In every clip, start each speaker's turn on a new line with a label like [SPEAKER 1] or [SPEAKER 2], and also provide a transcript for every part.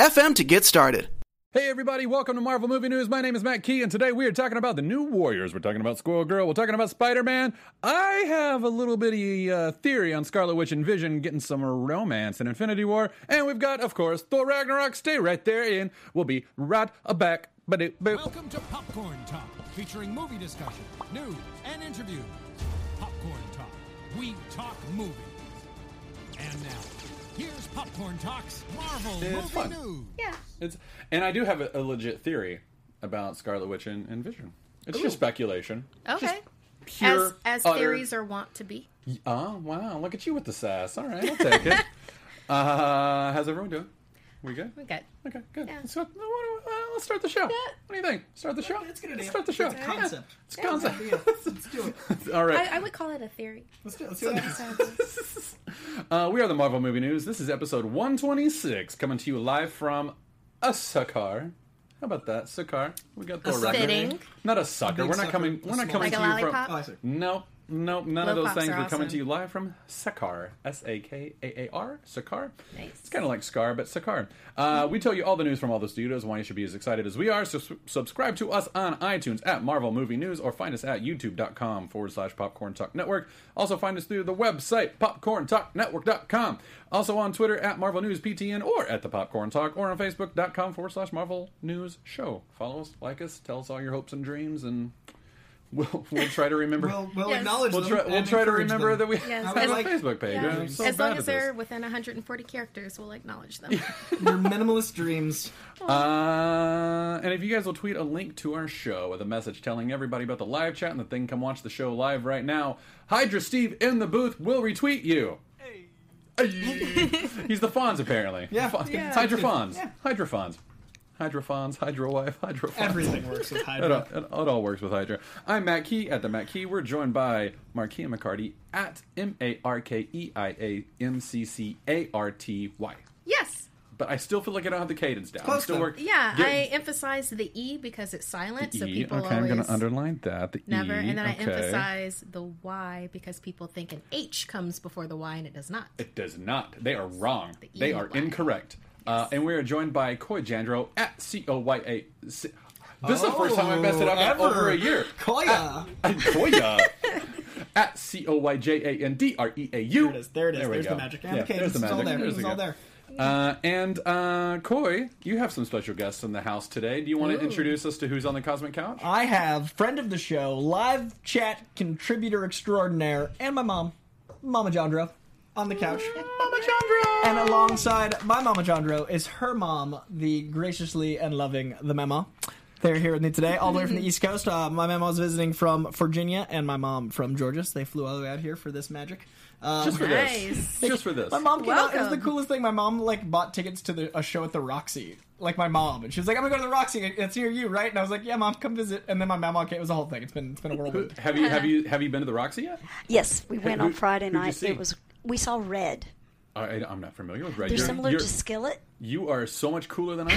[SPEAKER 1] to get started.
[SPEAKER 2] Hey everybody, welcome to Marvel Movie News. My name is Matt Key, and today we are talking about the new Warriors. We're talking about Squirrel Girl. We're talking about Spider Man. I have a little bitty uh, theory on Scarlet Witch and Vision getting some romance in Infinity War, and we've got, of course, Thor Ragnarok. Stay right there, and we'll be right back. But it,
[SPEAKER 3] Welcome to Popcorn Talk, featuring movie discussion, news, and interviews. Popcorn Talk, we talk movies. And now, here's Popcorn Talk's Marvel Movie
[SPEAKER 2] fun.
[SPEAKER 3] News.
[SPEAKER 2] It's and I do have a, a legit theory about Scarlet Witch and, and Vision. It's just speculation.
[SPEAKER 4] Okay.
[SPEAKER 2] Pure,
[SPEAKER 4] as as
[SPEAKER 2] utter-
[SPEAKER 4] theories are wont to be.
[SPEAKER 2] Oh wow! Look at you with the sass. All right, I'll take it. uh, how's everyone doing? We good?
[SPEAKER 4] We got
[SPEAKER 2] Okay, good.
[SPEAKER 4] Yeah.
[SPEAKER 2] Let's, go, well, well, uh, let's start the show. What do you think? Start the show.
[SPEAKER 5] That's a good idea.
[SPEAKER 2] Let's start the show.
[SPEAKER 5] It's a concept.
[SPEAKER 2] It's a concept.
[SPEAKER 5] Yeah, let's do it.
[SPEAKER 2] All right.
[SPEAKER 4] I, I would call it a theory.
[SPEAKER 5] Let's do it. Let's do it.
[SPEAKER 2] Uh, we are the Marvel Movie News. This is episode 126, coming to you live from a sucker. How about that, sucker? We got Thor Ragnarok.
[SPEAKER 4] Fitting.
[SPEAKER 2] Not a sucker.
[SPEAKER 5] big
[SPEAKER 2] We're not
[SPEAKER 5] sucker.
[SPEAKER 2] coming.
[SPEAKER 5] A
[SPEAKER 2] We're not
[SPEAKER 5] small
[SPEAKER 2] coming
[SPEAKER 4] Like a
[SPEAKER 2] to you
[SPEAKER 4] lollipop?
[SPEAKER 2] from.
[SPEAKER 5] Oh, I see.
[SPEAKER 2] No, no, none of
[SPEAKER 4] Low
[SPEAKER 2] those
[SPEAKER 4] pops
[SPEAKER 2] things. We're
[SPEAKER 4] are
[SPEAKER 2] coming
[SPEAKER 4] awesome.
[SPEAKER 2] to you live from Sakar. S A K A A R. Sakar.
[SPEAKER 4] Nice.
[SPEAKER 2] It's kind of like Scar, but Sakar. Uh, we tell you all the news from all the studios, why you should be as excited as we are. So su- subscribe to us on iTunes at Marvel Movie News or find us at youtube.com forward slash popcorn talk network. Also find us through the website popcorntalknetwork.com. Also on Twitter at Marvel News PTN or at the Popcorn Talk or on Facebook.com forward slash Marvel News Show. Follow us, like us, tell us all your hopes and dreams, and we'll, we'll try to remember.
[SPEAKER 5] We'll, we'll
[SPEAKER 4] Yes.
[SPEAKER 5] acknowledge
[SPEAKER 2] We'll
[SPEAKER 5] them
[SPEAKER 2] try, we'll
[SPEAKER 5] and
[SPEAKER 2] try to
[SPEAKER 5] encourage
[SPEAKER 2] remember
[SPEAKER 5] them.
[SPEAKER 2] that we
[SPEAKER 4] Yes.
[SPEAKER 2] have
[SPEAKER 5] I
[SPEAKER 2] a
[SPEAKER 5] like-
[SPEAKER 2] Facebook page.
[SPEAKER 4] Yeah.
[SPEAKER 2] I'm so
[SPEAKER 4] as
[SPEAKER 2] bad
[SPEAKER 4] long
[SPEAKER 2] at
[SPEAKER 4] as they're
[SPEAKER 2] this.
[SPEAKER 4] within 140 characters, we'll acknowledge them.
[SPEAKER 5] Your minimalist dreams.
[SPEAKER 2] Uh, and if you guys will tweet a link to our show with a message telling everybody about the live chat and the thing, come watch the show live right now. Hydra Steve in the booth will retweet you. Hey. He's the Fonz, apparently.
[SPEAKER 5] Yeah.
[SPEAKER 2] Fonz.
[SPEAKER 5] Yeah.
[SPEAKER 2] It's Hydra Fonz.
[SPEAKER 5] Yeah.
[SPEAKER 2] Hydra Fonz. Hydra Fonz, Hydro Wife, Hydro Fonz.
[SPEAKER 5] Everything works with
[SPEAKER 2] It all,
[SPEAKER 5] Hydra.
[SPEAKER 2] it, it all works with Hydra. I'm Matt Key at the Matt Key. We're joined by Markia McCarty at M A R K E I A M C C A R T Y.
[SPEAKER 4] yes.
[SPEAKER 2] But I still feel like I don't have the cadence down. I'm
[SPEAKER 5] Close,
[SPEAKER 2] still
[SPEAKER 5] though.
[SPEAKER 2] work.
[SPEAKER 4] Yeah,
[SPEAKER 2] Get-
[SPEAKER 4] I emphasize the E because it's silent, so
[SPEAKER 2] E.
[SPEAKER 4] people
[SPEAKER 2] okay, I'm
[SPEAKER 4] always
[SPEAKER 2] going to underline that. The
[SPEAKER 4] never.
[SPEAKER 2] E.
[SPEAKER 4] and then
[SPEAKER 2] okay.
[SPEAKER 4] I emphasize the Y because people think an H comes before the Y and it does not.
[SPEAKER 2] It does not. They are wrong.
[SPEAKER 4] E
[SPEAKER 2] they are
[SPEAKER 4] Y.
[SPEAKER 2] incorrect. Uh, and we are joined by Coy Jandro at C O Y A. This is the first time I messed it up in
[SPEAKER 5] ever.
[SPEAKER 2] over a year. Ah,
[SPEAKER 5] Koya.
[SPEAKER 2] Koya. At C O Y J A N D R E A U.
[SPEAKER 5] There it is. There it is.
[SPEAKER 2] we
[SPEAKER 5] There's
[SPEAKER 2] go.
[SPEAKER 5] the magic.
[SPEAKER 2] Yeah,
[SPEAKER 5] And the cadence. It's all there.
[SPEAKER 2] There's
[SPEAKER 5] It's
[SPEAKER 2] the
[SPEAKER 5] all
[SPEAKER 2] go.
[SPEAKER 5] there.
[SPEAKER 2] Uh, and uh, Coy, you have some special guests in the house today. Do you want to introduce us to who's on the Cosmic Couch?
[SPEAKER 5] Uh,
[SPEAKER 6] I have friend of the show, live chat contributor extraordinaire, and my mom, Mama Jandro,
[SPEAKER 5] On the couch.
[SPEAKER 2] Mama Chandra!
[SPEAKER 6] and alongside my Mama Jandro is her mom, the graciously and loving the Mama. They're here with me today, all the way from the East Coast. Uh, my mama's visiting from Virginia, and my mom from Georgia. So they flew all the way out here for this magic. Um,
[SPEAKER 2] Just for
[SPEAKER 4] Nice.
[SPEAKER 2] this. Just for this.
[SPEAKER 6] My mom came out. It was the
[SPEAKER 4] Welcome.
[SPEAKER 6] coolest thing. My mom like bought tickets to the, a show at the Roxy. Like my mom, and she was like, "I'm gonna go to the Roxy. It's near you, right?" And I was like, "Yeah, mom, come visit." And then my mom came. It was a whole thing. It's been it's been a whirlwind.
[SPEAKER 2] Have you have you have you been to the Roxy yet?
[SPEAKER 7] Yes, we went
[SPEAKER 2] who-
[SPEAKER 7] on Friday
[SPEAKER 2] who'd you
[SPEAKER 7] night.
[SPEAKER 2] see?
[SPEAKER 7] It was we saw Red.
[SPEAKER 2] I, I'm not familiar with Red.
[SPEAKER 7] They're
[SPEAKER 2] You're-
[SPEAKER 7] similar
[SPEAKER 2] you're-
[SPEAKER 7] to Skillet,
[SPEAKER 2] You are so much cooler than I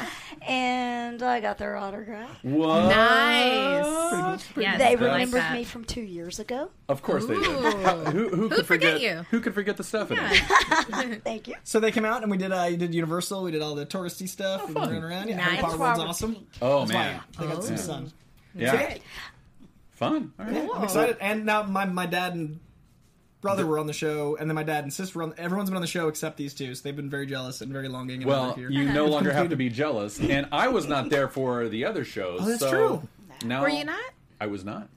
[SPEAKER 2] am.
[SPEAKER 7] and I got their autograph.
[SPEAKER 2] what?
[SPEAKER 4] Nice. Yes, I
[SPEAKER 7] They
[SPEAKER 4] like
[SPEAKER 7] remembered
[SPEAKER 4] that.
[SPEAKER 7] me from two years ago.
[SPEAKER 2] Of course they
[SPEAKER 4] Ooh.
[SPEAKER 2] did. Who, who could
[SPEAKER 4] forget
[SPEAKER 2] forget,
[SPEAKER 4] you?
[SPEAKER 2] Who could forget the Stephanie?
[SPEAKER 4] Yeah.
[SPEAKER 7] Thank you.
[SPEAKER 6] So they came out, and we did uh, you did Universal. We did all the touristy stuff. we
[SPEAKER 2] fun.
[SPEAKER 6] ran around. Yeah,
[SPEAKER 4] Oh, Nice.
[SPEAKER 6] Harry
[SPEAKER 7] That's
[SPEAKER 6] Potter
[SPEAKER 7] why
[SPEAKER 6] World's
[SPEAKER 7] we're
[SPEAKER 6] awesome.
[SPEAKER 7] pink.
[SPEAKER 2] Oh
[SPEAKER 6] That's why
[SPEAKER 2] man,
[SPEAKER 6] They got
[SPEAKER 4] Oh.
[SPEAKER 6] some sun.
[SPEAKER 2] yeah, fun. All right.
[SPEAKER 6] I'm excited. And now my, my dad and brother were on the show, and then my dad and sister were on. Everyone's been on the show except these two, so they've been very jealous and very longing. And
[SPEAKER 2] Well,
[SPEAKER 6] over here.
[SPEAKER 2] you no longer have to be jealous, and I was not there for the other shows.
[SPEAKER 6] Oh, that's
[SPEAKER 2] so
[SPEAKER 6] true.
[SPEAKER 2] Now,
[SPEAKER 4] Were you not?
[SPEAKER 2] I was not.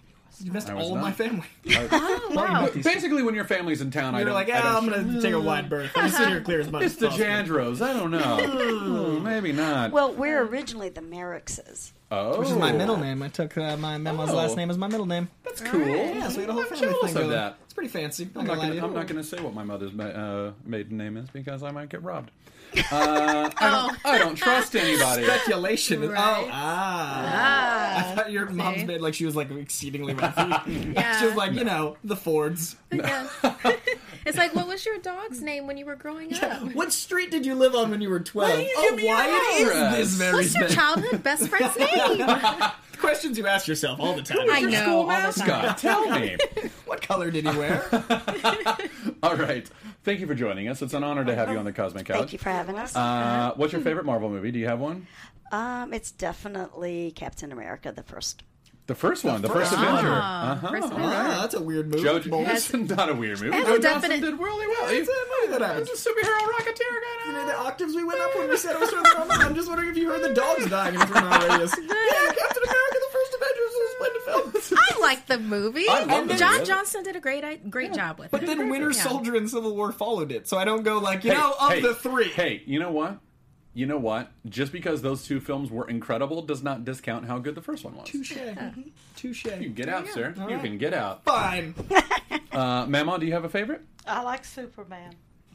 [SPEAKER 6] You missed
[SPEAKER 2] I was
[SPEAKER 6] all of my
[SPEAKER 2] not.
[SPEAKER 6] family.
[SPEAKER 4] Oh, wow.
[SPEAKER 2] Basically, when your family's in town, I
[SPEAKER 6] You're
[SPEAKER 2] don't.
[SPEAKER 6] like,
[SPEAKER 2] I
[SPEAKER 6] yeah,
[SPEAKER 2] don't
[SPEAKER 6] I'm gonna take a wide berth. I'm sitting here clear as mud.
[SPEAKER 2] It's
[SPEAKER 6] as
[SPEAKER 2] the
[SPEAKER 6] possible."
[SPEAKER 2] Jandros. I don't know. Hmm, maybe not.
[SPEAKER 7] Well, we're originally the Merrickses.
[SPEAKER 2] oh,
[SPEAKER 8] Which is my middle name. I took uh, my mama's
[SPEAKER 2] Oh.
[SPEAKER 8] last name as my middle name.
[SPEAKER 2] That's cool.
[SPEAKER 6] Yeah, so we had a whole
[SPEAKER 2] I'm
[SPEAKER 6] family
[SPEAKER 2] jealous
[SPEAKER 6] thing
[SPEAKER 2] of
[SPEAKER 6] going.
[SPEAKER 2] that.
[SPEAKER 6] It's pretty fancy.
[SPEAKER 2] I'm not,
[SPEAKER 6] gonna lie
[SPEAKER 2] gonna,
[SPEAKER 6] to you.
[SPEAKER 2] I'm not gonna say what my mother's ma- uh, maiden name is because I might get robbed. Uh, I,
[SPEAKER 4] Oh.
[SPEAKER 2] don't, I don't trust anybody.
[SPEAKER 6] Speculation. is-
[SPEAKER 4] Right.
[SPEAKER 6] Oh, ah.
[SPEAKER 4] Ah,
[SPEAKER 6] I thought your mom's
[SPEAKER 4] see?
[SPEAKER 6] made like she was like exceedingly wealthy.
[SPEAKER 4] yeah.
[SPEAKER 6] She was like, you know, the Fords.
[SPEAKER 4] Yeah. it's like, what was your dog's name when you were growing up?
[SPEAKER 6] What street did you live on when you were 12?
[SPEAKER 2] do you
[SPEAKER 6] oh,
[SPEAKER 2] give me your
[SPEAKER 6] why is
[SPEAKER 2] address?
[SPEAKER 6] this very
[SPEAKER 4] What's your
[SPEAKER 6] thing?
[SPEAKER 4] childhood best friend's name?
[SPEAKER 6] Questions you ask yourself all the time.
[SPEAKER 4] I know.
[SPEAKER 2] School
[SPEAKER 4] all the time.
[SPEAKER 2] mascot. Tell me.
[SPEAKER 6] What color did he wear?
[SPEAKER 2] All right. Thank you for joining us. It's an honor to have you on the Cosmic Couch.
[SPEAKER 7] Thank you for having us.
[SPEAKER 2] Uh, what's your favorite Marvel movie? Do you have one?
[SPEAKER 7] um, it's definitely Captain America the first.
[SPEAKER 2] The first one, the, first,
[SPEAKER 6] first
[SPEAKER 2] Avenger. Uh-huh.
[SPEAKER 4] Ah, first one.
[SPEAKER 6] Ah, that's a weird move.
[SPEAKER 2] Joe,
[SPEAKER 6] Bold.
[SPEAKER 2] that's not a weird movie.
[SPEAKER 4] That's
[SPEAKER 2] Joe
[SPEAKER 4] a
[SPEAKER 2] Johnson
[SPEAKER 4] definite-
[SPEAKER 2] did really well.
[SPEAKER 6] It's a- that happens.
[SPEAKER 2] He's a superhero rocketeer
[SPEAKER 6] You
[SPEAKER 2] guy.
[SPEAKER 6] know, the octaves we went up when we said it was from the moment. I'm just wondering if you heard the dogs dying in from our radius. Yeah, Captain America, the first Avengers is a splendid film.
[SPEAKER 4] I like the movie.
[SPEAKER 2] I love the
[SPEAKER 4] John
[SPEAKER 2] movie.
[SPEAKER 4] Johnston did a great great job with
[SPEAKER 6] But
[SPEAKER 4] it.
[SPEAKER 6] then Winter
[SPEAKER 4] Yeah.
[SPEAKER 6] Soldier and Civil War followed it, so I don't go like, you
[SPEAKER 2] Hey,
[SPEAKER 6] know, of
[SPEAKER 2] hey,
[SPEAKER 6] the three.
[SPEAKER 2] Hey, you know what? You know what? Just because those two films were incredible does not discount how good the first one was.
[SPEAKER 6] Touche. Touche.
[SPEAKER 2] You can get out, sir. you can get out.
[SPEAKER 6] Fine.
[SPEAKER 2] Uh, Mama, do you have a favorite?
[SPEAKER 1] I like Superman.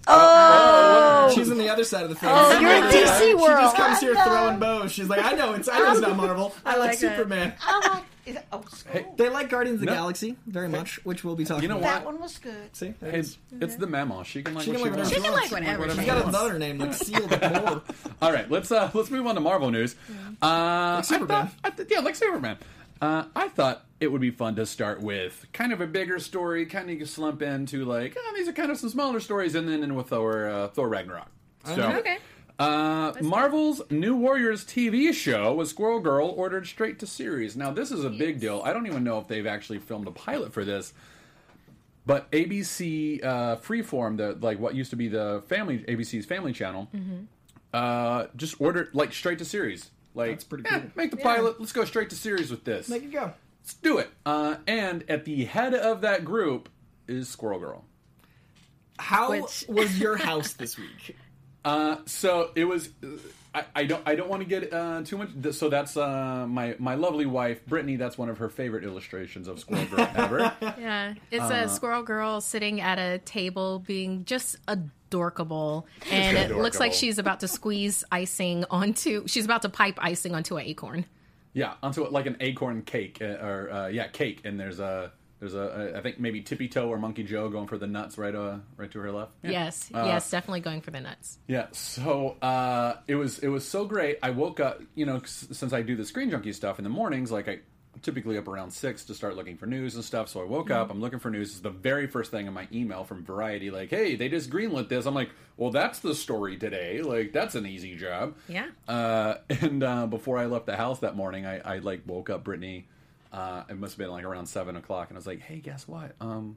[SPEAKER 4] Oh.
[SPEAKER 6] She's on the other side of the fence.
[SPEAKER 7] Oh, you're in DC
[SPEAKER 6] She just
[SPEAKER 7] world.
[SPEAKER 6] comes here throwing bows. She's like, I know it's I know it's not
[SPEAKER 4] Um,
[SPEAKER 6] Marvel. I like
[SPEAKER 4] God.
[SPEAKER 6] Superman.
[SPEAKER 4] Um,
[SPEAKER 1] I
[SPEAKER 9] Oh.
[SPEAKER 1] like is it old school.
[SPEAKER 6] They like Guardians of the
[SPEAKER 2] No.
[SPEAKER 6] Galaxy very much, which we'll be talking.
[SPEAKER 2] You know
[SPEAKER 6] about.
[SPEAKER 1] That one was good.
[SPEAKER 6] See, There it
[SPEAKER 2] It's,
[SPEAKER 6] is.
[SPEAKER 2] it's the Mama. She can like
[SPEAKER 6] She
[SPEAKER 2] what
[SPEAKER 6] can like
[SPEAKER 2] she wants.
[SPEAKER 6] whatever
[SPEAKER 4] She can like
[SPEAKER 6] Wants.
[SPEAKER 4] whatever.
[SPEAKER 2] Whatever
[SPEAKER 4] she
[SPEAKER 6] She's got
[SPEAKER 4] wants.
[SPEAKER 6] another name like Seal the Moor.
[SPEAKER 2] All right, let's uh, let's move on to Marvel news. Uh, I
[SPEAKER 6] Superman.
[SPEAKER 2] thought- I th- yeah, like Superman. Uh, I thought it would be fun to start with kind of a bigger story, kind of slump into like oh, these are kind of some smaller stories, and then in with Thor, uh, Thor Ragnarok. So,
[SPEAKER 4] Okay.
[SPEAKER 2] Uh, Marvel's New Warriors TV show with Squirrel Girl ordered straight to series. Now this is a big deal. I don't even know if they've actually filmed a pilot for this, but ABC uh, Freeform, the like what used to be the family ABC's Family Channel, uh, just ordered like straight to series. Like
[SPEAKER 6] That's pretty
[SPEAKER 2] "Eh,
[SPEAKER 6] cool.
[SPEAKER 2] Make the pilot. Let's go straight to series with this.
[SPEAKER 6] There you go.
[SPEAKER 2] Let's do it. Uh, and at the head of that group is Squirrel Girl.
[SPEAKER 6] How
[SPEAKER 4] Which-
[SPEAKER 6] was your house this week?
[SPEAKER 2] Uh, so it was. I, I don't. I don't want to get uh, too much. th- So that's uh, my my lovely wife, Brittany. That's one of her favorite illustrations of Squirrel Girl ever.
[SPEAKER 4] Yeah, it's
[SPEAKER 2] Uh.
[SPEAKER 4] a squirrel girl sitting at a table being just adorkable, and it looks like
[SPEAKER 2] adorkable.
[SPEAKER 4] she's about to squeeze icing onto. She's about to pipe icing onto an acorn.
[SPEAKER 2] Yeah, onto like an acorn cake uh, or uh, yeah, cake. And there's a there's a I think maybe Tippy Toe or Monkey Joe going for the nuts right uh right to her left. Yeah. Uh.
[SPEAKER 4] Yes, yes, definitely going for the nuts.
[SPEAKER 2] Yeah, so uh, it was it was so great. I woke up, you know, s- since I do the screen junkie stuff in the mornings, like I typically up around six to start looking for news and stuff. So I woke up, I'm looking for news. It's the very first thing in my email from Variety, like, "Hey, they just greenlit this." I'm like, "Well, that's the story today. Like, that's an easy job."
[SPEAKER 4] Yeah.
[SPEAKER 2] Uh, and uh, before I left the house that morning, I, I like woke up Brittany. Uh, it must have been like around seven o'clock, and I was like, "Hey, guess what? Um,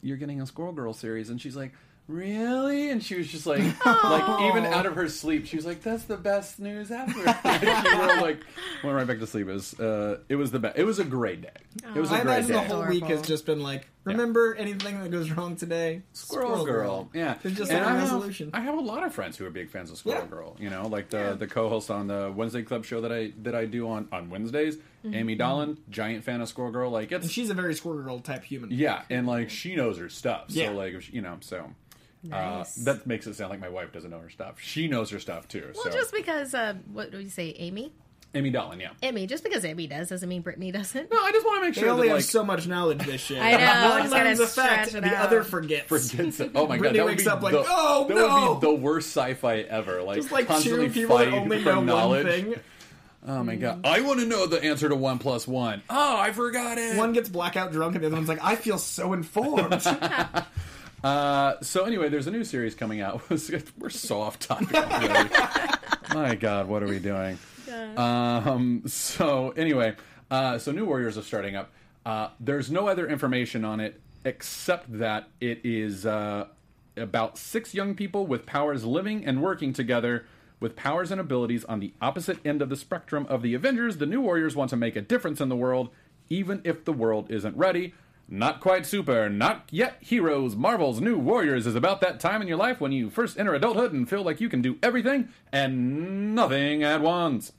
[SPEAKER 2] you're getting a Squirrel Girl series," and she's like, "Really?" And she was just like, like even out of her sleep, she was like, "That's the best news ever." Like, she went, like went right back to sleep. It was uh, it was the best. It was a great day. It was a
[SPEAKER 6] Oh. I
[SPEAKER 2] great
[SPEAKER 6] imagine
[SPEAKER 2] day.
[SPEAKER 6] the whole week has
[SPEAKER 4] Adorable.
[SPEAKER 6] just been like, remember anything that goes wrong today?
[SPEAKER 2] Squirrel Girl. Yeah.
[SPEAKER 6] There's just
[SPEAKER 2] And
[SPEAKER 6] like
[SPEAKER 2] I
[SPEAKER 6] a
[SPEAKER 2] have-
[SPEAKER 6] resolution.
[SPEAKER 2] I have, a lot of friends who are big fans of Squirrel
[SPEAKER 6] Yeah.
[SPEAKER 2] Girl. You know, like the the co-host on the Wednesday Club show that I that I do on on Wednesdays. Amy Dolan, giant fan of Squirrel Girl. Like it's
[SPEAKER 6] Mm-hmm. And she's a very Squirrel Girl type human.
[SPEAKER 2] yeah, and like she knows her stuff.
[SPEAKER 6] Yeah.
[SPEAKER 2] So like if she- you know so.
[SPEAKER 4] Nice.
[SPEAKER 2] Uh, that makes it sound like my wife doesn't know her stuff. She knows her stuff too.
[SPEAKER 4] Well,
[SPEAKER 2] so
[SPEAKER 4] just because uh, what do you say, Amy?
[SPEAKER 2] Amy Dolan, yeah.
[SPEAKER 4] Amy, just because Amy does doesn't mean Brittany doesn't.
[SPEAKER 2] No, I just want to make
[SPEAKER 6] They
[SPEAKER 2] sure
[SPEAKER 6] only
[SPEAKER 2] that like
[SPEAKER 6] have so much knowledge this year.
[SPEAKER 4] I know, I'm
[SPEAKER 6] One
[SPEAKER 4] just gonna
[SPEAKER 6] learns a fact,
[SPEAKER 4] stretch it
[SPEAKER 6] the
[SPEAKER 4] out.
[SPEAKER 6] other forgets.
[SPEAKER 2] forgets it. Oh my god,
[SPEAKER 6] Brittany
[SPEAKER 2] that would
[SPEAKER 6] wakes
[SPEAKER 2] be
[SPEAKER 6] up like,
[SPEAKER 2] the,
[SPEAKER 6] "Oh,
[SPEAKER 2] that
[SPEAKER 6] no!"
[SPEAKER 2] would be the worst sci-fi ever. Like
[SPEAKER 6] Just like
[SPEAKER 2] constantly
[SPEAKER 6] two people that
[SPEAKER 2] fighting
[SPEAKER 6] only
[SPEAKER 2] for
[SPEAKER 6] know
[SPEAKER 2] knowledge.
[SPEAKER 6] one thing.
[SPEAKER 2] Oh my god! I want to know the answer to one plus one. Oh, I forgot it.
[SPEAKER 6] One gets blackout drunk, and the other one's like, I feel so informed.
[SPEAKER 2] Uh, so anyway, there's a new series coming out. We're so off topic. already. my god, what are we doing? Um, so anyway, uh, so New Warriors is starting up. Uh, there's no other information on it except that it is uh, about six young people with powers living and working together. With powers and abilities on the opposite end of the spectrum of the Avengers, the New Warriors want to make a difference in the world, even if the world isn't ready. Not quite super, not yet heroes. Marvel's New Warriors is about that time in your life when you first enter adulthood and feel like you can do everything and nothing at once.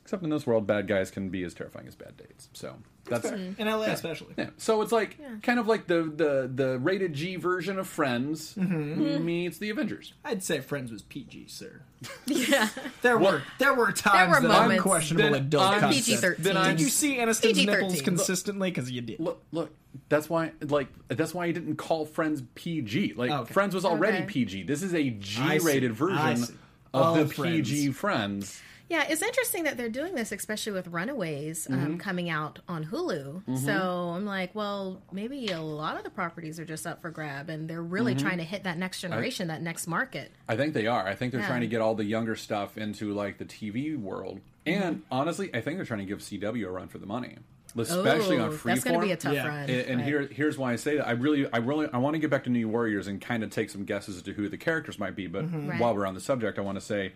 [SPEAKER 2] Except in this world, bad guys can be as terrifying as bad dates. So that's
[SPEAKER 6] in LA especially.
[SPEAKER 2] yeah. So it's like kind of like the, the the rated G version of Friends
[SPEAKER 6] Mm-hmm.
[SPEAKER 4] Mm-hmm.
[SPEAKER 2] meets the Avengers.
[SPEAKER 6] I'd say Friends was PG, sir.
[SPEAKER 4] Yeah.
[SPEAKER 6] There were there were times
[SPEAKER 4] were
[SPEAKER 6] that
[SPEAKER 4] moments.
[SPEAKER 6] unquestionable
[SPEAKER 2] Then
[SPEAKER 6] adult
[SPEAKER 2] I'm-
[SPEAKER 6] concepts.
[SPEAKER 4] PG-13.
[SPEAKER 2] Then I'm-
[SPEAKER 6] Did you see Aniston's
[SPEAKER 4] PG-13.
[SPEAKER 6] nipples consistently? Because you did.
[SPEAKER 2] Look, look. That's why, like, that's why you didn't call Friends PG. Like,
[SPEAKER 6] Oh, Okay.
[SPEAKER 2] Friends was already
[SPEAKER 4] Okay.
[SPEAKER 2] PG. This is a
[SPEAKER 6] I see.
[SPEAKER 2] G-rated
[SPEAKER 6] I
[SPEAKER 2] version
[SPEAKER 6] see.
[SPEAKER 2] of
[SPEAKER 6] All
[SPEAKER 2] the
[SPEAKER 6] Friends.
[SPEAKER 2] PG Friends.
[SPEAKER 4] Yeah, it's interesting that they're doing this, especially with Runaways
[SPEAKER 2] Mm-hmm.
[SPEAKER 4] um, coming out on Hulu. So I'm like, well, maybe a lot of the properties are just up for grab, and they're really
[SPEAKER 2] Mm-hmm.
[SPEAKER 4] trying to hit that next generation, that next market.
[SPEAKER 2] I think they are. I think they're
[SPEAKER 4] Yeah.
[SPEAKER 2] trying to get all the younger stuff into like the TV world. And
[SPEAKER 4] Mm-hmm.
[SPEAKER 2] honestly, I think they're trying to give CW a run for the money, especially on
[SPEAKER 4] oh,
[SPEAKER 2] Freeform.
[SPEAKER 4] that's going to be a tough
[SPEAKER 6] Yeah.
[SPEAKER 4] run.
[SPEAKER 2] And, and
[SPEAKER 4] but-
[SPEAKER 2] here, here's why I say that. I really, I really, I want to get back to New Warriors and kind of take some guesses as to who the characters might be. But
[SPEAKER 4] Right.
[SPEAKER 2] while we're on the subject, I want to say,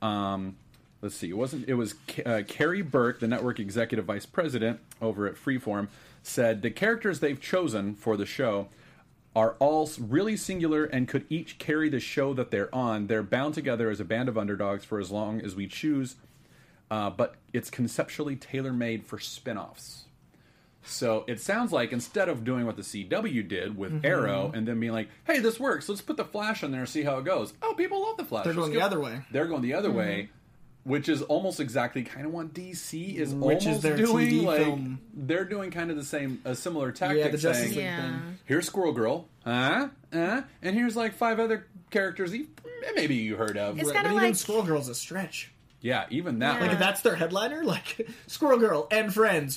[SPEAKER 2] um, let's see, it wasn't. It was Ca- uh, Carrie Burke, the network executive vice president over at Freeform, said the characters they've chosen for the show are all s- really singular and could each carry the show that they're on. They're bound together as a band of underdogs for as long as we choose. Uh, but it's conceptually tailor made for spin offs. So it sounds like instead of doing what the CW did with
[SPEAKER 6] Mm-hmm.
[SPEAKER 2] Arrow and then being like, "Hey, this works. Let's put the Flash in there and see how it goes." Oh, people love the Flash.
[SPEAKER 6] They're
[SPEAKER 2] Let's
[SPEAKER 6] going the
[SPEAKER 2] go-
[SPEAKER 6] other way. Mm-hmm.
[SPEAKER 2] They're going the other way, which is almost exactly kind of what DC is
[SPEAKER 6] Which is
[SPEAKER 2] almost
[SPEAKER 6] their
[SPEAKER 2] doing.
[SPEAKER 6] TV
[SPEAKER 2] like
[SPEAKER 6] film.
[SPEAKER 2] they're doing kind of the same, a similar tactic.
[SPEAKER 6] Yeah, the Justice
[SPEAKER 2] saying,
[SPEAKER 6] League
[SPEAKER 4] Yeah.
[SPEAKER 6] thing.
[SPEAKER 2] Here's Squirrel Girl, uh, uh, and here's like five other characters you, maybe you heard of.
[SPEAKER 4] It's
[SPEAKER 6] Right,
[SPEAKER 4] kinda
[SPEAKER 6] but even
[SPEAKER 4] like-
[SPEAKER 6] Squirrel Girl's a stretch.
[SPEAKER 2] yeah, even that.
[SPEAKER 4] Yeah.
[SPEAKER 2] like,
[SPEAKER 6] Like if that's their headliner, like Squirrel Girl and Friends.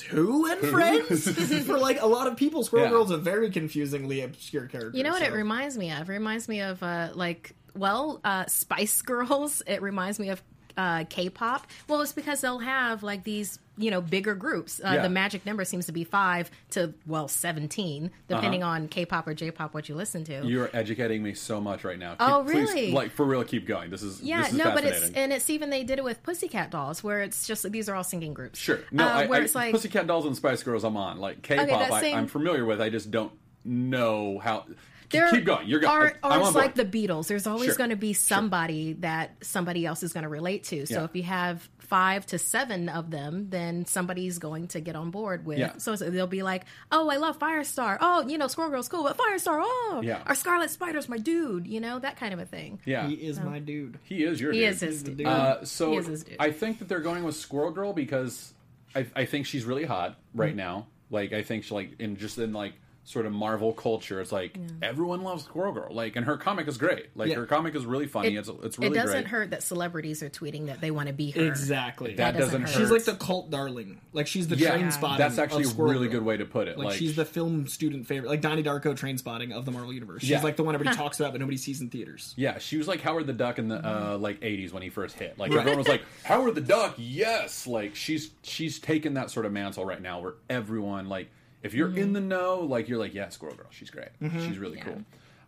[SPEAKER 6] Who and Friends? For like a lot of people, Squirrel
[SPEAKER 2] Yeah.
[SPEAKER 6] Girl's a very confusingly obscure character.
[SPEAKER 4] You know what
[SPEAKER 6] so-
[SPEAKER 4] it reminds me of? It reminds me of uh, like well, uh, Spice Girls. It reminds me of uh, K-pop. Well, it's because they'll have like these you know bigger groups. Uh,
[SPEAKER 2] Yeah.
[SPEAKER 4] The magic number seems to be five to well seventeen, depending
[SPEAKER 2] Uh-huh.
[SPEAKER 4] on K-pop or J-pop what you listen to.
[SPEAKER 2] You're educating me so much right now.
[SPEAKER 4] Oh,
[SPEAKER 2] Keep- please,
[SPEAKER 4] really?
[SPEAKER 2] like for real, keep going. This is
[SPEAKER 4] yeah,
[SPEAKER 2] This is
[SPEAKER 4] no, but it's
[SPEAKER 2] fascinating.
[SPEAKER 4] and it's even they did it with Pussycat Dolls, where it's just these are all singing groups.
[SPEAKER 2] Sure. No,
[SPEAKER 4] Uh,
[SPEAKER 2] I,
[SPEAKER 4] where
[SPEAKER 2] I,
[SPEAKER 4] it's like
[SPEAKER 2] Pussycat Dolls and Spice Girls, I'm on. Like K-pop,
[SPEAKER 4] that
[SPEAKER 2] I,
[SPEAKER 4] same-
[SPEAKER 2] I'm familiar with. I just don't know how.
[SPEAKER 4] there
[SPEAKER 2] Keep going. You're going.
[SPEAKER 4] Or, or
[SPEAKER 2] I'm
[SPEAKER 4] it's
[SPEAKER 2] on board.
[SPEAKER 4] like the Beatles. There's always
[SPEAKER 2] Sure.
[SPEAKER 4] going to be somebody that somebody else is going to relate to. So
[SPEAKER 2] Yeah.
[SPEAKER 4] if you have five to seven of them, then somebody's going to get on board with.
[SPEAKER 2] Yeah.
[SPEAKER 4] So, so they'll be like, "Oh, I love Firestar. Oh, you know, Squirrel Girl's cool, but Firestar. Oh,
[SPEAKER 2] Yeah.
[SPEAKER 4] or Scarlet Spider's my dude. You know, that kind of a thing.
[SPEAKER 2] Yeah.
[SPEAKER 6] He
[SPEAKER 4] Oh.
[SPEAKER 6] is my dude.
[SPEAKER 2] He is your
[SPEAKER 4] He
[SPEAKER 2] dude.
[SPEAKER 4] is his dude.
[SPEAKER 2] Uh, so
[SPEAKER 4] He is his dude.
[SPEAKER 2] I think that they're going with Squirrel Girl because I, I think she's really hot right
[SPEAKER 6] Mm-hmm.
[SPEAKER 2] now. Like I think she like in just in like sort of Marvel culture, it's like everyone loves Squirrel Girl. Like and her comic is great. Like
[SPEAKER 6] Yeah.
[SPEAKER 2] her comic is really funny. it's it's really
[SPEAKER 4] it doesn't
[SPEAKER 2] great.
[SPEAKER 4] hurt that celebrities are tweeting that they want to be her.
[SPEAKER 6] Exactly.
[SPEAKER 2] That,
[SPEAKER 4] That doesn't
[SPEAKER 2] doesn't hurt.
[SPEAKER 4] hurt.
[SPEAKER 6] She's like the cult darling. Like she's the
[SPEAKER 2] yeah,
[SPEAKER 6] train spotting.
[SPEAKER 2] That's actually a
[SPEAKER 6] of Squirrel
[SPEAKER 2] really
[SPEAKER 6] Girl.
[SPEAKER 2] good way to put it.
[SPEAKER 6] Like, she's the film student favorite, like Donnie Darko train spotting of the Marvel universe. She's
[SPEAKER 2] Yeah.
[SPEAKER 6] like the one everybody talks about, but nobody sees in theaters.
[SPEAKER 2] Yeah, she was like Howard the Duck in the uh, like '80s when he first hit. Like
[SPEAKER 6] Mm-hmm. Right.
[SPEAKER 2] everyone was like Howard the Duck, yes. Like she's she's taken that sort of mantle right now, where everyone like if you're
[SPEAKER 6] Mm-hmm.
[SPEAKER 2] in the know, like you're like yeah, Squirrel Girl, she's great, she's really cool.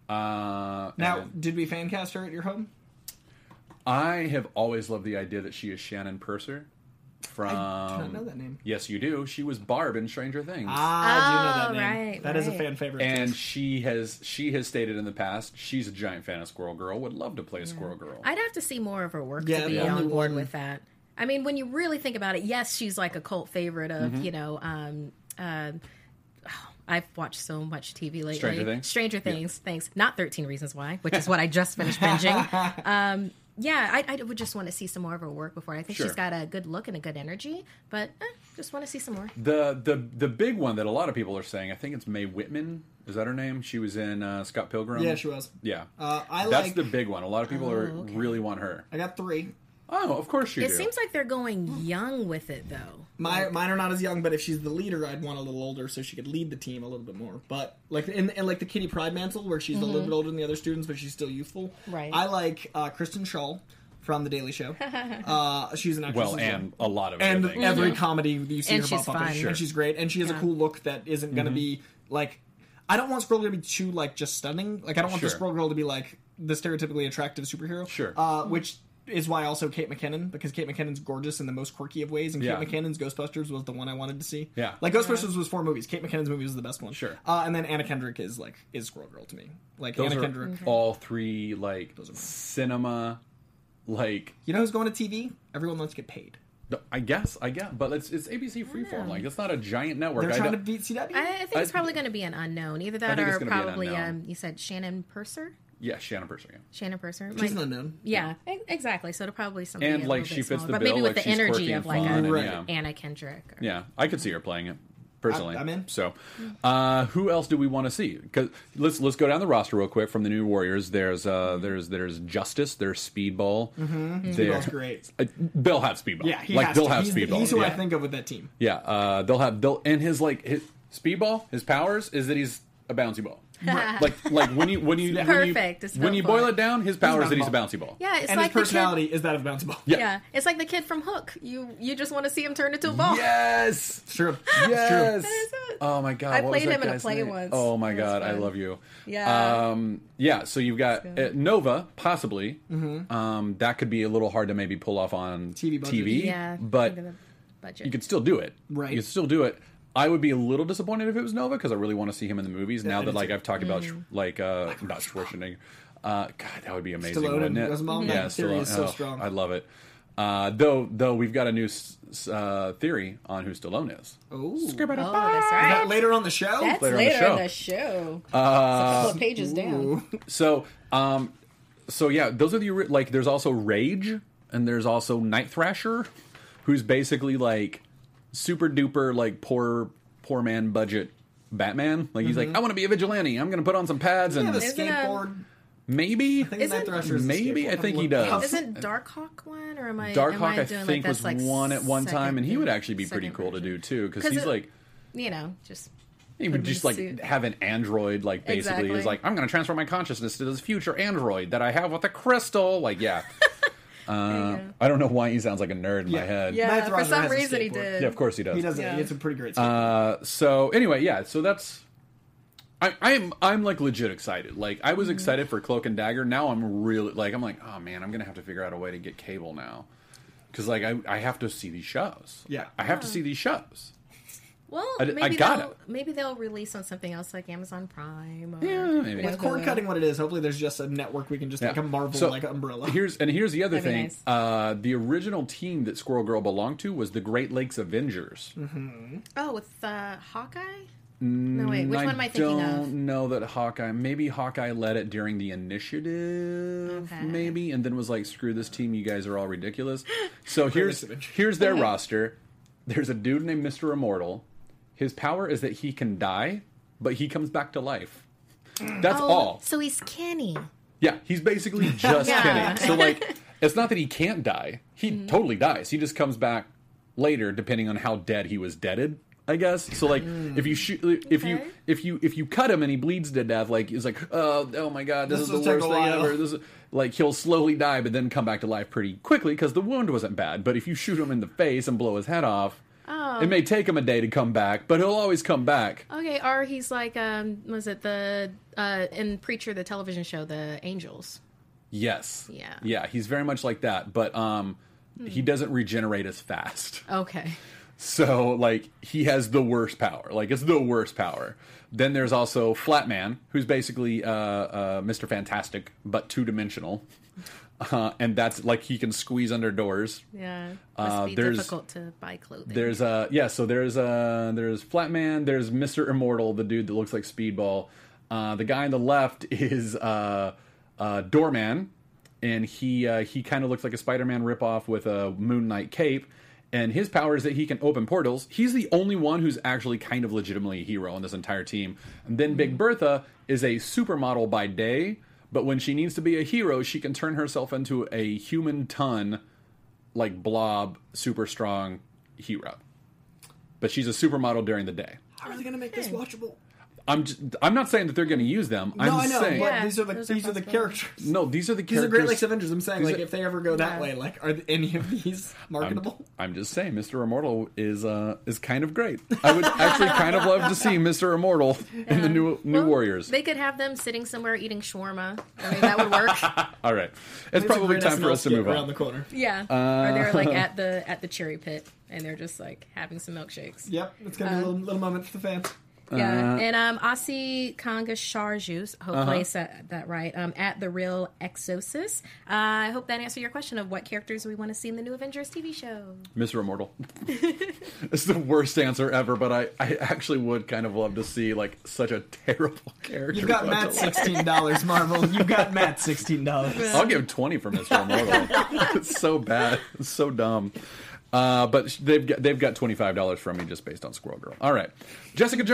[SPEAKER 2] Uh,
[SPEAKER 6] Now,
[SPEAKER 2] and
[SPEAKER 6] did we fan cast her at your home?
[SPEAKER 2] I have always loved the idea that she is Shannon Purser from.
[SPEAKER 6] I
[SPEAKER 2] Um,
[SPEAKER 6] do not know that name.
[SPEAKER 2] Yes, you do. She was Barb in Stranger Things.
[SPEAKER 6] Ah, I do know that
[SPEAKER 4] Oh,
[SPEAKER 6] name.
[SPEAKER 4] right,
[SPEAKER 6] That is
[SPEAKER 4] right.
[SPEAKER 6] a fan favorite.
[SPEAKER 2] And she has she has stated in the past she's a giant fan of Squirrel Girl. Would love to play Squirrel Girl.
[SPEAKER 4] I'd have to see more of her work
[SPEAKER 6] Yeah,
[SPEAKER 4] to be
[SPEAKER 6] the only
[SPEAKER 4] on board
[SPEAKER 6] one-
[SPEAKER 4] with that. I mean, when you really think about it, yes, she's like a cult favorite of
[SPEAKER 2] Mm-hmm.
[SPEAKER 4] you know. Um, uh, oh, I've watched so much TV lately.
[SPEAKER 2] Stranger Things?
[SPEAKER 4] Stranger Things. Thanks. Not Thirteen Reasons Why, which is what I just finished binging. Um, yeah, I, I would just want to see some more of her work before. I think
[SPEAKER 2] Sure.
[SPEAKER 4] she's got a good look and a good energy, but eh, just want to see some more.
[SPEAKER 2] The the the big one that a lot of people are saying, I think it's Mae Whitman. Is that her name? She was in uh, Scott Pilgrim.
[SPEAKER 6] yeah, she was.
[SPEAKER 2] Yeah,
[SPEAKER 6] Uh, I
[SPEAKER 2] that's
[SPEAKER 6] like-
[SPEAKER 2] the big one. A lot of people are really want her.
[SPEAKER 6] I got three.
[SPEAKER 2] Oh, of course you
[SPEAKER 4] Oh, It
[SPEAKER 2] do.
[SPEAKER 4] seems like they're going young with it though.
[SPEAKER 6] My, mine are not as young, but if she's the leader, I'd want a little older so she could lead the team a little bit more. But like in, in like the Kitty Pride mantle, where she's a little bit older than the other students, but she's still youthful.
[SPEAKER 4] Mm-hmm. Right.
[SPEAKER 6] I like uh, Kristen Schaal from The Daily Show. uh, she's an actress.
[SPEAKER 2] well,
[SPEAKER 6] as well.
[SPEAKER 2] and a lot of
[SPEAKER 6] and
[SPEAKER 2] other things.
[SPEAKER 6] every comedy that you see
[SPEAKER 4] Mm-hmm. And
[SPEAKER 6] her
[SPEAKER 4] she's
[SPEAKER 6] pop up
[SPEAKER 4] fun.
[SPEAKER 6] in,
[SPEAKER 4] Sure.
[SPEAKER 6] and she's great, and she has a
[SPEAKER 4] Yeah.
[SPEAKER 6] cool look that isn't going to
[SPEAKER 2] Mm-hmm.
[SPEAKER 6] be like. I don't want Squirrel Girl to be too like just stunning. Like I don't want the
[SPEAKER 2] Sure.
[SPEAKER 6] Squirrel Girl to be like the stereotypically attractive superhero.
[SPEAKER 2] Sure.
[SPEAKER 6] uh, which is why also Kate McKinnon because Kate McKinnon's gorgeous in the most quirky of ways, and
[SPEAKER 2] Yeah.
[SPEAKER 6] Kate McKinnon's Ghostbusters was the one I wanted to see.
[SPEAKER 2] Yeah.
[SPEAKER 6] like Ghostbusters was four movies. Kate McKinnon's movie was the best one.
[SPEAKER 2] Sure.
[SPEAKER 6] uh, and then Anna Kendrick is like is Squirrel Girl to me. Like
[SPEAKER 2] Those
[SPEAKER 6] Anna
[SPEAKER 2] are
[SPEAKER 6] Kendrick.
[SPEAKER 4] Mm-hmm.
[SPEAKER 2] all three like cinema, like
[SPEAKER 6] You know who's going to TV? Everyone wants to get paid.
[SPEAKER 2] th- I guess I guess, but it's it's ABC Freeform. Like it's not a giant network.
[SPEAKER 6] They're
[SPEAKER 2] I
[SPEAKER 6] trying to
[SPEAKER 2] don't-
[SPEAKER 6] beat CW.
[SPEAKER 4] I, I think it's
[SPEAKER 2] I-
[SPEAKER 4] probably going to be an unknown. Either that
[SPEAKER 2] think it's
[SPEAKER 4] or
[SPEAKER 2] gonna be an
[SPEAKER 4] probably
[SPEAKER 2] unknown.
[SPEAKER 4] um, you said Shannon Purser.
[SPEAKER 2] yeah, Shannon Purser. Yeah.
[SPEAKER 4] Shannon Purser.
[SPEAKER 6] She's
[SPEAKER 4] Like-
[SPEAKER 6] an unknown.
[SPEAKER 4] Yeah, e- exactly. So it'll probably be something
[SPEAKER 2] And,
[SPEAKER 4] a
[SPEAKER 2] like,
[SPEAKER 4] little
[SPEAKER 2] she
[SPEAKER 4] bit
[SPEAKER 2] fits
[SPEAKER 4] smaller,
[SPEAKER 2] the
[SPEAKER 4] but
[SPEAKER 2] bill,
[SPEAKER 4] maybe
[SPEAKER 2] like,
[SPEAKER 4] with the
[SPEAKER 2] she's quirky
[SPEAKER 4] energy
[SPEAKER 2] and
[SPEAKER 4] of like
[SPEAKER 2] fun
[SPEAKER 4] a
[SPEAKER 2] and,
[SPEAKER 6] Right.
[SPEAKER 2] yeah.
[SPEAKER 4] Anna Kendrick. Or,
[SPEAKER 2] Yeah, I could see her playing it personally.
[SPEAKER 6] I- I'm in.
[SPEAKER 2] So, uh, who else do we want to see? 'Cause let's let's go down the roster real quick from the New Warriors. There's uh,
[SPEAKER 6] Mm-hmm.
[SPEAKER 2] there's there's Justice. There's Speedball. Mm-hmm.
[SPEAKER 6] Speedball's great.
[SPEAKER 2] Uh, they'll have Speedball.
[SPEAKER 6] Yeah, he
[SPEAKER 2] like
[SPEAKER 6] has
[SPEAKER 2] they'll
[SPEAKER 6] to.
[SPEAKER 2] have
[SPEAKER 6] he's,
[SPEAKER 2] Speedball.
[SPEAKER 6] He's who
[SPEAKER 2] yeah,
[SPEAKER 6] I think of with that team.
[SPEAKER 2] yeah. Uh, they'll have they'll and his like his Speedball. His powers is that he's a bouncy ball. like like when you when you when you,
[SPEAKER 4] Perfect, it's
[SPEAKER 2] when you
[SPEAKER 4] snowball.
[SPEAKER 2] boil it down, his power is that he's a
[SPEAKER 6] Snowball.
[SPEAKER 2] bouncy ball.
[SPEAKER 4] yeah, it's
[SPEAKER 6] and his
[SPEAKER 4] like The kid,
[SPEAKER 6] personality is that of bounce ball.
[SPEAKER 2] Yeah.
[SPEAKER 4] yeah, it's like the kid from Hook. You you just want to see him turn into a ball.
[SPEAKER 2] Yes.
[SPEAKER 6] True.
[SPEAKER 2] Yes.
[SPEAKER 4] is it.
[SPEAKER 2] Oh my god.
[SPEAKER 4] I
[SPEAKER 2] what was
[SPEAKER 4] played
[SPEAKER 2] that
[SPEAKER 4] him in a
[SPEAKER 2] guy's
[SPEAKER 4] play
[SPEAKER 2] name?
[SPEAKER 4] once.
[SPEAKER 2] Oh my
[SPEAKER 4] It was
[SPEAKER 2] god, I
[SPEAKER 4] fun.
[SPEAKER 2] love you.
[SPEAKER 4] Yeah.
[SPEAKER 2] Um, yeah. So you've got uh, Nova, possibly. Um, that could be a little hard to maybe pull off on TV.
[SPEAKER 6] TV budget.
[SPEAKER 4] Yeah,
[SPEAKER 2] But
[SPEAKER 4] think of the budget.
[SPEAKER 2] you could still do it.
[SPEAKER 6] Right.
[SPEAKER 2] You could still do it. I would be a little disappointed if it was Nova because I really want to see him in the movies. now
[SPEAKER 6] I
[SPEAKER 2] that
[SPEAKER 6] do
[SPEAKER 2] like I've talked about Sh- like uh, not Schwarzenegger. Uh, God, that would be amazing,
[SPEAKER 6] Stallone
[SPEAKER 2] wouldn't
[SPEAKER 6] and
[SPEAKER 2] it?
[SPEAKER 6] Rosamund
[SPEAKER 2] Yeah,
[SPEAKER 6] Pike theory
[SPEAKER 2] Stallone.
[SPEAKER 6] is so
[SPEAKER 2] oh,
[SPEAKER 6] strong.
[SPEAKER 2] I love it. Uh, though, though we've got a new s- s- uh, theory on who Stallone is.
[SPEAKER 6] Ooh.
[SPEAKER 4] Oh, that's right.
[SPEAKER 6] That later on the show.
[SPEAKER 4] That's
[SPEAKER 2] later
[SPEAKER 4] later,
[SPEAKER 2] in the show. Uh,
[SPEAKER 4] in the show. it's a couple of pages down.
[SPEAKER 2] So, um, so yeah, those are the ori- like. There's also Rage, and there's also Night Thrasher, who's basically like super duper like poor poor man budget Batman. Like he's like,
[SPEAKER 4] Mm-hmm.
[SPEAKER 2] I want to be a vigilante. I'm gonna put on some pads
[SPEAKER 6] yeah,
[SPEAKER 2] and
[SPEAKER 6] the
[SPEAKER 4] Isn't, um,
[SPEAKER 6] skateboard.
[SPEAKER 2] maybe
[SPEAKER 6] think Night
[SPEAKER 4] Isn't-
[SPEAKER 6] Thrasher is a
[SPEAKER 2] maybe
[SPEAKER 6] skateboard.
[SPEAKER 2] I think he
[SPEAKER 6] Look,
[SPEAKER 2] does.
[SPEAKER 4] Isn't Darkhawk one or am I?
[SPEAKER 2] Dark
[SPEAKER 4] am
[SPEAKER 2] Hawk, I
[SPEAKER 4] doing
[SPEAKER 2] think,
[SPEAKER 4] like
[SPEAKER 2] was
[SPEAKER 4] this, like
[SPEAKER 2] one at one time, and he would actually be pretty cool to do too, because
[SPEAKER 4] 'Cause
[SPEAKER 2] he's
[SPEAKER 4] it-
[SPEAKER 2] like
[SPEAKER 4] You know, just
[SPEAKER 2] He would
[SPEAKER 4] Put him
[SPEAKER 2] just
[SPEAKER 4] in a
[SPEAKER 2] like
[SPEAKER 4] suit.
[SPEAKER 2] have an android, like basically,
[SPEAKER 4] Exactly.
[SPEAKER 2] is like, I'm going to transfer my consciousness to this future android that I have with a crystal. Like, yeah. uh, I don't know why he sounds like a nerd in my
[SPEAKER 6] Yeah.
[SPEAKER 2] head.
[SPEAKER 6] Night
[SPEAKER 4] yeah. For
[SPEAKER 6] Thrasher
[SPEAKER 4] some
[SPEAKER 6] has a
[SPEAKER 4] reason, he
[SPEAKER 6] skateboard.
[SPEAKER 4] did.
[SPEAKER 2] Yeah, of course he does.
[SPEAKER 6] He does it.
[SPEAKER 4] Yeah.
[SPEAKER 6] He gets a pretty great skateboard.
[SPEAKER 2] So anyway, yeah. So that's. I, I'm I'm like legit excited. Like I
[SPEAKER 4] Mm-hmm.
[SPEAKER 2] was excited for Cloak and Dagger. Now I'm really like I'm like oh man I'm gonna have to figure out a way to get cable now, because like I I have to see these shows.
[SPEAKER 6] Yeah.
[SPEAKER 2] I have to see these shows.
[SPEAKER 4] Well,
[SPEAKER 2] I d- I
[SPEAKER 4] maybe
[SPEAKER 2] got
[SPEAKER 4] they'll
[SPEAKER 2] it.
[SPEAKER 4] maybe they'll release on something else like Amazon Prime. Or
[SPEAKER 2] Yeah, maybe.
[SPEAKER 4] With
[SPEAKER 6] It's cord cutting what it is. Hopefully, there's just a network we can just like a Marvel
[SPEAKER 2] Uh, So,
[SPEAKER 6] like umbrella.
[SPEAKER 2] Here's and here's the other
[SPEAKER 4] That'd be
[SPEAKER 2] thing.
[SPEAKER 4] nice.
[SPEAKER 2] Uh, the original team that Squirrel Girl belonged to was the Great Lakes Avengers.
[SPEAKER 4] Oh, with uh, Hawkeye. No wait, which
[SPEAKER 2] Mm, I
[SPEAKER 4] one am I thinking
[SPEAKER 2] don't
[SPEAKER 4] of?
[SPEAKER 2] know that Hawkeye. Maybe Hawkeye led it during the initiative,
[SPEAKER 4] Okay.
[SPEAKER 2] maybe, and then was like, "Screw this team! You guys are all ridiculous." So here's
[SPEAKER 6] Avengers.
[SPEAKER 2] here's their roster. There's a dude named Mister Immortal. His power is that he can die, but he comes back to life. That's
[SPEAKER 4] Oh,
[SPEAKER 2] all.
[SPEAKER 4] So he's Kenny.
[SPEAKER 2] Yeah, he's basically just
[SPEAKER 4] Yeah. Mm-hmm.
[SPEAKER 2] Kenny. So like, it's not that he can't die. He totally dies. He just comes back later, depending on how dead he was deaded. I guess. So like, if you shoot, if you
[SPEAKER 4] Okay.
[SPEAKER 2] if you if you cut him and he bleeds to death, like he's like, oh, oh my god, this,
[SPEAKER 6] This
[SPEAKER 2] is the
[SPEAKER 6] will take
[SPEAKER 2] worst
[SPEAKER 6] a
[SPEAKER 2] thing
[SPEAKER 6] while."
[SPEAKER 2] ever. This is, like he'll slowly die, but then come back to life pretty quickly because the wound wasn't bad. But if you shoot him in the face and blow his head off.
[SPEAKER 4] Oh.
[SPEAKER 2] It may take him a day to come back, but he'll always come back.
[SPEAKER 4] Okay, or he's like um, was it the uh in Preacher the television show The Angels?
[SPEAKER 2] Yes.
[SPEAKER 4] Yeah.
[SPEAKER 2] Yeah, he's very much like that, but um he doesn't regenerate as fast.
[SPEAKER 4] Okay.
[SPEAKER 2] So like he has the worst power. Like it's the worst power. Then there's also Flatman, who's basically uh, uh, Mr. Fantastic but two dimensional, uh, and that's like he can squeeze under doors.
[SPEAKER 4] Yeah. Must
[SPEAKER 2] Uh,
[SPEAKER 4] be
[SPEAKER 2] there's-
[SPEAKER 4] difficult to buy clothing.
[SPEAKER 2] There's uh yeah, so there's uh there's Flatman, there's Mr. Immortal, the dude that looks like Speedball. Uh the guy on the left is uh uh Doorman and he uh he kind of looks like a Spider-Man ripoff with a Moon Knight cape. And his power is that he can open portals. He's the only one who's actually kind of legitimately a hero on this entire team. And then Big Bertha is a supermodel by day, but when she needs to be a hero, she can turn herself into a human ton like blob, super strong hero. But she's a supermodel during the day.
[SPEAKER 6] How are they gonna make this watchable?
[SPEAKER 2] I'm just, I'm not saying that they're going to use them. I'm
[SPEAKER 5] no, I know.
[SPEAKER 2] saying
[SPEAKER 5] But
[SPEAKER 4] Yeah,
[SPEAKER 5] these are the
[SPEAKER 4] those are
[SPEAKER 5] these are the
[SPEAKER 4] possible.
[SPEAKER 5] characters.
[SPEAKER 2] no. These are the
[SPEAKER 5] These are
[SPEAKER 2] characters.
[SPEAKER 5] Great Lakes Avengers. I'm saying,
[SPEAKER 2] These
[SPEAKER 5] like,
[SPEAKER 2] are-
[SPEAKER 5] if they ever go that
[SPEAKER 4] Yeah.
[SPEAKER 5] way, like, are any of these
[SPEAKER 2] I'm,
[SPEAKER 5] marketable?
[SPEAKER 2] I'm just saying, Mr. Immortal is uh is kind of great. I would actually kind of love to see Mr. Immortal in the new New
[SPEAKER 4] Well,
[SPEAKER 2] Warriors.
[SPEAKER 4] They could have them sitting somewhere eating shawarma. I mean, that would work.
[SPEAKER 2] All right, it's
[SPEAKER 5] It's a
[SPEAKER 2] probably
[SPEAKER 5] great
[SPEAKER 2] time for
[SPEAKER 5] SNL
[SPEAKER 2] us to
[SPEAKER 5] skit
[SPEAKER 2] move
[SPEAKER 5] around
[SPEAKER 2] on.
[SPEAKER 5] the corner.
[SPEAKER 4] yeah.
[SPEAKER 2] Uh,
[SPEAKER 4] or they're like at the at the cherry pit and they're just like having some milkshakes.
[SPEAKER 5] Yep, it's
[SPEAKER 4] Uh,
[SPEAKER 5] gonna be a little, little moment for the fans.
[SPEAKER 4] Yeah,
[SPEAKER 2] Uh,
[SPEAKER 4] and um, Asi Kanga Sharjus, hopefully
[SPEAKER 2] Uh-huh.
[SPEAKER 4] I said that right, um, at The Real Exosis. Uh, I hope that answered your question of what characters we want to see in the new Avengers TV show.
[SPEAKER 2] Mr. Immortal. it's the worst answer ever, but I, I actually would kind of love to see like such a terrible character.
[SPEAKER 6] You've got
[SPEAKER 2] But
[SPEAKER 6] Matt
[SPEAKER 2] I'll-
[SPEAKER 6] sixteen dollars, Marvel. You've got Matt sixteen dollars.
[SPEAKER 2] I'll give twenty for Mr. Immortal. it's so bad, it's so dumb. Uh, but sh- they've got, they've got twenty five dollars from me just based on Squirrel Girl. All right, Jessica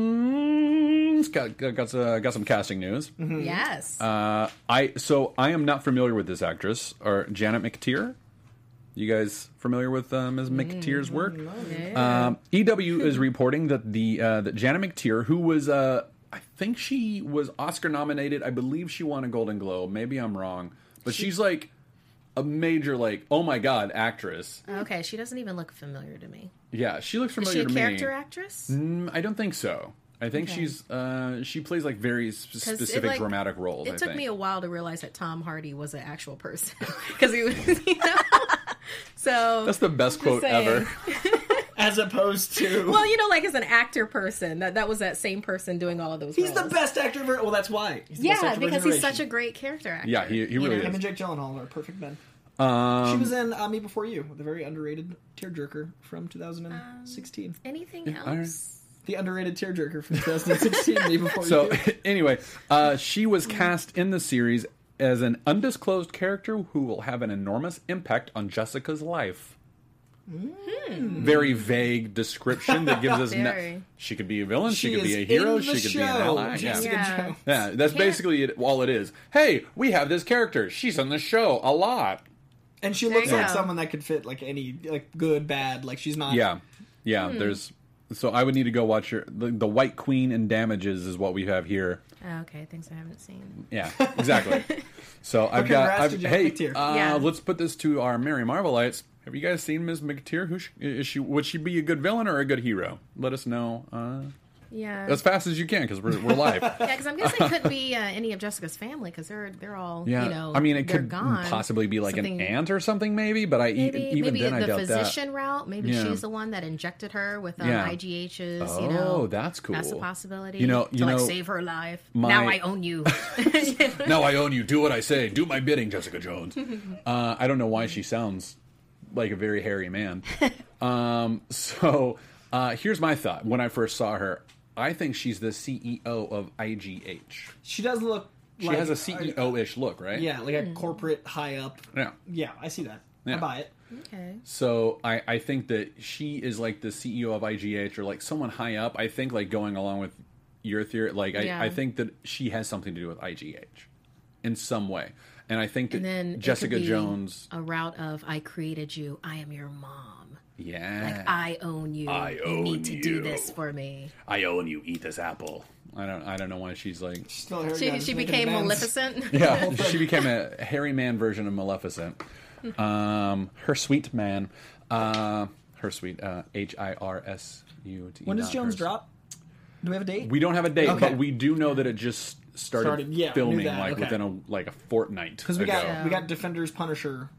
[SPEAKER 2] Jones got got got, uh, got some casting news.
[SPEAKER 4] Yes.
[SPEAKER 2] Mm-hmm. Uh, I so I am not familiar with this actress or Janet McTeer. You guys familiar with uh, Ms.
[SPEAKER 4] Mm,
[SPEAKER 2] McTeer's work? Um, EW is reporting that the uh, that Jana McTeer, who was uh, I think she was Oscar nominated. I believe she won a Golden Globe. Maybe I'm wrong, but she's like a major like oh my god actress.
[SPEAKER 4] okay, she doesn't even look familiar to me.
[SPEAKER 2] Yeah, she looks
[SPEAKER 4] Is
[SPEAKER 2] familiar
[SPEAKER 4] she a
[SPEAKER 2] to
[SPEAKER 4] character
[SPEAKER 2] me.
[SPEAKER 4] actress?
[SPEAKER 2] Mm, I don't think so. I think
[SPEAKER 4] Okay.
[SPEAKER 2] she's uh, she plays like very sp-
[SPEAKER 4] 'Cause it,
[SPEAKER 2] specific
[SPEAKER 4] like,
[SPEAKER 2] dramatic roles.
[SPEAKER 4] It
[SPEAKER 2] I
[SPEAKER 4] took
[SPEAKER 2] think.
[SPEAKER 4] me a while to realize that Tom Hardy was an actual person because he was, you know. so
[SPEAKER 2] That's the best quote
[SPEAKER 4] saying.
[SPEAKER 2] ever.
[SPEAKER 6] As opposed to
[SPEAKER 4] well, you know, like as an actor person, that that was that same person doing all of those.
[SPEAKER 6] He's the
[SPEAKER 4] roles.
[SPEAKER 6] best actor of our well that's why. He's the best
[SPEAKER 4] Yeah,
[SPEAKER 6] actor of our
[SPEAKER 4] because he's such a
[SPEAKER 6] generation.
[SPEAKER 4] great character actor.
[SPEAKER 2] Yeah, he, he
[SPEAKER 4] You
[SPEAKER 2] really
[SPEAKER 4] know,
[SPEAKER 6] him and
[SPEAKER 2] is.
[SPEAKER 6] Jake Gyllenhaal are perfect men.
[SPEAKER 2] Um,
[SPEAKER 6] She was in uh, Me Before You, the very underrated tearjerker from 2016.
[SPEAKER 4] Um. Anything
[SPEAKER 2] all right.
[SPEAKER 4] else?
[SPEAKER 6] the underrated tearjerker from 2016. Me Before
[SPEAKER 2] so
[SPEAKER 6] You.
[SPEAKER 2] anyway, uh, she was cast in the series as an undisclosed character who will have an enormous impact on Jessica's life.
[SPEAKER 6] Hmm.
[SPEAKER 2] Very vague description that gives us.
[SPEAKER 4] Very.
[SPEAKER 2] No- she could be a villain. She,
[SPEAKER 6] She
[SPEAKER 2] could be
[SPEAKER 6] is
[SPEAKER 2] a hero.
[SPEAKER 6] in the
[SPEAKER 2] She could be an
[SPEAKER 6] show.
[SPEAKER 2] ally. Yeah.
[SPEAKER 6] Jessica
[SPEAKER 4] Yeah.
[SPEAKER 6] Jones.
[SPEAKER 2] Yeah, that's
[SPEAKER 4] Can't-
[SPEAKER 2] basically it, all it is. Hey, we have this character. She's on the show a lot.
[SPEAKER 6] And she looks
[SPEAKER 4] you
[SPEAKER 6] like
[SPEAKER 4] go.
[SPEAKER 6] someone that could fit like any like good, bad. Like she's not.
[SPEAKER 2] Yeah, yeah.
[SPEAKER 4] Hmm.
[SPEAKER 2] There's so I would need to go watch your the, the White Queen and Damages is what we have here.
[SPEAKER 4] Oh, okay, things I haven't seen.
[SPEAKER 2] Yeah, exactly. so I've got.
[SPEAKER 6] congrats
[SPEAKER 2] I've,
[SPEAKER 6] to Jack
[SPEAKER 2] hey,
[SPEAKER 6] McTeer.
[SPEAKER 2] uh,
[SPEAKER 4] Yeah.
[SPEAKER 2] let's put this to our Mary Marvelites. Have you guys seen Ms. McTeer? Who sh- is she? Would she be a good villain or a good hero? Let us know uh,
[SPEAKER 4] Yeah,
[SPEAKER 2] as fast as you can because we're, we're live.
[SPEAKER 4] yeah, because I'm guessing it could be uh, any of Jessica's family because they're they're all
[SPEAKER 2] Yeah,
[SPEAKER 4] you know.
[SPEAKER 2] I mean, it
[SPEAKER 4] they're
[SPEAKER 2] could
[SPEAKER 4] gone.
[SPEAKER 2] possibly be like
[SPEAKER 4] Something-
[SPEAKER 2] an aunt or something, maybe. But I e-
[SPEAKER 4] Maybe
[SPEAKER 2] even
[SPEAKER 4] maybe
[SPEAKER 2] then I
[SPEAKER 4] the
[SPEAKER 2] doubt
[SPEAKER 4] physician route. Maybe
[SPEAKER 2] Yeah.
[SPEAKER 4] she's the one that injected her with um,
[SPEAKER 2] Yeah.
[SPEAKER 4] IGHs.
[SPEAKER 2] that.
[SPEAKER 4] you
[SPEAKER 2] oh,
[SPEAKER 4] know,
[SPEAKER 2] that's cool.
[SPEAKER 4] That's a possibility.
[SPEAKER 2] You know, you
[SPEAKER 4] to
[SPEAKER 2] know.
[SPEAKER 4] like save her life.
[SPEAKER 2] my-
[SPEAKER 4] now I own you.
[SPEAKER 2] now I own you. Do what I say. Do my bidding, Jessica Jones. uh, I don't know why she sounds like a very hairy man. Um, so uh, here's my thought. When I first saw her, I think she's the CEO of IGH.
[SPEAKER 6] She does look.
[SPEAKER 2] She
[SPEAKER 6] like, uh,
[SPEAKER 2] has a CEO ish look, right?
[SPEAKER 6] yeah, like
[SPEAKER 4] Hmm.
[SPEAKER 6] a corporate high up.
[SPEAKER 2] Yeah.
[SPEAKER 6] Yeah, I see that.
[SPEAKER 2] Yeah.
[SPEAKER 6] I buy it.
[SPEAKER 4] okay.
[SPEAKER 2] So I, I think that she is like the CEO of IGH or like someone high up. I think like going along with your theory, like I,
[SPEAKER 4] Yeah.
[SPEAKER 2] I think that she has something to do with IGH in some way. And I think that
[SPEAKER 4] And then it could
[SPEAKER 2] Jessica
[SPEAKER 4] be
[SPEAKER 2] Jones,
[SPEAKER 4] a route of I created you. I am your mom.
[SPEAKER 2] yeah,
[SPEAKER 4] Like I own you.
[SPEAKER 2] I
[SPEAKER 4] you
[SPEAKER 2] own
[SPEAKER 4] need to
[SPEAKER 2] you.
[SPEAKER 4] do this for me.
[SPEAKER 2] I own you. Eat this apple. I don't. I don't know why she's like.
[SPEAKER 6] She's Still here,
[SPEAKER 4] She,
[SPEAKER 6] guys,
[SPEAKER 4] she
[SPEAKER 6] making
[SPEAKER 4] became
[SPEAKER 6] demands.
[SPEAKER 4] Maleficent.
[SPEAKER 2] Yeah, she became a hairy man version of Maleficent.
[SPEAKER 6] Mm-hmm.
[SPEAKER 2] Um, her sweet man. Uh, her sweet. Uh, H I R S U T. E,
[SPEAKER 6] When does
[SPEAKER 2] not
[SPEAKER 6] Jones
[SPEAKER 2] hers.
[SPEAKER 6] drop? Do we have a date?
[SPEAKER 2] We don't have a date,
[SPEAKER 6] Okay.
[SPEAKER 2] but we do know that it just started,
[SPEAKER 6] Started, yeah, knew
[SPEAKER 2] filming
[SPEAKER 6] that,
[SPEAKER 2] like
[SPEAKER 6] okay.
[SPEAKER 2] within a like a fortnight
[SPEAKER 6] because we got
[SPEAKER 4] Yeah.
[SPEAKER 6] we got Defenders, Punisher,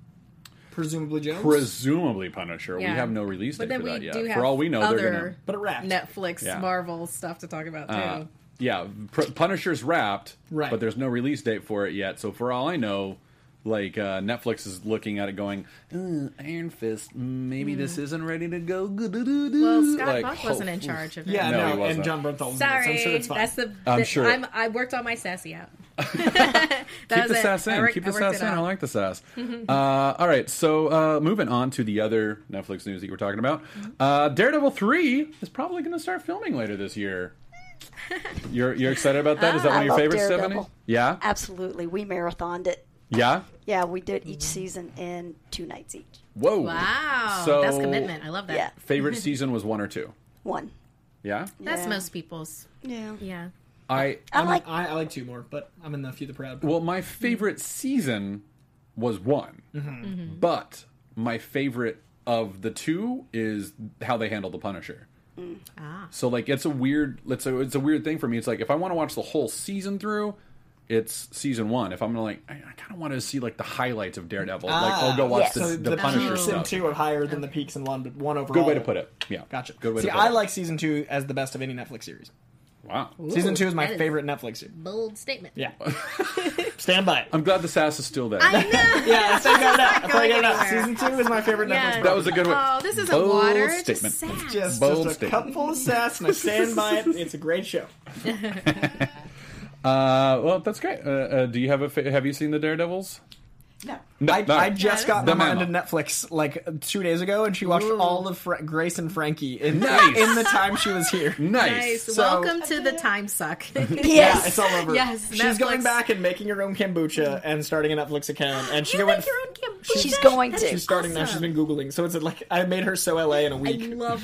[SPEAKER 6] presumably Jones.
[SPEAKER 2] Presumably Punisher.
[SPEAKER 4] Yeah.
[SPEAKER 2] We have no release date
[SPEAKER 4] But then
[SPEAKER 2] for
[SPEAKER 4] we
[SPEAKER 2] that yet.
[SPEAKER 4] do have
[SPEAKER 2] for all we know,
[SPEAKER 4] other
[SPEAKER 2] they're gonna.
[SPEAKER 6] but it wrapped.
[SPEAKER 4] Netflix,
[SPEAKER 2] Yeah.
[SPEAKER 4] Marvel stuff to talk about too.
[SPEAKER 2] Uh, yeah, Pr- Punisher's wrapped,
[SPEAKER 6] Right.
[SPEAKER 2] but there's no release date for it yet. So for all I know, like uh, Netflix is looking at it, going, "Ugh, Iron Fist, maybe this isn't ready to go.
[SPEAKER 4] Hmm. well,
[SPEAKER 2] Well,
[SPEAKER 4] Scott Buck wasn't in charge of it.
[SPEAKER 6] Yeah,
[SPEAKER 2] No, he
[SPEAKER 6] no,
[SPEAKER 2] wasn't.
[SPEAKER 6] and John Bernthal was in it, so
[SPEAKER 4] Sorry,
[SPEAKER 6] I'm sure it's fine.
[SPEAKER 4] that's the.
[SPEAKER 2] I'm
[SPEAKER 4] the-
[SPEAKER 2] sure.
[SPEAKER 4] I'm, I worked on my sassy out.
[SPEAKER 2] Keep the sass in. Keep the sass in. I like the sass. uh, all right, so uh, moving on to the other Netflix news that you were talking about,
[SPEAKER 4] Mm-hmm.
[SPEAKER 2] uh, Daredevil three is probably going to start filming later this year. You're you're excited about that? Is that one of your
[SPEAKER 7] love
[SPEAKER 2] favorites, Stephanie?
[SPEAKER 7] Daredevil.
[SPEAKER 2] Yeah,
[SPEAKER 7] Absolutely. We marathoned it.
[SPEAKER 2] yeah.
[SPEAKER 7] Yeah, we did each season in two nights each.
[SPEAKER 2] Whoa!
[SPEAKER 4] Wow,
[SPEAKER 2] So
[SPEAKER 4] that's commitment. I love that.
[SPEAKER 7] Yeah,
[SPEAKER 2] favorite season was one or two.
[SPEAKER 7] one.
[SPEAKER 2] Yeah,
[SPEAKER 4] That's
[SPEAKER 7] Yeah.
[SPEAKER 4] most people's.
[SPEAKER 7] Yeah.
[SPEAKER 4] Yeah.
[SPEAKER 2] I
[SPEAKER 7] I like
[SPEAKER 6] I, I like two more, but I'm in the few the proud.
[SPEAKER 2] Well, my favorite season was one,
[SPEAKER 6] Mm-hmm.
[SPEAKER 4] Mm-hmm.
[SPEAKER 2] but my favorite of the two is how they handle the Punisher.
[SPEAKER 4] Ah.
[SPEAKER 2] So like, it's a weird, it's a, it's a weird thing for me. It's like if I want to watch the whole season through, it's season one. If I'm gonna like, I, I kind of want to see like the highlights of Daredevil. like, I'll go watch
[SPEAKER 7] yes.
[SPEAKER 2] the,
[SPEAKER 6] Ah, so
[SPEAKER 2] the,
[SPEAKER 6] the,
[SPEAKER 2] Punisher
[SPEAKER 6] peaks in
[SPEAKER 2] stuff.
[SPEAKER 6] two are higher than the peaks in one, but one overall.
[SPEAKER 2] Good way to put it. Yeah,
[SPEAKER 6] Gotcha.
[SPEAKER 2] Good way
[SPEAKER 6] See,
[SPEAKER 2] to put
[SPEAKER 6] I
[SPEAKER 2] it.
[SPEAKER 6] like season two as the best of any Netflix series.
[SPEAKER 2] Wow.
[SPEAKER 6] season
[SPEAKER 4] Ooh,
[SPEAKER 6] two is my
[SPEAKER 4] that
[SPEAKER 6] favorite Netflix series.
[SPEAKER 4] Bold statement.
[SPEAKER 6] Yeah. Stand by it.
[SPEAKER 2] I'm glad the sass is still there.
[SPEAKER 4] I know.
[SPEAKER 6] yeah, it's not going up. It's not
[SPEAKER 4] going
[SPEAKER 6] going up.
[SPEAKER 4] anywhere.
[SPEAKER 6] Season two is my favorite
[SPEAKER 4] Yeah.
[SPEAKER 6] Netflix.
[SPEAKER 2] that was a good one.
[SPEAKER 4] Oh, this isn't
[SPEAKER 2] Bold
[SPEAKER 4] water. it's
[SPEAKER 2] statement.
[SPEAKER 4] just sad.
[SPEAKER 6] Just,
[SPEAKER 2] Bold
[SPEAKER 6] just a
[SPEAKER 2] statement.
[SPEAKER 6] couple of sass, and I stand by it. It's a great show.
[SPEAKER 2] Uh, well, that's great. Uh, uh, do you have a? Fa- have you seen the Daredevils?
[SPEAKER 9] No.
[SPEAKER 2] No,
[SPEAKER 6] I,
[SPEAKER 2] no.
[SPEAKER 6] I just got
[SPEAKER 2] The
[SPEAKER 6] my mom
[SPEAKER 2] memo.
[SPEAKER 6] into Netflix like two days ago, and she watched all of Fra- Grace and Frankie in,
[SPEAKER 2] Nice.
[SPEAKER 6] in the time she was here.
[SPEAKER 2] Nice.
[SPEAKER 4] Nice.
[SPEAKER 6] So-
[SPEAKER 4] Welcome to the time suck.
[SPEAKER 6] Yeah,
[SPEAKER 7] Yes.
[SPEAKER 6] it's all over.
[SPEAKER 4] Yes,
[SPEAKER 6] she's
[SPEAKER 4] Netflix.
[SPEAKER 6] going back and making her own kombucha and starting a Netflix account, and she
[SPEAKER 4] You
[SPEAKER 6] went.
[SPEAKER 4] make your own kombucha?
[SPEAKER 7] She's going
[SPEAKER 4] That
[SPEAKER 7] to.
[SPEAKER 4] is
[SPEAKER 6] She's starting now. She's
[SPEAKER 4] awesome.
[SPEAKER 6] been googling, so it's like I made her so LA in a
[SPEAKER 4] I
[SPEAKER 6] week.
[SPEAKER 4] love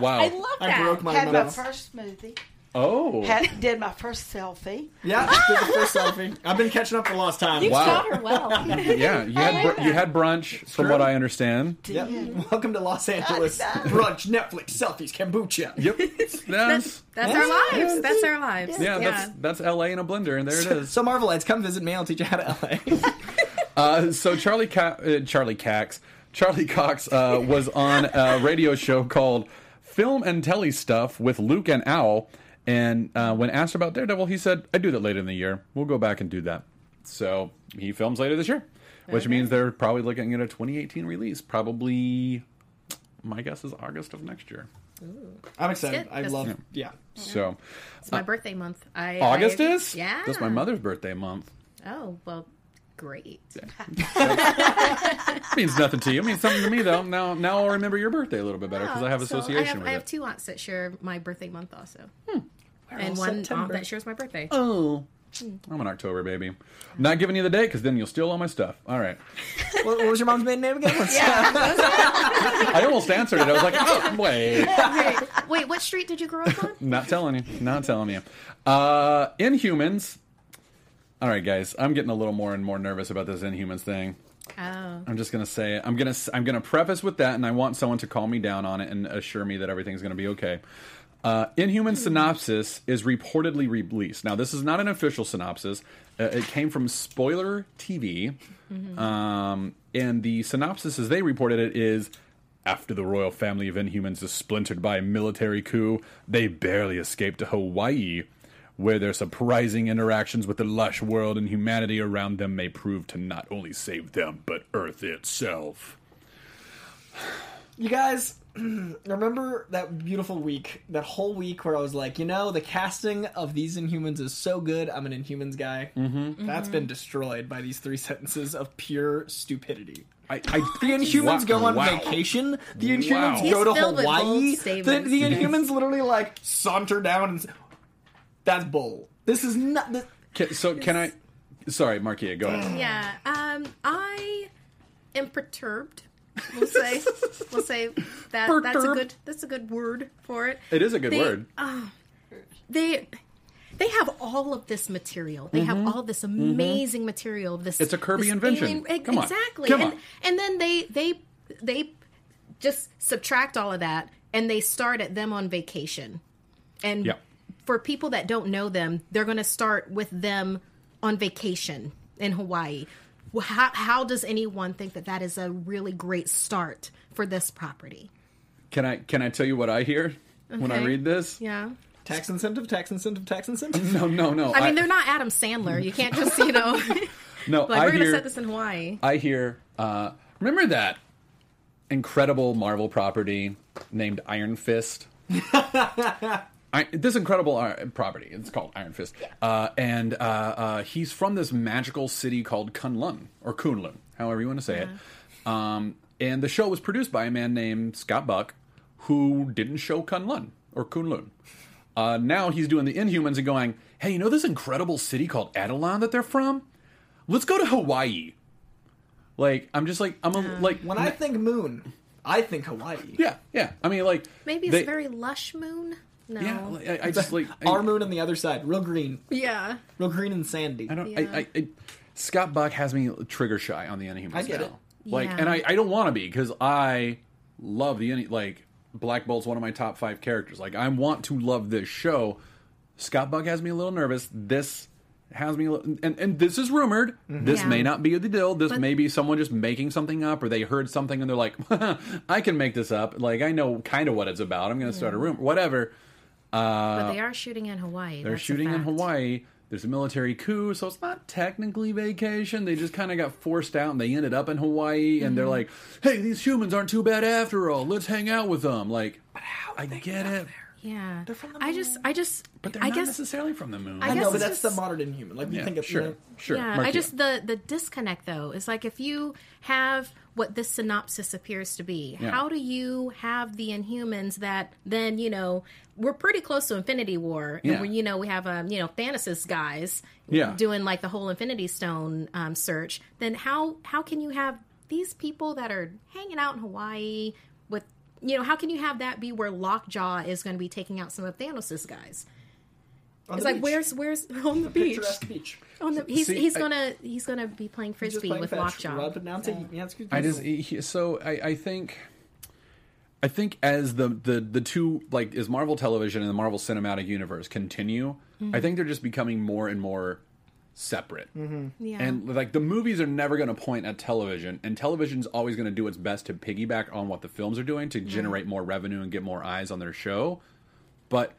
[SPEAKER 2] Wow. Wow.
[SPEAKER 4] I love
[SPEAKER 6] I
[SPEAKER 4] that.
[SPEAKER 6] broke my
[SPEAKER 9] Had my
[SPEAKER 6] mouth.
[SPEAKER 9] first smoothie.
[SPEAKER 2] Oh.
[SPEAKER 9] Had, did my first selfie.
[SPEAKER 6] Yeah, she did the first selfie. I've been catching up for lost time.
[SPEAKER 4] You
[SPEAKER 2] Wow.
[SPEAKER 4] taught her well.
[SPEAKER 2] yeah, you had br- you had brunch, from
[SPEAKER 6] true.
[SPEAKER 2] what I understand.
[SPEAKER 6] Yep. Welcome to Los Angeles.
[SPEAKER 9] I know.
[SPEAKER 6] Brunch, Netflix, selfies, kombucha.
[SPEAKER 2] Yep. that's,
[SPEAKER 4] That's our lives. That's our lives.
[SPEAKER 2] yeah, that's that's LA in a blender, and there it is.
[SPEAKER 6] So Marvelites, come visit me. I'll teach you how to LA.
[SPEAKER 2] Uh, so Charlie Ca- uh, Charlie Cox Charlie Cox uh, was on a radio show called Film and Telly Stuff with Luke and Owl, and uh, when asked about Daredevil, he said, "I do that later in the year. We'll go back and do that." So he films later this year, which means they're probably looking at a 2018 release. Probably, my guess is August of next year.
[SPEAKER 6] I'm excited.
[SPEAKER 4] good.
[SPEAKER 6] I
[SPEAKER 4] That's-
[SPEAKER 6] love. Yeah.
[SPEAKER 2] So
[SPEAKER 4] It's my birthday month. I
[SPEAKER 2] August
[SPEAKER 4] I-
[SPEAKER 2] is?
[SPEAKER 4] Yeah.
[SPEAKER 2] That's my mother's birthday month.
[SPEAKER 4] Oh well, great.
[SPEAKER 2] It means nothing to you. It means something to me though. Now now I'll remember your birthday a little bit better because I have
[SPEAKER 4] So
[SPEAKER 2] association
[SPEAKER 4] I have,
[SPEAKER 2] with
[SPEAKER 4] I have
[SPEAKER 2] it.
[SPEAKER 4] two aunts that share my birthday month also,
[SPEAKER 6] all
[SPEAKER 4] and one aunt
[SPEAKER 6] September.
[SPEAKER 4] that shares my birthday.
[SPEAKER 2] Oh. I'm an October baby. Not giving you the date because then you'll steal all my stuff. All right.
[SPEAKER 6] What, what was your mom's maiden name again? Let's-
[SPEAKER 2] I almost answered it. I was like, oh, wait.
[SPEAKER 4] Wait, what street did you grow up on?
[SPEAKER 2] Not telling you. Not telling you. Uh, Inhumans. All right, guys. I'm getting a little more and more nervous about this Inhumans thing.
[SPEAKER 4] Oh,
[SPEAKER 2] I'm just gonna say it. I'm gonna I'm gonna preface with that, and I want someone to call me down on it and assure me that everything's gonna be okay. Uh, Inhuman synopsis is reportedly released. Now, this is not an official synopsis. Uh, it came from Spoiler TV, um, and the synopsis, as they reported it, is after the royal family of Inhumans is splintered by a military coup, they barely escape to Hawaii, where their surprising interactions with the lush world and humanity around them may prove to not only save them, but Earth itself.
[SPEAKER 6] You guys remember that beautiful week, that whole week where I was like, you know, the casting of these Inhumans is so good. I'm an Inhumans guy. Mm-hmm. That's been destroyed by these three sentences of pure stupidity.
[SPEAKER 2] I, I,
[SPEAKER 6] The Inhumans
[SPEAKER 2] Wow.
[SPEAKER 6] go on
[SPEAKER 2] Wow.
[SPEAKER 6] vacation. The Inhumans
[SPEAKER 2] He's
[SPEAKER 6] go to
[SPEAKER 4] filled with bold
[SPEAKER 6] Hawaii. The,
[SPEAKER 4] statements.
[SPEAKER 6] the Inhumans literally like saunter down and s- that's bull. This is not. This,
[SPEAKER 2] Can, so can I? Sorry, Markia, go ahead.
[SPEAKER 4] yeah. Um, I am perturbed. We'll say, we'll say that that's a
[SPEAKER 2] Perturbed.
[SPEAKER 4] good that's a good word for it.
[SPEAKER 2] It is a good
[SPEAKER 4] They- uh,
[SPEAKER 2] word.
[SPEAKER 4] They. They have all of this material. They have all this amazing material. This
[SPEAKER 2] Mm-hmm. It's a Kirby
[SPEAKER 4] this
[SPEAKER 2] invention.
[SPEAKER 4] ex-
[SPEAKER 2] Come on.
[SPEAKER 4] exactly.
[SPEAKER 2] Come on.
[SPEAKER 4] And, and then they they they just subtract all of that and they start at them on vacation. And
[SPEAKER 2] Yeah.
[SPEAKER 4] for people that don't know them, they're going to start with them on vacation in Hawaii. Wh- How, how does anyone think that that is a really great start for this property?
[SPEAKER 2] Can I? Can I tell you what I hear when I
[SPEAKER 4] Okay.
[SPEAKER 2] read this?
[SPEAKER 4] Yeah.
[SPEAKER 6] Tax incentive, tax incentive, tax incentive.
[SPEAKER 2] No, no, no.
[SPEAKER 4] I mean, they're not Adam Sandler. You can't just, you know,
[SPEAKER 2] No,
[SPEAKER 4] like,
[SPEAKER 2] I
[SPEAKER 4] we're going to
[SPEAKER 2] hear.
[SPEAKER 4] set this in Hawaii.
[SPEAKER 2] I hear. Uh, remember that incredible Marvel property named Iron Fist. I, this incredible uh, property. It's called Iron Fist, uh, and uh, uh, he's from this magical city called Kunlun or Kunlun, however you want to say it. Um, and the show was produced by a man named Scott Buck, who didn't show Kunlun or Kunlun. Uh, now he's doing the Inhumans and going, "Hey, you know this incredible city called Adelon that they're from? Let's go to Hawaii." Like I'm just like I'm a, like
[SPEAKER 6] When I think moon, I think Hawaii.
[SPEAKER 2] yeah yeah. I mean like
[SPEAKER 4] Maybe it's
[SPEAKER 2] they-
[SPEAKER 4] a very lush moon. No.
[SPEAKER 2] Yeah, like, I, I just like I,
[SPEAKER 6] Our moon on the other side, real green,
[SPEAKER 4] Yeah.
[SPEAKER 6] real green and sandy.
[SPEAKER 2] I don't.
[SPEAKER 4] Yeah.
[SPEAKER 2] I, I, I, Scott Buck has me trigger shy on the Inhumans
[SPEAKER 6] I get
[SPEAKER 2] now.
[SPEAKER 6] it.
[SPEAKER 2] Like,
[SPEAKER 4] Yeah.
[SPEAKER 2] and I, I don't want to be because I love the Inhu- like Black Bolt's one of my top five characters. Like, I want to love this show. Scott Buck has me a little nervous. This has me, a li- and and this is rumored. This
[SPEAKER 6] Mm-hmm.
[SPEAKER 4] Yeah.
[SPEAKER 2] may not be the deal. This
[SPEAKER 4] But-
[SPEAKER 2] may be someone just making something up, or they heard something and they're like, I can make this up. Like, I know kind of what it's about. I'm going to start a rumor, whatever.
[SPEAKER 4] but they are shooting in Hawaii.
[SPEAKER 2] Uh, They're
[SPEAKER 4] that's a
[SPEAKER 2] shooting in
[SPEAKER 4] fact.
[SPEAKER 2] Hawaii. There's a military coup, so it's not technically vacation. They just kind of got forced out and they ended up in Hawaii. And
[SPEAKER 4] Mm-hmm.
[SPEAKER 2] they're like, hey, these humans aren't too bad after all. Let's hang out with them. Like, I get it.
[SPEAKER 4] Yeah. I just, I just,
[SPEAKER 2] But they're
[SPEAKER 4] I
[SPEAKER 2] not
[SPEAKER 4] guess,
[SPEAKER 2] necessarily from the moon.
[SPEAKER 4] I
[SPEAKER 6] I
[SPEAKER 4] guess
[SPEAKER 6] know, but
[SPEAKER 4] it's
[SPEAKER 6] that's the
[SPEAKER 4] just-
[SPEAKER 6] modern inhuman. Like we
[SPEAKER 2] Yeah,
[SPEAKER 6] think of
[SPEAKER 2] sure,
[SPEAKER 6] you know,
[SPEAKER 2] sure.
[SPEAKER 4] yeah.
[SPEAKER 2] Mark
[SPEAKER 4] I
[SPEAKER 2] you
[SPEAKER 4] just
[SPEAKER 2] up.
[SPEAKER 4] the the disconnect though is like if you have what this synopsis appears to be,
[SPEAKER 2] Yeah.
[SPEAKER 4] how do you have the Inhumans that then you know we're pretty close to Infinity War, and
[SPEAKER 2] Yeah.
[SPEAKER 4] we you know we have um you know Thanos' guys
[SPEAKER 2] Yeah.
[SPEAKER 4] doing like the whole Infinity Stone um, search. Then how how can you have these people that are hanging out in Hawaii with you know how can you have that be where Lockjaw is going to be taking out some of Thanos' guys?
[SPEAKER 6] on
[SPEAKER 4] It's
[SPEAKER 6] the
[SPEAKER 4] like
[SPEAKER 6] beach.
[SPEAKER 4] where's where's on the beach?
[SPEAKER 6] picturesque beach.
[SPEAKER 4] On the, he's
[SPEAKER 2] See,
[SPEAKER 4] he's
[SPEAKER 2] I-
[SPEAKER 4] gonna he's gonna be playing
[SPEAKER 6] Just
[SPEAKER 4] frisbee
[SPEAKER 6] playing
[SPEAKER 4] with
[SPEAKER 6] fetch,
[SPEAKER 4] Lockjaw.
[SPEAKER 6] Rub it down, take- yeah, it's good.
[SPEAKER 2] I just he- he- so I, I think I think as the, the the two like as Marvel television and the Marvel Cinematic Universe continue, I think they're just becoming more and more separate.
[SPEAKER 4] Yeah.
[SPEAKER 2] And like the movies are never going to point at television, and television's always going to do its best to piggyback on what the films are doing to generate more revenue and get more eyes on their show. But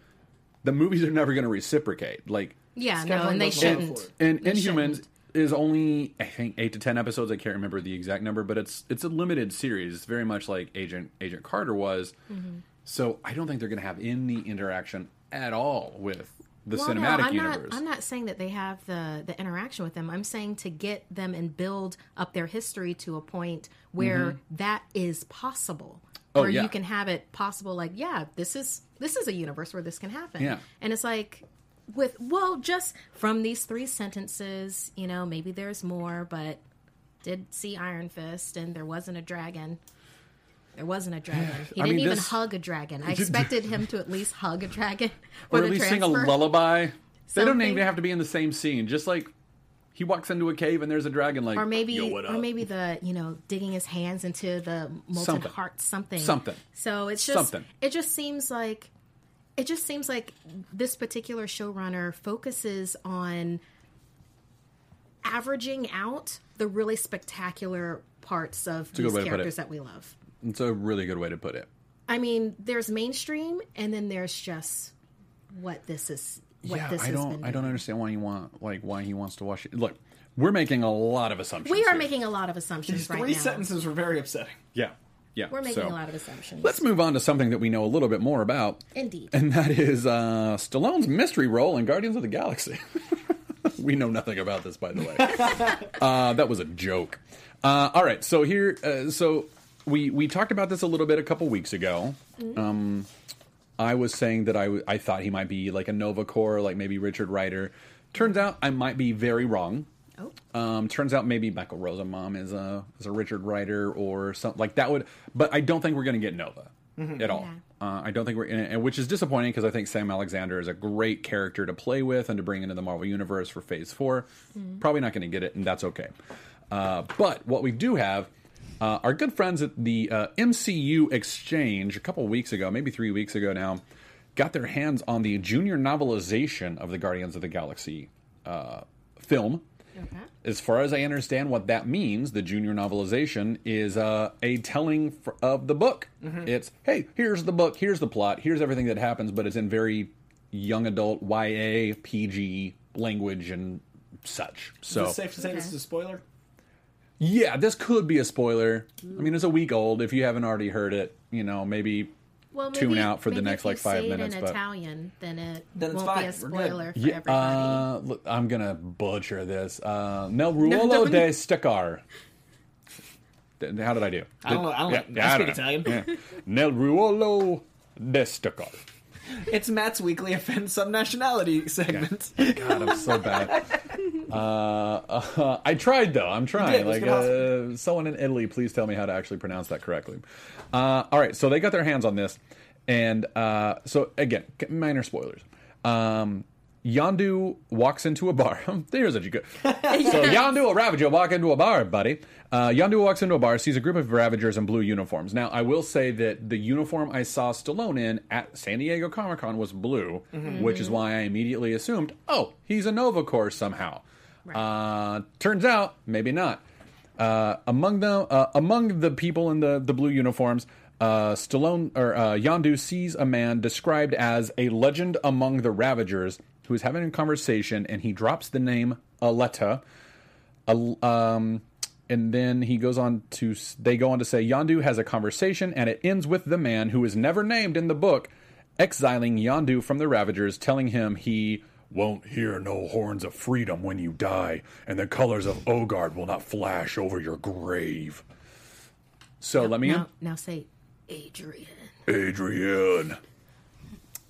[SPEAKER 2] the movies are never going to reciprocate. Like
[SPEAKER 4] yeah, no,
[SPEAKER 6] Skyfall
[SPEAKER 4] and they
[SPEAKER 6] doesn't allow
[SPEAKER 4] shouldn't.
[SPEAKER 6] for it.
[SPEAKER 2] and
[SPEAKER 4] They
[SPEAKER 2] Inhumans
[SPEAKER 4] shouldn't.
[SPEAKER 2] is only I think eight to ten episodes. I can't remember the exact number, but it's it's a limited series. It's very much like Agent Agent Carter was.
[SPEAKER 4] Mm-hmm.
[SPEAKER 2] So I don't think they're going to have any interaction at all with the
[SPEAKER 4] Well, no,
[SPEAKER 2] cinematic
[SPEAKER 4] I'm
[SPEAKER 2] universe.
[SPEAKER 4] Not, I'm not saying that they have the the interaction with them. I'm saying to get them and build up their history to a point where that is possible.
[SPEAKER 2] Mm-hmm. Oh,
[SPEAKER 4] where
[SPEAKER 2] yeah.
[SPEAKER 4] you can have it possible like, yeah, this is this is a universe where this can happen.
[SPEAKER 2] Yeah.
[SPEAKER 4] And it's like with well, just from these three sentences, you know, maybe there's more, but did see Iron Fist and there wasn't a dragon. There wasn't a dragon. He
[SPEAKER 2] I
[SPEAKER 4] didn't
[SPEAKER 2] mean,
[SPEAKER 4] even
[SPEAKER 2] this-
[SPEAKER 4] hug a dragon. I expected him to at least hug a dragon. For
[SPEAKER 2] or
[SPEAKER 4] the
[SPEAKER 2] at least sing a
[SPEAKER 4] transfer.
[SPEAKER 2] lullaby. They don't even
[SPEAKER 4] Something.
[SPEAKER 2] have to be in the same scene. Just like he walks into a cave and there's a dragon. Like
[SPEAKER 4] or maybe
[SPEAKER 2] "Yo, what
[SPEAKER 4] or
[SPEAKER 2] up?"
[SPEAKER 4] maybe the you know digging his hands into the molten
[SPEAKER 2] Something.
[SPEAKER 4] heart something
[SPEAKER 2] Something.
[SPEAKER 4] so it's just
[SPEAKER 2] Something.
[SPEAKER 4] it just seems like it just seems like this particular showrunner focuses on averaging out the really spectacular parts of
[SPEAKER 2] a good way
[SPEAKER 4] these
[SPEAKER 2] to put it.
[SPEAKER 4] characters that we love
[SPEAKER 2] It's a really good way to put it.
[SPEAKER 4] i mean there's mainstream and then there's just what this is what
[SPEAKER 2] yeah,
[SPEAKER 4] this
[SPEAKER 2] I
[SPEAKER 4] has
[SPEAKER 2] don't.
[SPEAKER 4] been
[SPEAKER 2] I don't understand why you want like why he wants to watch it. Look, we're making a lot of assumptions.
[SPEAKER 4] we are
[SPEAKER 2] here.
[SPEAKER 4] making a lot of assumptions
[SPEAKER 6] These
[SPEAKER 4] right
[SPEAKER 6] three
[SPEAKER 4] now
[SPEAKER 6] sentences were very upsetting.
[SPEAKER 2] yeah, yeah.
[SPEAKER 4] we're making
[SPEAKER 2] so-
[SPEAKER 4] a lot of assumptions
[SPEAKER 2] Let's move on to something that we know a little bit more about.
[SPEAKER 4] Indeed.
[SPEAKER 2] And that is uh, Stallone's mystery role in Guardians of the Galaxy. we know nothing about this, by the way. uh, that was a joke. Uh, all right, so here, uh, so we we talked about this a little bit a couple weeks ago. Um, I was saying that I w- I thought he might be like a Nova Corps, like maybe Richard Ryder. Turns out I might be very wrong.
[SPEAKER 4] oh
[SPEAKER 2] Um, turns out maybe Michael Rosenbaum is a is a Richard Ryder or something like that would, but I don't think we're going to get Nova at all. Uh, I don't think we're, and, and which is disappointing because I think Sam Alexander is a great character to play with and to bring into the Marvel universe for Phase 4 Probably not going to get it, and that's okay. Uh, but what we do have. Uh, our good friends at the uh, MCU Exchange a couple weeks ago, maybe three weeks ago now, got their hands on the junior novelization of the Guardians of the Galaxy uh, film.
[SPEAKER 4] okay
[SPEAKER 2] As far as I understand what that means, the junior novelization is uh, a telling f- of the book.
[SPEAKER 6] Mm-hmm.
[SPEAKER 2] It's, hey, here's the book, here's the plot, here's everything that happens, but it's in very young adult YA, PG language and such. So,
[SPEAKER 6] Is it safe to say this is a spoiler?
[SPEAKER 2] yeah, this could be a spoiler. I mean, it's a week old. If you haven't already heard it, you know, maybe.
[SPEAKER 4] well,
[SPEAKER 2] tune out for the
[SPEAKER 4] maybe
[SPEAKER 2] next,
[SPEAKER 4] if
[SPEAKER 2] like,
[SPEAKER 4] you
[SPEAKER 2] five
[SPEAKER 4] say
[SPEAKER 2] minutes,
[SPEAKER 4] It in
[SPEAKER 2] but-
[SPEAKER 4] Italian, then it
[SPEAKER 6] Then it's
[SPEAKER 4] won't be a
[SPEAKER 6] fine. We're good.
[SPEAKER 4] spoiler for
[SPEAKER 2] Yeah, uh,
[SPEAKER 4] everybody.
[SPEAKER 2] look, I'm gonna butcher this. Uh, Nel Ruolo
[SPEAKER 6] don't-
[SPEAKER 2] de Stickar. Th- How did I do?
[SPEAKER 6] I don't know. I don't.
[SPEAKER 2] Yeah,
[SPEAKER 6] I
[SPEAKER 2] yeah,
[SPEAKER 6] speak
[SPEAKER 2] don't know.
[SPEAKER 6] Italian.
[SPEAKER 2] Nel Ruolo de Stickar.
[SPEAKER 6] It's Matt's weekly offend some nationality segment.
[SPEAKER 2] God, I'm so bad. Uh, uh, I tried though. I'm
[SPEAKER 6] You
[SPEAKER 2] trying.
[SPEAKER 6] did. It was
[SPEAKER 2] Like
[SPEAKER 6] good.
[SPEAKER 2] uh, someone in Italy, please tell me how to actually pronounce that correctly. Uh, all right, so they got their hands on this, And uh, so again, minor spoilers. Um, Yandu walks into a bar. There's a good. So Yandu, a Ravager, walk into a bar, buddy. Uh, Yandu walks into a bar, sees a group of Ravagers in blue uniforms. Now, I will say that the uniform I saw Stallone in at San Diego Comic Con was blue, which is why I immediately assumed, oh, he's a Nova Corps somehow. Uh, turns out, maybe not. Uh, among the uh, among the people in the the blue uniforms, uh, Stallone or uh, Yondu sees a man described as a legend among the Ravagers who is having a conversation, and he drops the name Aletta. Al- um, and then he goes on to s- they go on to say Yandu has a conversation, and it ends with the man who is never named in the book exiling Yandu from the Ravagers, telling him he won't hear no horns of freedom when you die, and the colors of Ogard will not flash over your grave. So let me
[SPEAKER 4] Now, now say, Adrian.
[SPEAKER 2] Adrian.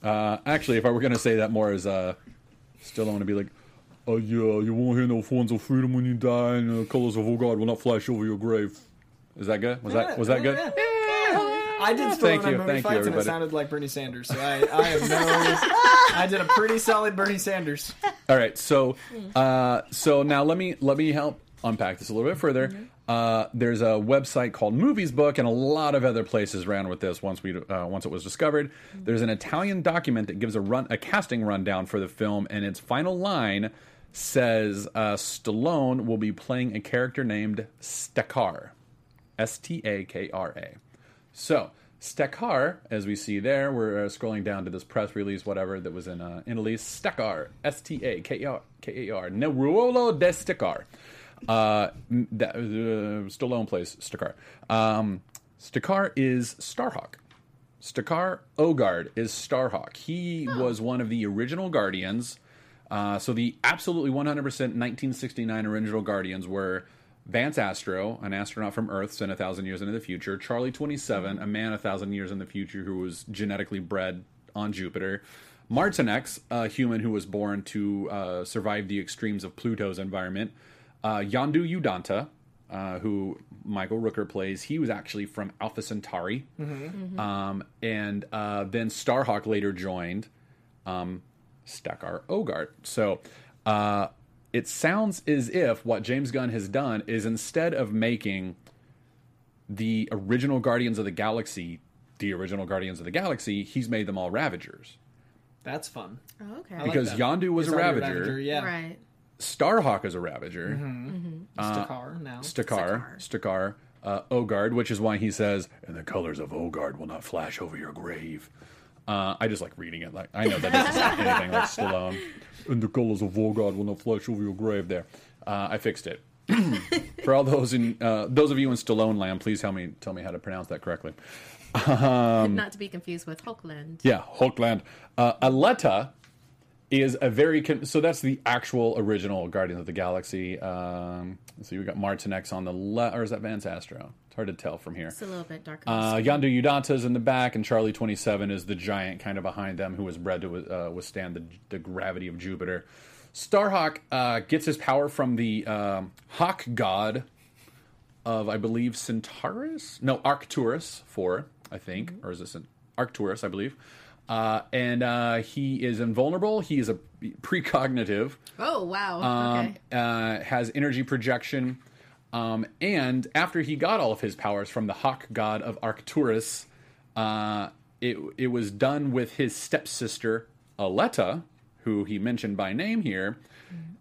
[SPEAKER 2] Uh, actually, if I were going to say that more, is uh, still I want to be like, oh yeah, you won't hear no horns of freedom when you die, and the colors of oh God will not flash over your grave. Is that good? Was that was that good?
[SPEAKER 6] Oh, Yeah. I did still
[SPEAKER 2] Thank you,
[SPEAKER 6] remember
[SPEAKER 2] thank you,
[SPEAKER 6] fights, and it
[SPEAKER 2] everybody.
[SPEAKER 6] sounded like Bernie Sanders. So I, I have no. I did a pretty solid Bernie Sanders.
[SPEAKER 2] All right, so uh, so now let me let me help unpack this a little bit further. Uh, there's a website called Movies Book, and a lot of other places ran with this once we uh, once it was discovered. There's an Italian document that gives a run a casting rundown for the film, and its final line says uh, Stallone will be playing a character named Stakar, S T A K R A. So Stakar, as we see there, we're uh, scrolling down to this press release, whatever that was in uh, in Italy's Stakar, S T A K R K A R, Neruolo de Stakar. Uh, m- that uh, Stallone plays Stakar. Um, Stakar is Starhawk. Stakar Ogard is Starhawk. He was one of the original Guardians. Uh, so the absolutely 100% 1969 original Guardians were Vance Astro, an astronaut from Earth sent a thousand years into the future, Charlie 27, a man a thousand years in the future who was genetically bred on Jupiter, Martinex, a human who was born to uh, survive the extremes of Pluto's environment, uh, Yandu Udanta, uh, who Michael Rooker plays. He was actually from Alpha Centauri. Um, and uh, then Starhawk later joined um, Stakar Ogart. So uh, it sounds as if what James Gunn has done is instead of making the original Guardians of the Galaxy the original Guardians of the Galaxy, he's made them all Ravagers.
[SPEAKER 6] That's fun.
[SPEAKER 4] Oh, okay.
[SPEAKER 6] like
[SPEAKER 2] Because
[SPEAKER 6] that.
[SPEAKER 2] Yondu was
[SPEAKER 6] He's
[SPEAKER 2] a
[SPEAKER 6] already
[SPEAKER 2] Ravager,
[SPEAKER 6] yeah. Mm-hmm.
[SPEAKER 4] Right.
[SPEAKER 2] Starhawk is a Ravager.
[SPEAKER 6] Stakar now.
[SPEAKER 2] Stakar, Stakar, uh, Ogard, which is why he says, "And the colors of Ogard will not flash over your grave." Uh, I just like reading it. Like I know that doesn't sound anything like Stallone. And the colors of Ogard will not flash over your grave. There, uh, I fixed it. For all those in uh, those of you in Stallone land, please tell me tell me how to pronounce that correctly.
[SPEAKER 4] Not to be confused with Hulkland.
[SPEAKER 2] Um, Yeah, Hulkland. Uh, Aletta is a very con- so that's the actual original Guardians of the Galaxy. Um, so you got Martinex on the left, or is that Vance Astro? It's hard to tell from here.
[SPEAKER 4] It's a little bit darker.
[SPEAKER 2] Uh, Yandu Udanta's in the back, and Charlie Twenty Seven is the giant kind of behind them, who was bred to uh, withstand the, the gravity of Jupiter. Starhawk uh, gets his power from the um, Hawk God of, I believe, Centaurus. No, Arcturus Four, I think, or is this an Arcturus? I believe. Uh, and uh, he is invulnerable. He is a precognitive
[SPEAKER 4] oh wow.
[SPEAKER 2] um,
[SPEAKER 4] okay.
[SPEAKER 2] uh, has energy projection. Um, and after he got all of his powers from the hawk god of Arcturus, uh, it, it was done with his stepsister, Aletta, who he mentioned by name here.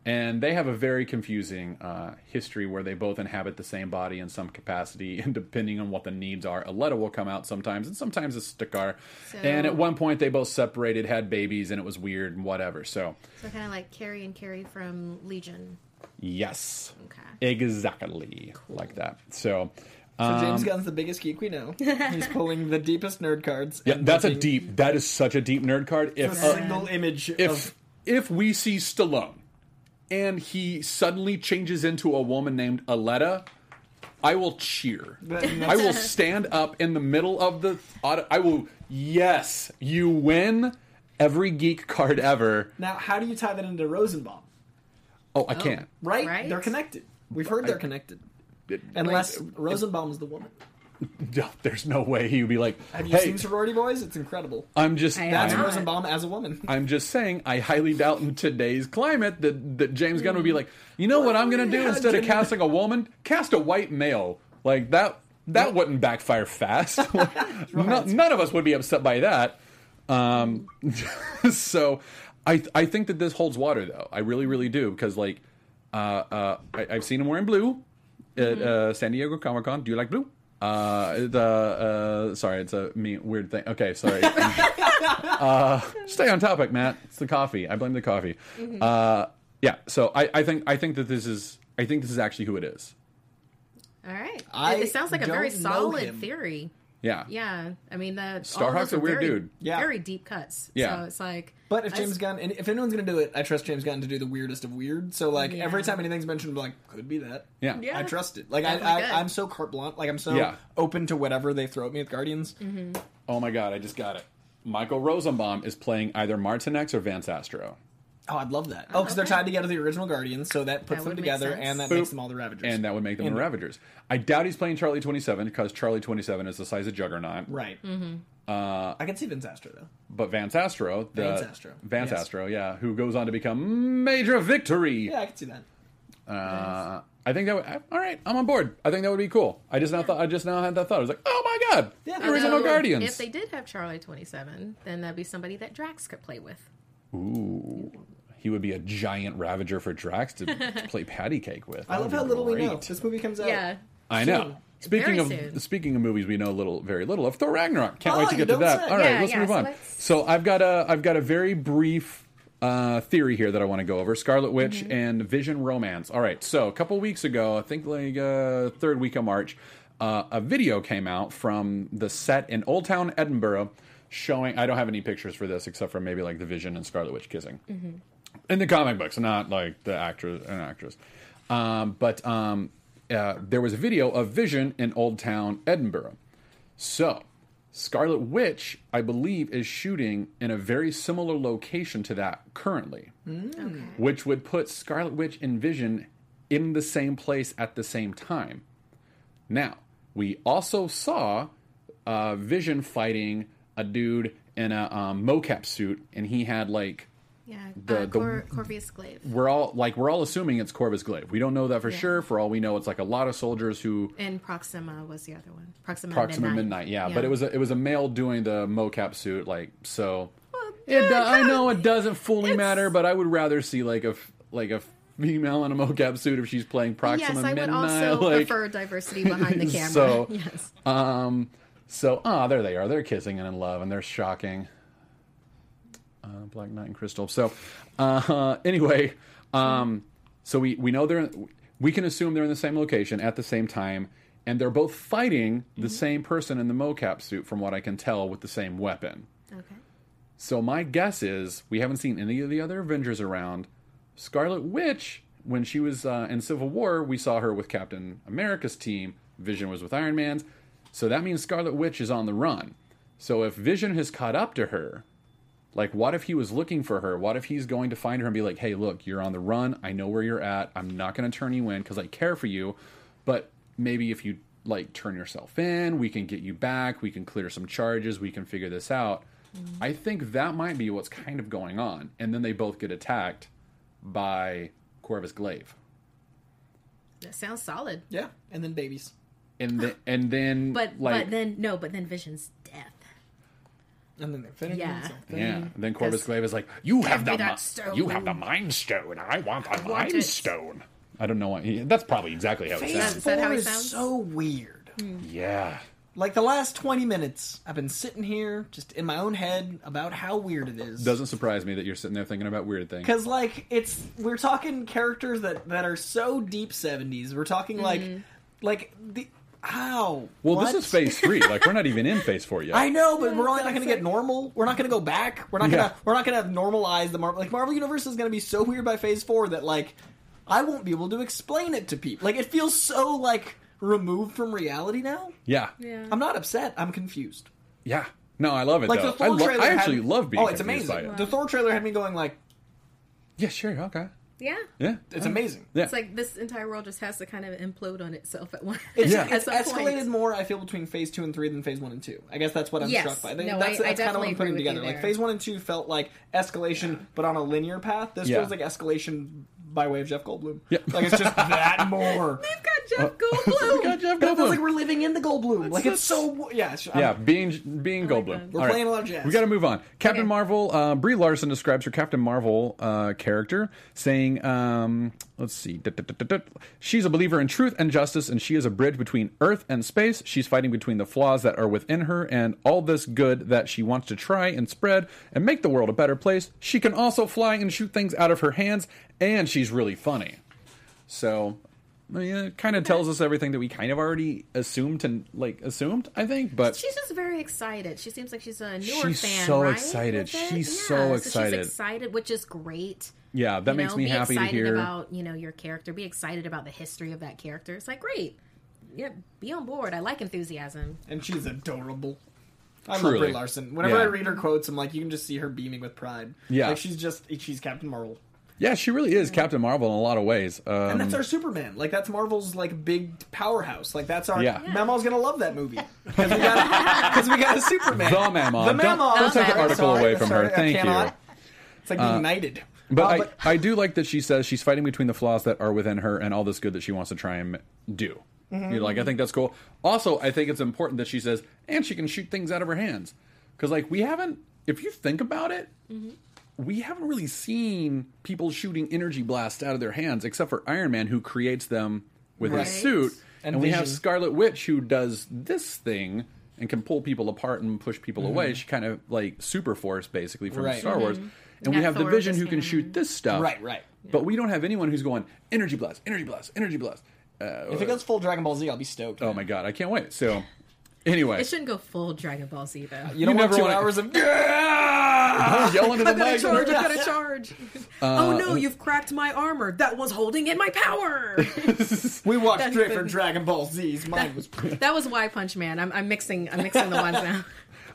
[SPEAKER 2] And they have a very confusing uh, history where they both inhabit the same body in some capacity. And depending on what the needs are, Aletta will come out sometimes, and sometimes it's Stakar. and at one point, they both separated, had babies, and it was weird and whatever. So,
[SPEAKER 4] So kind of like Carrie and Carrie from Legion.
[SPEAKER 2] Yes.
[SPEAKER 4] Okay.
[SPEAKER 2] Exactly. Like that. So,
[SPEAKER 6] So
[SPEAKER 2] um,
[SPEAKER 6] James Gunn's the biggest geek we know. He's pulling the deepest nerd cards.
[SPEAKER 2] yeah,
[SPEAKER 6] and
[SPEAKER 2] that's a
[SPEAKER 6] making
[SPEAKER 2] deep. That is such a deep nerd card.
[SPEAKER 6] a
[SPEAKER 2] If uh,
[SPEAKER 6] single image
[SPEAKER 2] if
[SPEAKER 6] of
[SPEAKER 2] if we see Stallone and he suddenly changes into a woman named Aletta, I will cheer. I will stand up in the middle of the. auto- I will. Yes, you win every geek card ever.
[SPEAKER 6] now. How do you tie that into Rosenbaum?
[SPEAKER 2] Oh, I can't.
[SPEAKER 6] Right?
[SPEAKER 4] Right?
[SPEAKER 6] They're connected. We've heard they're connected. Unless Rosenbaum is the woman.
[SPEAKER 2] There's no way he would be like,
[SPEAKER 6] Have you
[SPEAKER 2] "Hey,
[SPEAKER 6] seen Sorority Boys? It's incredible.
[SPEAKER 2] I'm just."
[SPEAKER 4] I
[SPEAKER 2] I'm-
[SPEAKER 6] That's
[SPEAKER 4] not.
[SPEAKER 6] Rosenbaum as a woman.
[SPEAKER 2] I'm just saying, I highly doubt in today's climate that, that James Gunn would be like, you know what I'm going to do instead of casting a woman, cast a white male. Like that, that wouldn't backfire fast. No- none of us would be upset by that. Um, so, I I think that this holds water though. I really, really do because like, uh, uh, I, I've seen him wearing blue at uh, San Diego Comic Con. Do you like blue? Uh, the uh, sorry, it's a me weird thing. Okay, sorry. Stay on topic, Matt. It's the coffee. I blame the coffee. Uh, yeah. So I, I think I think that this is I think this is actually who it is.
[SPEAKER 4] All right.
[SPEAKER 6] I
[SPEAKER 4] it, it sounds like a very
[SPEAKER 6] don't know
[SPEAKER 4] solid
[SPEAKER 6] him.
[SPEAKER 4] theory.
[SPEAKER 2] Yeah.
[SPEAKER 4] Yeah, I mean the
[SPEAKER 2] Starhawk's a weird
[SPEAKER 4] very,
[SPEAKER 2] dude.
[SPEAKER 6] Yeah.
[SPEAKER 4] very deep cuts.
[SPEAKER 2] Yeah.
[SPEAKER 4] so it's like.
[SPEAKER 6] But if
[SPEAKER 4] I
[SPEAKER 6] James
[SPEAKER 4] s-
[SPEAKER 6] Gunn, and if anyone's gonna do it, I trust James Gunn to do the weirdest of weird. So like
[SPEAKER 4] Yeah.
[SPEAKER 6] every time anything's mentioned, I'm like could be that.
[SPEAKER 2] Yeah.
[SPEAKER 4] Yeah.
[SPEAKER 6] I trust it. Like I,
[SPEAKER 4] Definitely good.
[SPEAKER 6] I, I'm so carte blanche. Like I'm so
[SPEAKER 2] Yeah.
[SPEAKER 6] open to whatever they throw at me with Guardians.
[SPEAKER 2] Oh my God! I just got it. Michael Rosenbaum is playing either Martinex or Vance Astro,
[SPEAKER 6] Oh, I'd love that. Oh, because they're tied together the original Guardians, so that puts
[SPEAKER 4] That
[SPEAKER 6] them
[SPEAKER 4] would make
[SPEAKER 6] together,
[SPEAKER 4] sense.
[SPEAKER 6] and that
[SPEAKER 2] Boop.
[SPEAKER 6] makes them all the Ravagers.
[SPEAKER 2] and that would make them the Ravagers. I doubt he's playing Charlie Twenty Seven because Charlie Twenty Seven is the size of Juggernaut.
[SPEAKER 6] right.
[SPEAKER 4] Mm-hmm.
[SPEAKER 2] Uh,
[SPEAKER 6] I can see Vince Astro though.
[SPEAKER 2] But Vance Astro, the
[SPEAKER 6] Vance Astro.
[SPEAKER 2] Vance
[SPEAKER 6] Yes.
[SPEAKER 2] Astro, yeah, who goes on to become Major Victory.
[SPEAKER 6] Yeah, I can see that.
[SPEAKER 2] Uh, I think that would, I- all right. I'm on board. I think that would be cool. I just now thought I just now had that thought. I was like, oh my god,
[SPEAKER 6] Yeah,
[SPEAKER 2] the original
[SPEAKER 4] Although,
[SPEAKER 2] Guardians.
[SPEAKER 4] If they did have Charlie twenty seven, then that'd be somebody that Drax could play with.
[SPEAKER 2] Ooh. He would be a giant ravager for Drax to, to play patty cake with.
[SPEAKER 6] I
[SPEAKER 2] That
[SPEAKER 6] love
[SPEAKER 2] would
[SPEAKER 6] how
[SPEAKER 2] be
[SPEAKER 6] little we know.
[SPEAKER 2] great.
[SPEAKER 6] This movie comes out.
[SPEAKER 4] Yeah,
[SPEAKER 2] I know.
[SPEAKER 4] Soon.
[SPEAKER 2] Speaking
[SPEAKER 4] Very
[SPEAKER 2] of
[SPEAKER 4] soon.
[SPEAKER 2] speaking of movies, we know little, very little of Thor Ragnarok. Can't
[SPEAKER 6] Oh,
[SPEAKER 2] wait to
[SPEAKER 6] you
[SPEAKER 2] get to
[SPEAKER 6] don't
[SPEAKER 2] that.
[SPEAKER 6] say.
[SPEAKER 2] All right,
[SPEAKER 4] Yeah,
[SPEAKER 2] let's
[SPEAKER 4] yeah,
[SPEAKER 2] move
[SPEAKER 4] so
[SPEAKER 2] on.
[SPEAKER 4] let's-
[SPEAKER 2] So I've got a I've got a very brief uh, theory here that I want to go over: Scarlet Witch
[SPEAKER 4] Mm-hmm.
[SPEAKER 2] and Vision romance. All right, so a couple weeks ago, I think like uh, third week of March, uh, a video came out from the set in Old Town Edinburgh showing. I don't have any pictures for this except for maybe like the Vision and Scarlet Witch kissing
[SPEAKER 4] Mm-hmm.
[SPEAKER 2] in the comic books, not like the actress and actress. Um, but um, uh, there was a video of Vision in Old Town Edinburgh. So Scarlet Witch, I believe, is shooting in a very similar location to that currently,
[SPEAKER 4] Hmm?
[SPEAKER 2] which would put Scarlet Witch and Vision in the same place at the same time. Now, we also saw uh, Vision fighting a dude in a um, mocap suit, and he had like
[SPEAKER 4] yeah.
[SPEAKER 2] Mm. The-
[SPEAKER 4] uh,
[SPEAKER 2] the-
[SPEAKER 4] Cor- Corvus Glaive
[SPEAKER 2] we're all like we're all assuming it's Corvus Glaive. We don't know that for sure. For all we know, it's like a lot of soldiers who
[SPEAKER 4] and Proxima was the other one. Proxima,
[SPEAKER 2] Proxima Midnight.
[SPEAKER 4] Midnight.
[SPEAKER 2] yeah, but it was a, it was a male doing the mocap suit. Like so, it,
[SPEAKER 4] yeah,
[SPEAKER 2] do- I
[SPEAKER 4] kinda-
[SPEAKER 2] know it doesn't fully
[SPEAKER 4] it's-
[SPEAKER 2] matter, but I would rather see like a f- like a female in a mocap suit if she's playing Proxima
[SPEAKER 4] Yes, I would
[SPEAKER 2] Midnight.
[SPEAKER 4] also
[SPEAKER 2] like,
[SPEAKER 4] prefer diversity behind the camera.
[SPEAKER 2] So-
[SPEAKER 4] yes,
[SPEAKER 2] Um, so ah, there they are. They're kissing and in love, and they're shocking. Uh, Black Knight and Crystal. So, uh, anyway, um, so we we know they're we can assume they're in the same location at the same time, and they're both fighting the same person in the mocap suit, from what I can tell, with the same weapon.
[SPEAKER 4] okay.
[SPEAKER 2] So my guess is we haven't seen any of the other Avengers around. Scarlet Witch, when she was uh, in Civil War, we saw her with Captain America's team. Vision was with Iron Man's. So that means Scarlet Witch is on the run. So if Vision has caught up to her, like what if he was looking for her? What if he's going to find her and be like, "Hey, look, you're on the run. I know where you're at. I'm not going to turn you in cuz I care for you, but maybe if you like turn yourself in, we can get you back. We can clear some charges. We can figure this out."
[SPEAKER 4] Mm-hmm.
[SPEAKER 2] I think that might be what's kind of going on. And then they both get attacked by Corvus Glaive.
[SPEAKER 4] That sounds solid.
[SPEAKER 6] Yeah, and then babies.
[SPEAKER 2] And the, and then
[SPEAKER 4] But
[SPEAKER 2] like
[SPEAKER 4] but then no, but then Vision's death.
[SPEAKER 6] And then they're finished.
[SPEAKER 4] Yeah.
[SPEAKER 2] yeah, and then Corvus
[SPEAKER 4] 'Cause-
[SPEAKER 2] Glaive is like, "You have the
[SPEAKER 4] me that
[SPEAKER 2] mi-
[SPEAKER 4] stone.
[SPEAKER 2] you have the mind stone. I want the
[SPEAKER 4] want
[SPEAKER 2] mind
[SPEAKER 4] it."
[SPEAKER 2] stone." I don't know why. he- That's probably exactly how it
[SPEAKER 4] That's-
[SPEAKER 2] sounds.
[SPEAKER 4] Is that how
[SPEAKER 6] Four
[SPEAKER 4] it
[SPEAKER 6] is
[SPEAKER 4] sounds? Hmm.
[SPEAKER 6] so weird.
[SPEAKER 2] Yeah.
[SPEAKER 6] Like the last 20 minutes, I've been sitting here just in my own head about how weird it is.
[SPEAKER 2] Doesn't surprise me that you're sitting there thinking about weird things.
[SPEAKER 6] Because like it's we're talking characters that that are so deep 70s. We're talking like
[SPEAKER 4] Mm-hmm.
[SPEAKER 6] like the how
[SPEAKER 2] Well,
[SPEAKER 6] What?
[SPEAKER 2] this is phase three. Like we're not even in phase four yet.
[SPEAKER 6] I know, but we're only not going to get normal. We're not going to go back. We're not going
[SPEAKER 2] Yeah.
[SPEAKER 6] to we're not going to normalize the Marvel like Marvel Universe is going to be so weird by Phase Four that like I won't be able to explain it to people. Like it feels so like removed from reality now.
[SPEAKER 2] yeah.
[SPEAKER 4] Yeah.
[SPEAKER 6] I'm not upset. I'm confused.
[SPEAKER 2] Yeah. No, I love it
[SPEAKER 6] Like
[SPEAKER 2] though.
[SPEAKER 6] the Thor
[SPEAKER 2] I, lo-
[SPEAKER 6] trailer.
[SPEAKER 2] I
[SPEAKER 6] had-
[SPEAKER 2] actually love being
[SPEAKER 6] Oh, it's
[SPEAKER 2] confused
[SPEAKER 6] amazing.
[SPEAKER 2] by it.
[SPEAKER 6] The Thor trailer had me going like,
[SPEAKER 2] Yeah, sure. Okay.
[SPEAKER 4] Yeah.
[SPEAKER 2] Yeah.
[SPEAKER 5] It's amazing.
[SPEAKER 2] Yeah.
[SPEAKER 4] It's like this entire world just has to kind of implode on itself at once.
[SPEAKER 6] It's,
[SPEAKER 2] Yeah.
[SPEAKER 6] it's
[SPEAKER 4] at some point.
[SPEAKER 6] escalated more. I feel between phase two and three than phase one and two. I guess that's what I'm
[SPEAKER 4] Yes.
[SPEAKER 6] struck by. They-
[SPEAKER 4] No,
[SPEAKER 6] that's
[SPEAKER 4] I- I
[SPEAKER 6] that's kind of what
[SPEAKER 4] definitely
[SPEAKER 6] I'm
[SPEAKER 4] agree
[SPEAKER 6] putting
[SPEAKER 4] with you
[SPEAKER 6] together. Like
[SPEAKER 4] there.
[SPEAKER 6] phase one and two felt like escalation, but on a linear path. This
[SPEAKER 2] Yeah.
[SPEAKER 6] feels like escalation by way of Jeff Goldblum.
[SPEAKER 2] Yeah.
[SPEAKER 6] like it's just that more.
[SPEAKER 4] We've got Jeff Goldblum.
[SPEAKER 2] God, Uh, Jeff
[SPEAKER 6] But it
[SPEAKER 2] Goldblum.
[SPEAKER 6] feels like we're living in the Goldblum. like it's so yeah. It's,
[SPEAKER 2] yeah,
[SPEAKER 6] yeah.
[SPEAKER 2] being being
[SPEAKER 4] like
[SPEAKER 2] Goldblum.
[SPEAKER 4] that.
[SPEAKER 6] We're
[SPEAKER 2] All
[SPEAKER 6] playing a lot of jazz.
[SPEAKER 2] We got to move on. Captain
[SPEAKER 4] Okay.
[SPEAKER 2] Marvel. Uh, Brie Larson describes her Captain Marvel uh, character, saying, um, "Let's see. Duh, duh, duh, duh, duh. She's a believer in truth and justice, and she is a bridge between Earth and space. She's fighting between the flaws that are within her and all this good that she wants to try and spread and make the world a better place. She can also fly and shoot things out of her hands, and she's really funny. So." I mean, it kind of tells us everything that we kind of already assumed and like assumed, I think. But
[SPEAKER 4] She's just very excited. She seems like she's a newer
[SPEAKER 2] She's
[SPEAKER 4] fan.
[SPEAKER 2] so
[SPEAKER 4] right,
[SPEAKER 2] excited.
[SPEAKER 4] with it?
[SPEAKER 2] She's
[SPEAKER 4] Yeah,
[SPEAKER 2] so excited.
[SPEAKER 4] she's excited, which is great.
[SPEAKER 2] Yeah, that
[SPEAKER 4] You
[SPEAKER 2] makes
[SPEAKER 4] know,
[SPEAKER 2] me
[SPEAKER 4] be
[SPEAKER 2] happy to
[SPEAKER 4] excited
[SPEAKER 2] hear.
[SPEAKER 4] about you know your character. Be excited about the history of that character. It's like great. Yeah, be on board. I like enthusiasm.
[SPEAKER 6] and she's adorable. I
[SPEAKER 2] Truly.
[SPEAKER 6] love Brie Larson. Whenever
[SPEAKER 2] Yeah.
[SPEAKER 6] I read her quotes, I'm like, you can just see her beaming with pride.
[SPEAKER 2] Yeah.
[SPEAKER 6] like she's just she's Captain Marvel,
[SPEAKER 2] Yeah, she really is Captain Marvel in a lot of ways. Um,
[SPEAKER 6] and that's our Superman. Like that's Marvel's like big powerhouse. Like that's our
[SPEAKER 2] Yeah.
[SPEAKER 6] yeah. Mama's gonna love that movie because we, got- 'cause we got a Superman.
[SPEAKER 2] the Mamma.
[SPEAKER 6] The
[SPEAKER 2] Don't,
[SPEAKER 6] Mamaw.
[SPEAKER 2] don't take the
[SPEAKER 4] Okay.
[SPEAKER 2] article
[SPEAKER 6] Sorry,
[SPEAKER 2] away from
[SPEAKER 6] sorry,
[SPEAKER 2] her.
[SPEAKER 6] I
[SPEAKER 2] Thank you.
[SPEAKER 6] cannot. It's like being knighted.
[SPEAKER 2] But,
[SPEAKER 6] Uh,
[SPEAKER 2] I, I do like that she says she's fighting between the flaws that are within her and all this good that she wants to try and do. You know, like
[SPEAKER 6] Mm-hmm.
[SPEAKER 2] I think that's cool. Also, I think it's important that she says and she can shoot things out of her hands because like we haven't, if you think about it,
[SPEAKER 6] Mm-hmm.
[SPEAKER 2] we haven't really seen people shooting energy blasts out of their hands except for Iron Man who creates them with
[SPEAKER 6] Right.
[SPEAKER 2] his suit, and,
[SPEAKER 6] And
[SPEAKER 2] we
[SPEAKER 6] Vision.
[SPEAKER 2] have Scarlet Witch who does this thing. And can pull people apart and push people away. She kind of like super force basically from
[SPEAKER 6] Mm-hmm. Right. Mm-hmm.
[SPEAKER 2] Star Wars. And we
[SPEAKER 4] Yeah,
[SPEAKER 2] have the
[SPEAKER 4] Thor
[SPEAKER 2] Vision
[SPEAKER 4] just
[SPEAKER 2] who can
[SPEAKER 4] came
[SPEAKER 2] shoot this stuff.
[SPEAKER 6] Right, right.
[SPEAKER 2] But we don't have anyone who's going energy blast, energy blast, energy blast. Uh,
[SPEAKER 6] if it goes full Dragon Ball Z, I'll be stoked.
[SPEAKER 2] oh my god, I can't wait. So anyway,
[SPEAKER 4] It shouldn't go full Dragon Ball Z though.
[SPEAKER 6] You don't
[SPEAKER 2] You
[SPEAKER 6] want
[SPEAKER 2] never
[SPEAKER 6] two
[SPEAKER 2] wanna-
[SPEAKER 6] hours of
[SPEAKER 2] yelling at the
[SPEAKER 4] I've got to
[SPEAKER 2] mic.
[SPEAKER 4] charge. I've got to charge.
[SPEAKER 2] Uh,
[SPEAKER 4] oh no, you've cracked my armor. That was holding in my power.
[SPEAKER 6] we watched straight from Dragon Ball Z's. Mine was
[SPEAKER 4] that was Why Punch Man. I'm, I'm mixing. I'm mixing the ones now.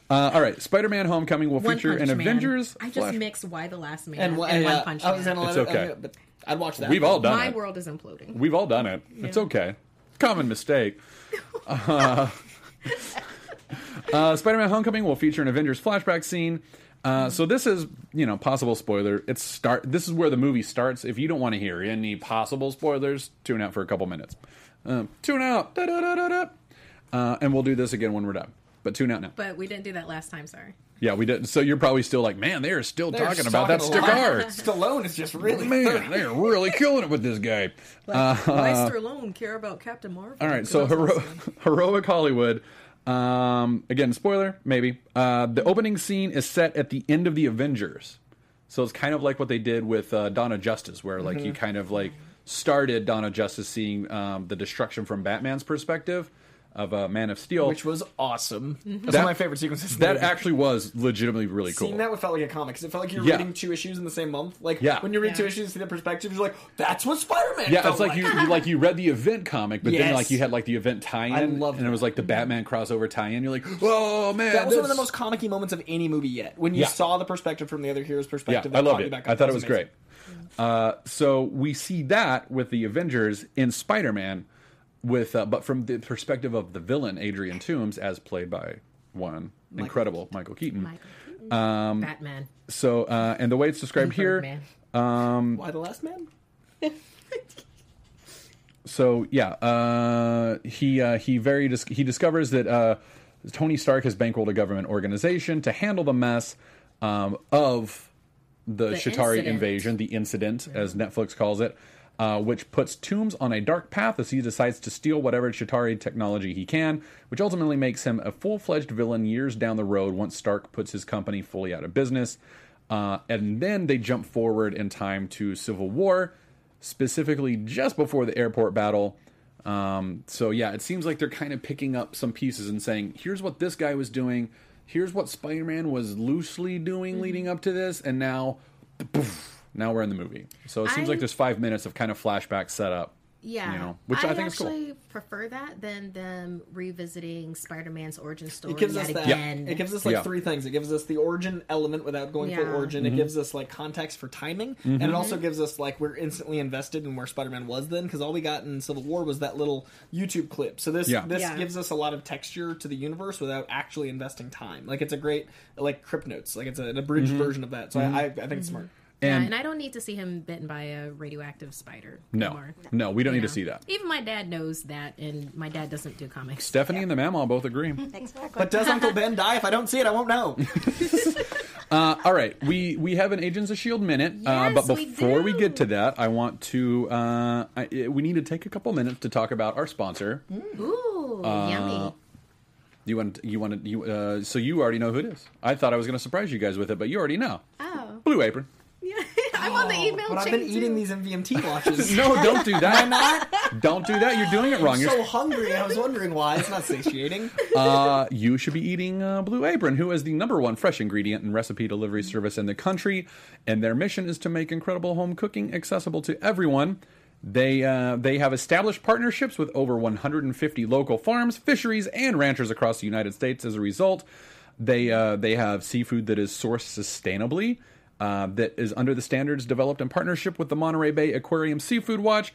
[SPEAKER 2] Uh, all right, Spider-Man: Homecoming will
[SPEAKER 4] One
[SPEAKER 2] feature
[SPEAKER 4] Punch
[SPEAKER 2] an
[SPEAKER 4] Man.
[SPEAKER 2] Avengers.
[SPEAKER 4] I just
[SPEAKER 2] Flash-
[SPEAKER 4] mixed Why the Last Man
[SPEAKER 6] and,
[SPEAKER 4] and,
[SPEAKER 6] wha-
[SPEAKER 4] One
[SPEAKER 6] yeah,
[SPEAKER 4] Punch
[SPEAKER 6] I was in
[SPEAKER 4] Man.
[SPEAKER 6] a
[SPEAKER 2] It's
[SPEAKER 6] letter,
[SPEAKER 2] okay.
[SPEAKER 6] but I'd watch that.
[SPEAKER 2] We've all done
[SPEAKER 4] My
[SPEAKER 2] it.
[SPEAKER 4] world is imploding.
[SPEAKER 2] We've all done it. It's okay. Common mistake. Uh, uh, Spider-Man: Homecoming will feature an Avengers flashback scene.
[SPEAKER 6] Mm-hmm.
[SPEAKER 2] Uh, so this is, you know, possible spoiler. It's start. This is where the movie starts. If you don't want to hear any possible spoilers, tune out for a couple minutes. Um, tune out. Da-da-da-da-da. Uh, and we'll do this again when we're done. But tune out now.
[SPEAKER 4] But we didn't do that last time. Sorry.
[SPEAKER 2] yeah, we did. So you're probably still like, man, they are still
[SPEAKER 6] They're
[SPEAKER 2] talking
[SPEAKER 6] just
[SPEAKER 2] about that
[SPEAKER 6] talking a lot.
[SPEAKER 2] sticker.
[SPEAKER 6] Stallone is just really
[SPEAKER 2] man, they are really killing it with this guy. Uh,
[SPEAKER 4] Why Stallone care about Captain Marvel?
[SPEAKER 2] All right, so hero- heroic Hollywood. Um, again, spoiler maybe. Uh, the opening scene is set at the end of the Avengers, so it's kind of like what they did with uh, Donna Justice, where like
[SPEAKER 6] Mm-hmm.
[SPEAKER 2] you kind of like started Donna Justice seeing um, the destruction from Batman's perspective of uh, Man of Steel,
[SPEAKER 6] which was awesome.
[SPEAKER 4] Mm-hmm.
[SPEAKER 6] That's
[SPEAKER 2] That-
[SPEAKER 6] one of my favorite sequences. in the
[SPEAKER 2] that
[SPEAKER 6] movie.
[SPEAKER 2] actually was legitimately really cool.
[SPEAKER 6] Seeing that would felt like a comic because it felt like you're
[SPEAKER 2] Yeah.
[SPEAKER 6] reading two issues in the same month. Like
[SPEAKER 2] Yeah.
[SPEAKER 6] when you read two
[SPEAKER 4] Yeah.
[SPEAKER 6] issues and see the perspective, you're like, that's what Spider Man.
[SPEAKER 2] Yeah, it's like, you, you like you read the event comic, but then
[SPEAKER 6] Yes.
[SPEAKER 2] like you had like the event tie-in,
[SPEAKER 6] I love
[SPEAKER 2] and it
[SPEAKER 6] that. Mm-hmm.
[SPEAKER 2] was like the Batman crossover tie-in. You're like, oh man,
[SPEAKER 6] That was one of the
[SPEAKER 2] this-
[SPEAKER 6] most comic-y moments of any movie yet. When you
[SPEAKER 2] Yeah.
[SPEAKER 6] saw the perspective from the other hero's
[SPEAKER 2] Yeah,
[SPEAKER 6] perspective,
[SPEAKER 2] I
[SPEAKER 6] that
[SPEAKER 2] loved
[SPEAKER 6] caught you
[SPEAKER 2] it.
[SPEAKER 6] back
[SPEAKER 2] I
[SPEAKER 6] up.
[SPEAKER 2] thought
[SPEAKER 6] That
[SPEAKER 2] it was
[SPEAKER 6] amazing.
[SPEAKER 2] great. Uh, so we see that with the Avengers in Spider-Man, with uh, but from the perspective of the villain Adrian Toomes, as played by one incredible Michael Keaton.
[SPEAKER 4] Um, Batman.
[SPEAKER 2] So uh, and the way it's described here,
[SPEAKER 4] Birdman.
[SPEAKER 6] Why the Last Man?
[SPEAKER 2] So yeah, uh, he uh, he very dis- he discovers that uh, Tony Stark has bankrolled a government organization to handle the mess um, of the,
[SPEAKER 4] The
[SPEAKER 2] Chitari
[SPEAKER 4] incident.
[SPEAKER 2] invasion, the incident as Netflix calls it, uh, which puts Toombs on a dark path as he decides to steal whatever Chitari technology he can, which ultimately makes him a full fledged villain years down the road once Stark puts his company fully out of business. Uh, and then they jump forward in time to Civil War, specifically just before the airport battle. Um, so yeah, it seems like they're kind of picking up some pieces and saying, here's what this guy was doing, here's what Spider-Man was loosely doing leading up to this, and now, poof, now we're in the movie. So it seems
[SPEAKER 4] I-
[SPEAKER 2] like there's five minutes of kind of flashback setup.
[SPEAKER 4] Yeah,
[SPEAKER 2] you know, which I, think is cool.
[SPEAKER 4] actually prefer that than them revisiting Spider-Man's origin story
[SPEAKER 6] It gives us
[SPEAKER 4] yet
[SPEAKER 6] that.
[SPEAKER 4] again.
[SPEAKER 6] It gives us like
[SPEAKER 2] Yeah. Mm-hmm.
[SPEAKER 6] three things. It gives us the origin element without going
[SPEAKER 4] Yeah. Mm-hmm.
[SPEAKER 6] full origin. It gives us like context for timing, and it also gives us like we're instantly invested in where Spider-Man was then because all we got in Civil War was that little YouTube clip. So this
[SPEAKER 2] Yeah.
[SPEAKER 6] this
[SPEAKER 4] Yeah.
[SPEAKER 6] gives us a lot of texture to the universe without actually investing time. Like it's a great like Crypt Notes. Like it's an abridged
[SPEAKER 2] Mm-hmm.
[SPEAKER 6] version of that. So I, I, I think it's smart.
[SPEAKER 4] yeah,
[SPEAKER 2] And-
[SPEAKER 4] and I don't need to see him bitten by a radioactive spider.
[SPEAKER 2] No,
[SPEAKER 4] anymore.
[SPEAKER 2] no, we don't need
[SPEAKER 4] Yeah.
[SPEAKER 2] to see that.
[SPEAKER 4] Even my dad knows that, and my dad doesn't do comics.
[SPEAKER 2] Stephanie and the Mamaw both agree.
[SPEAKER 7] Exactly.
[SPEAKER 6] But does Uncle Ben die? If I don't see it, I won't know.
[SPEAKER 2] Uh, all right, we we have an Agents of Shield minute, uh,
[SPEAKER 4] Yes,
[SPEAKER 2] but
[SPEAKER 4] we
[SPEAKER 2] before we,
[SPEAKER 4] do.
[SPEAKER 2] get to that, I want to uh, I, we need to take a couple minutes to talk about our sponsor.
[SPEAKER 4] Hmm? Ooh,
[SPEAKER 2] Uh,
[SPEAKER 4] yummy.
[SPEAKER 2] You want you want to you uh, so you already know who it is. I thought I was going to surprise you guys with it, but you already know.
[SPEAKER 4] Oh,
[SPEAKER 2] Blue Apron.
[SPEAKER 4] yeah. I'm on the email
[SPEAKER 6] Oh, but I've
[SPEAKER 4] chain
[SPEAKER 6] been eating
[SPEAKER 4] too.
[SPEAKER 6] these MVMT watches.
[SPEAKER 2] No, don't do that. Don't do that. You're doing it wrong.
[SPEAKER 6] I'm
[SPEAKER 2] You're,
[SPEAKER 6] so hungry. I was wondering why. It's not satiating.
[SPEAKER 2] uh, you should be eating uh, Blue Apron, who is the number one fresh ingredient and recipe delivery service in the country, and their mission is to make incredible home cooking accessible to everyone. They uh, they have established partnerships with over 150 local farms, fisheries, and ranchers across the United States. As a result, they uh, they have seafood that is sourced sustainably, uh, that is under the standards developed in partnership with the Monterey Bay Aquarium Seafood Watch.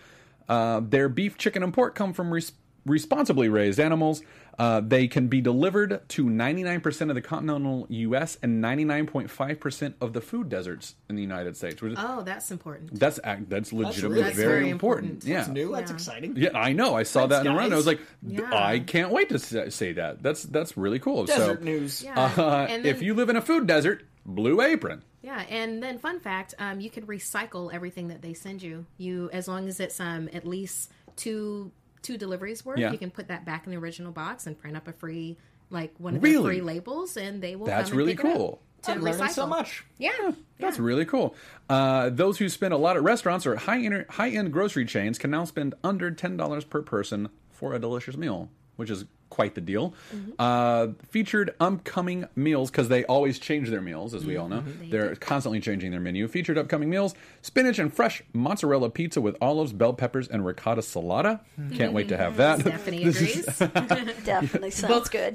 [SPEAKER 2] Uh, their beef, chicken, and pork come from res- responsibly raised animals. Uh, they can be delivered to 99% of the continental U.S. and 99.5% of the food deserts in the United States. Which
[SPEAKER 4] Oh, that's important.
[SPEAKER 2] That's ac- that's legitimately
[SPEAKER 6] really- That's
[SPEAKER 2] very,
[SPEAKER 4] very
[SPEAKER 2] important.
[SPEAKER 4] important.
[SPEAKER 2] Yeah.
[SPEAKER 6] It's new. That's
[SPEAKER 4] Oh, Yeah.
[SPEAKER 6] exciting.
[SPEAKER 2] Yeah, I know. I saw that in the run. I was like, th-
[SPEAKER 4] Yeah.
[SPEAKER 2] I can't wait to s- say that. That's that's really cool.
[SPEAKER 6] Desert
[SPEAKER 2] so,
[SPEAKER 6] news.
[SPEAKER 4] Yeah.
[SPEAKER 2] Uh,
[SPEAKER 4] and
[SPEAKER 2] if
[SPEAKER 4] then-
[SPEAKER 2] you live in a food desert, Blue Apron.
[SPEAKER 4] Yeah, and then fun fact, um, you can recycle everything that they send you. You as long as it's um, at least two two deliveries worth,
[SPEAKER 2] Yeah.
[SPEAKER 4] you can put that back in the original box and print up a free like one of
[SPEAKER 2] Really?
[SPEAKER 4] the free labels, and they will.
[SPEAKER 2] That's
[SPEAKER 4] come and
[SPEAKER 2] really
[SPEAKER 4] pick it up
[SPEAKER 2] cool.
[SPEAKER 4] To
[SPEAKER 6] I'm
[SPEAKER 4] recycle
[SPEAKER 6] learning so much.
[SPEAKER 4] Yeah,
[SPEAKER 2] That's
[SPEAKER 4] yeah.
[SPEAKER 2] really cool. Uh, those who spend a lot at restaurants or at high inter- high end grocery chains can now spend under ten dollars per person for a delicious meal, which is quite the deal.
[SPEAKER 4] Mm-hmm.
[SPEAKER 2] Uh, featured upcoming meals because they always change their meals, as we all know.
[SPEAKER 4] Mm-hmm.
[SPEAKER 2] They're constantly changing their menu. Featured upcoming meals: spinach and fresh mozzarella pizza with olives, bell peppers, and ricotta salata. Can't wait to have that.
[SPEAKER 4] Mm-hmm. Stephanie
[SPEAKER 2] This is-
[SPEAKER 4] agrees.
[SPEAKER 7] Definitely sounds good.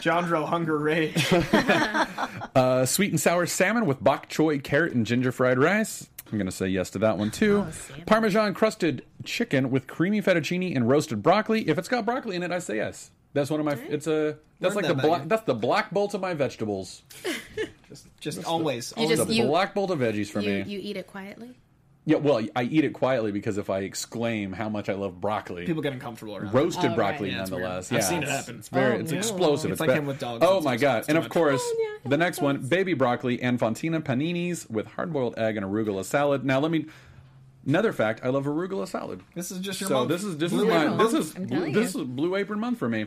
[SPEAKER 6] Jandro hunger rage.
[SPEAKER 2] Uh, sweet and sour salmon with bok choy, carrot, and ginger fried rice. I'm going to say yes to that one too.
[SPEAKER 4] Oh, salmon.
[SPEAKER 2] Parmesan crusted chicken with creamy fettuccine and roasted broccoli. If it's got broccoli in it, I say yes. That's one of my. It's a. That's
[SPEAKER 6] Learn
[SPEAKER 2] like
[SPEAKER 6] that
[SPEAKER 2] the
[SPEAKER 6] about
[SPEAKER 2] black.
[SPEAKER 6] you.
[SPEAKER 2] That's the black bolt of my vegetables.
[SPEAKER 6] Just always.
[SPEAKER 4] You
[SPEAKER 6] always
[SPEAKER 4] just
[SPEAKER 2] The
[SPEAKER 4] you,
[SPEAKER 2] black bolt of veggies for
[SPEAKER 4] you
[SPEAKER 2] me.
[SPEAKER 4] you eat it quietly.
[SPEAKER 2] yeah. Well, I eat it quietly because if I exclaim how much I love broccoli,
[SPEAKER 6] people get uncomfortable around. it.
[SPEAKER 2] roasted
[SPEAKER 4] Oh,
[SPEAKER 2] broccoli
[SPEAKER 4] right.
[SPEAKER 6] Yeah, it's weird.
[SPEAKER 2] nonetheless.
[SPEAKER 6] I've
[SPEAKER 2] yeah,
[SPEAKER 6] seen it
[SPEAKER 2] it's-
[SPEAKER 6] happen. Oh,
[SPEAKER 2] It's very, it's
[SPEAKER 4] no.
[SPEAKER 2] explosive.
[SPEAKER 6] It's like
[SPEAKER 2] ba-
[SPEAKER 6] him with dogs.
[SPEAKER 2] Oh
[SPEAKER 6] It's-
[SPEAKER 2] my
[SPEAKER 6] it's-
[SPEAKER 2] god!
[SPEAKER 6] it's
[SPEAKER 2] And
[SPEAKER 6] too
[SPEAKER 2] of
[SPEAKER 6] much.
[SPEAKER 2] course,
[SPEAKER 4] Oh, yeah.
[SPEAKER 2] the next one: baby broccoli and fontina paninis with hard-boiled egg and arugula salad. Now let me. Another fact: I love arugula salad.
[SPEAKER 6] This is just your
[SPEAKER 2] so.
[SPEAKER 6] month.
[SPEAKER 2] This is this
[SPEAKER 6] Blue
[SPEAKER 2] is my
[SPEAKER 4] apron
[SPEAKER 2] this
[SPEAKER 4] month.
[SPEAKER 2] is
[SPEAKER 4] I'm
[SPEAKER 2] blue,
[SPEAKER 4] telling
[SPEAKER 2] this
[SPEAKER 4] you.
[SPEAKER 2] is blue apron month for me.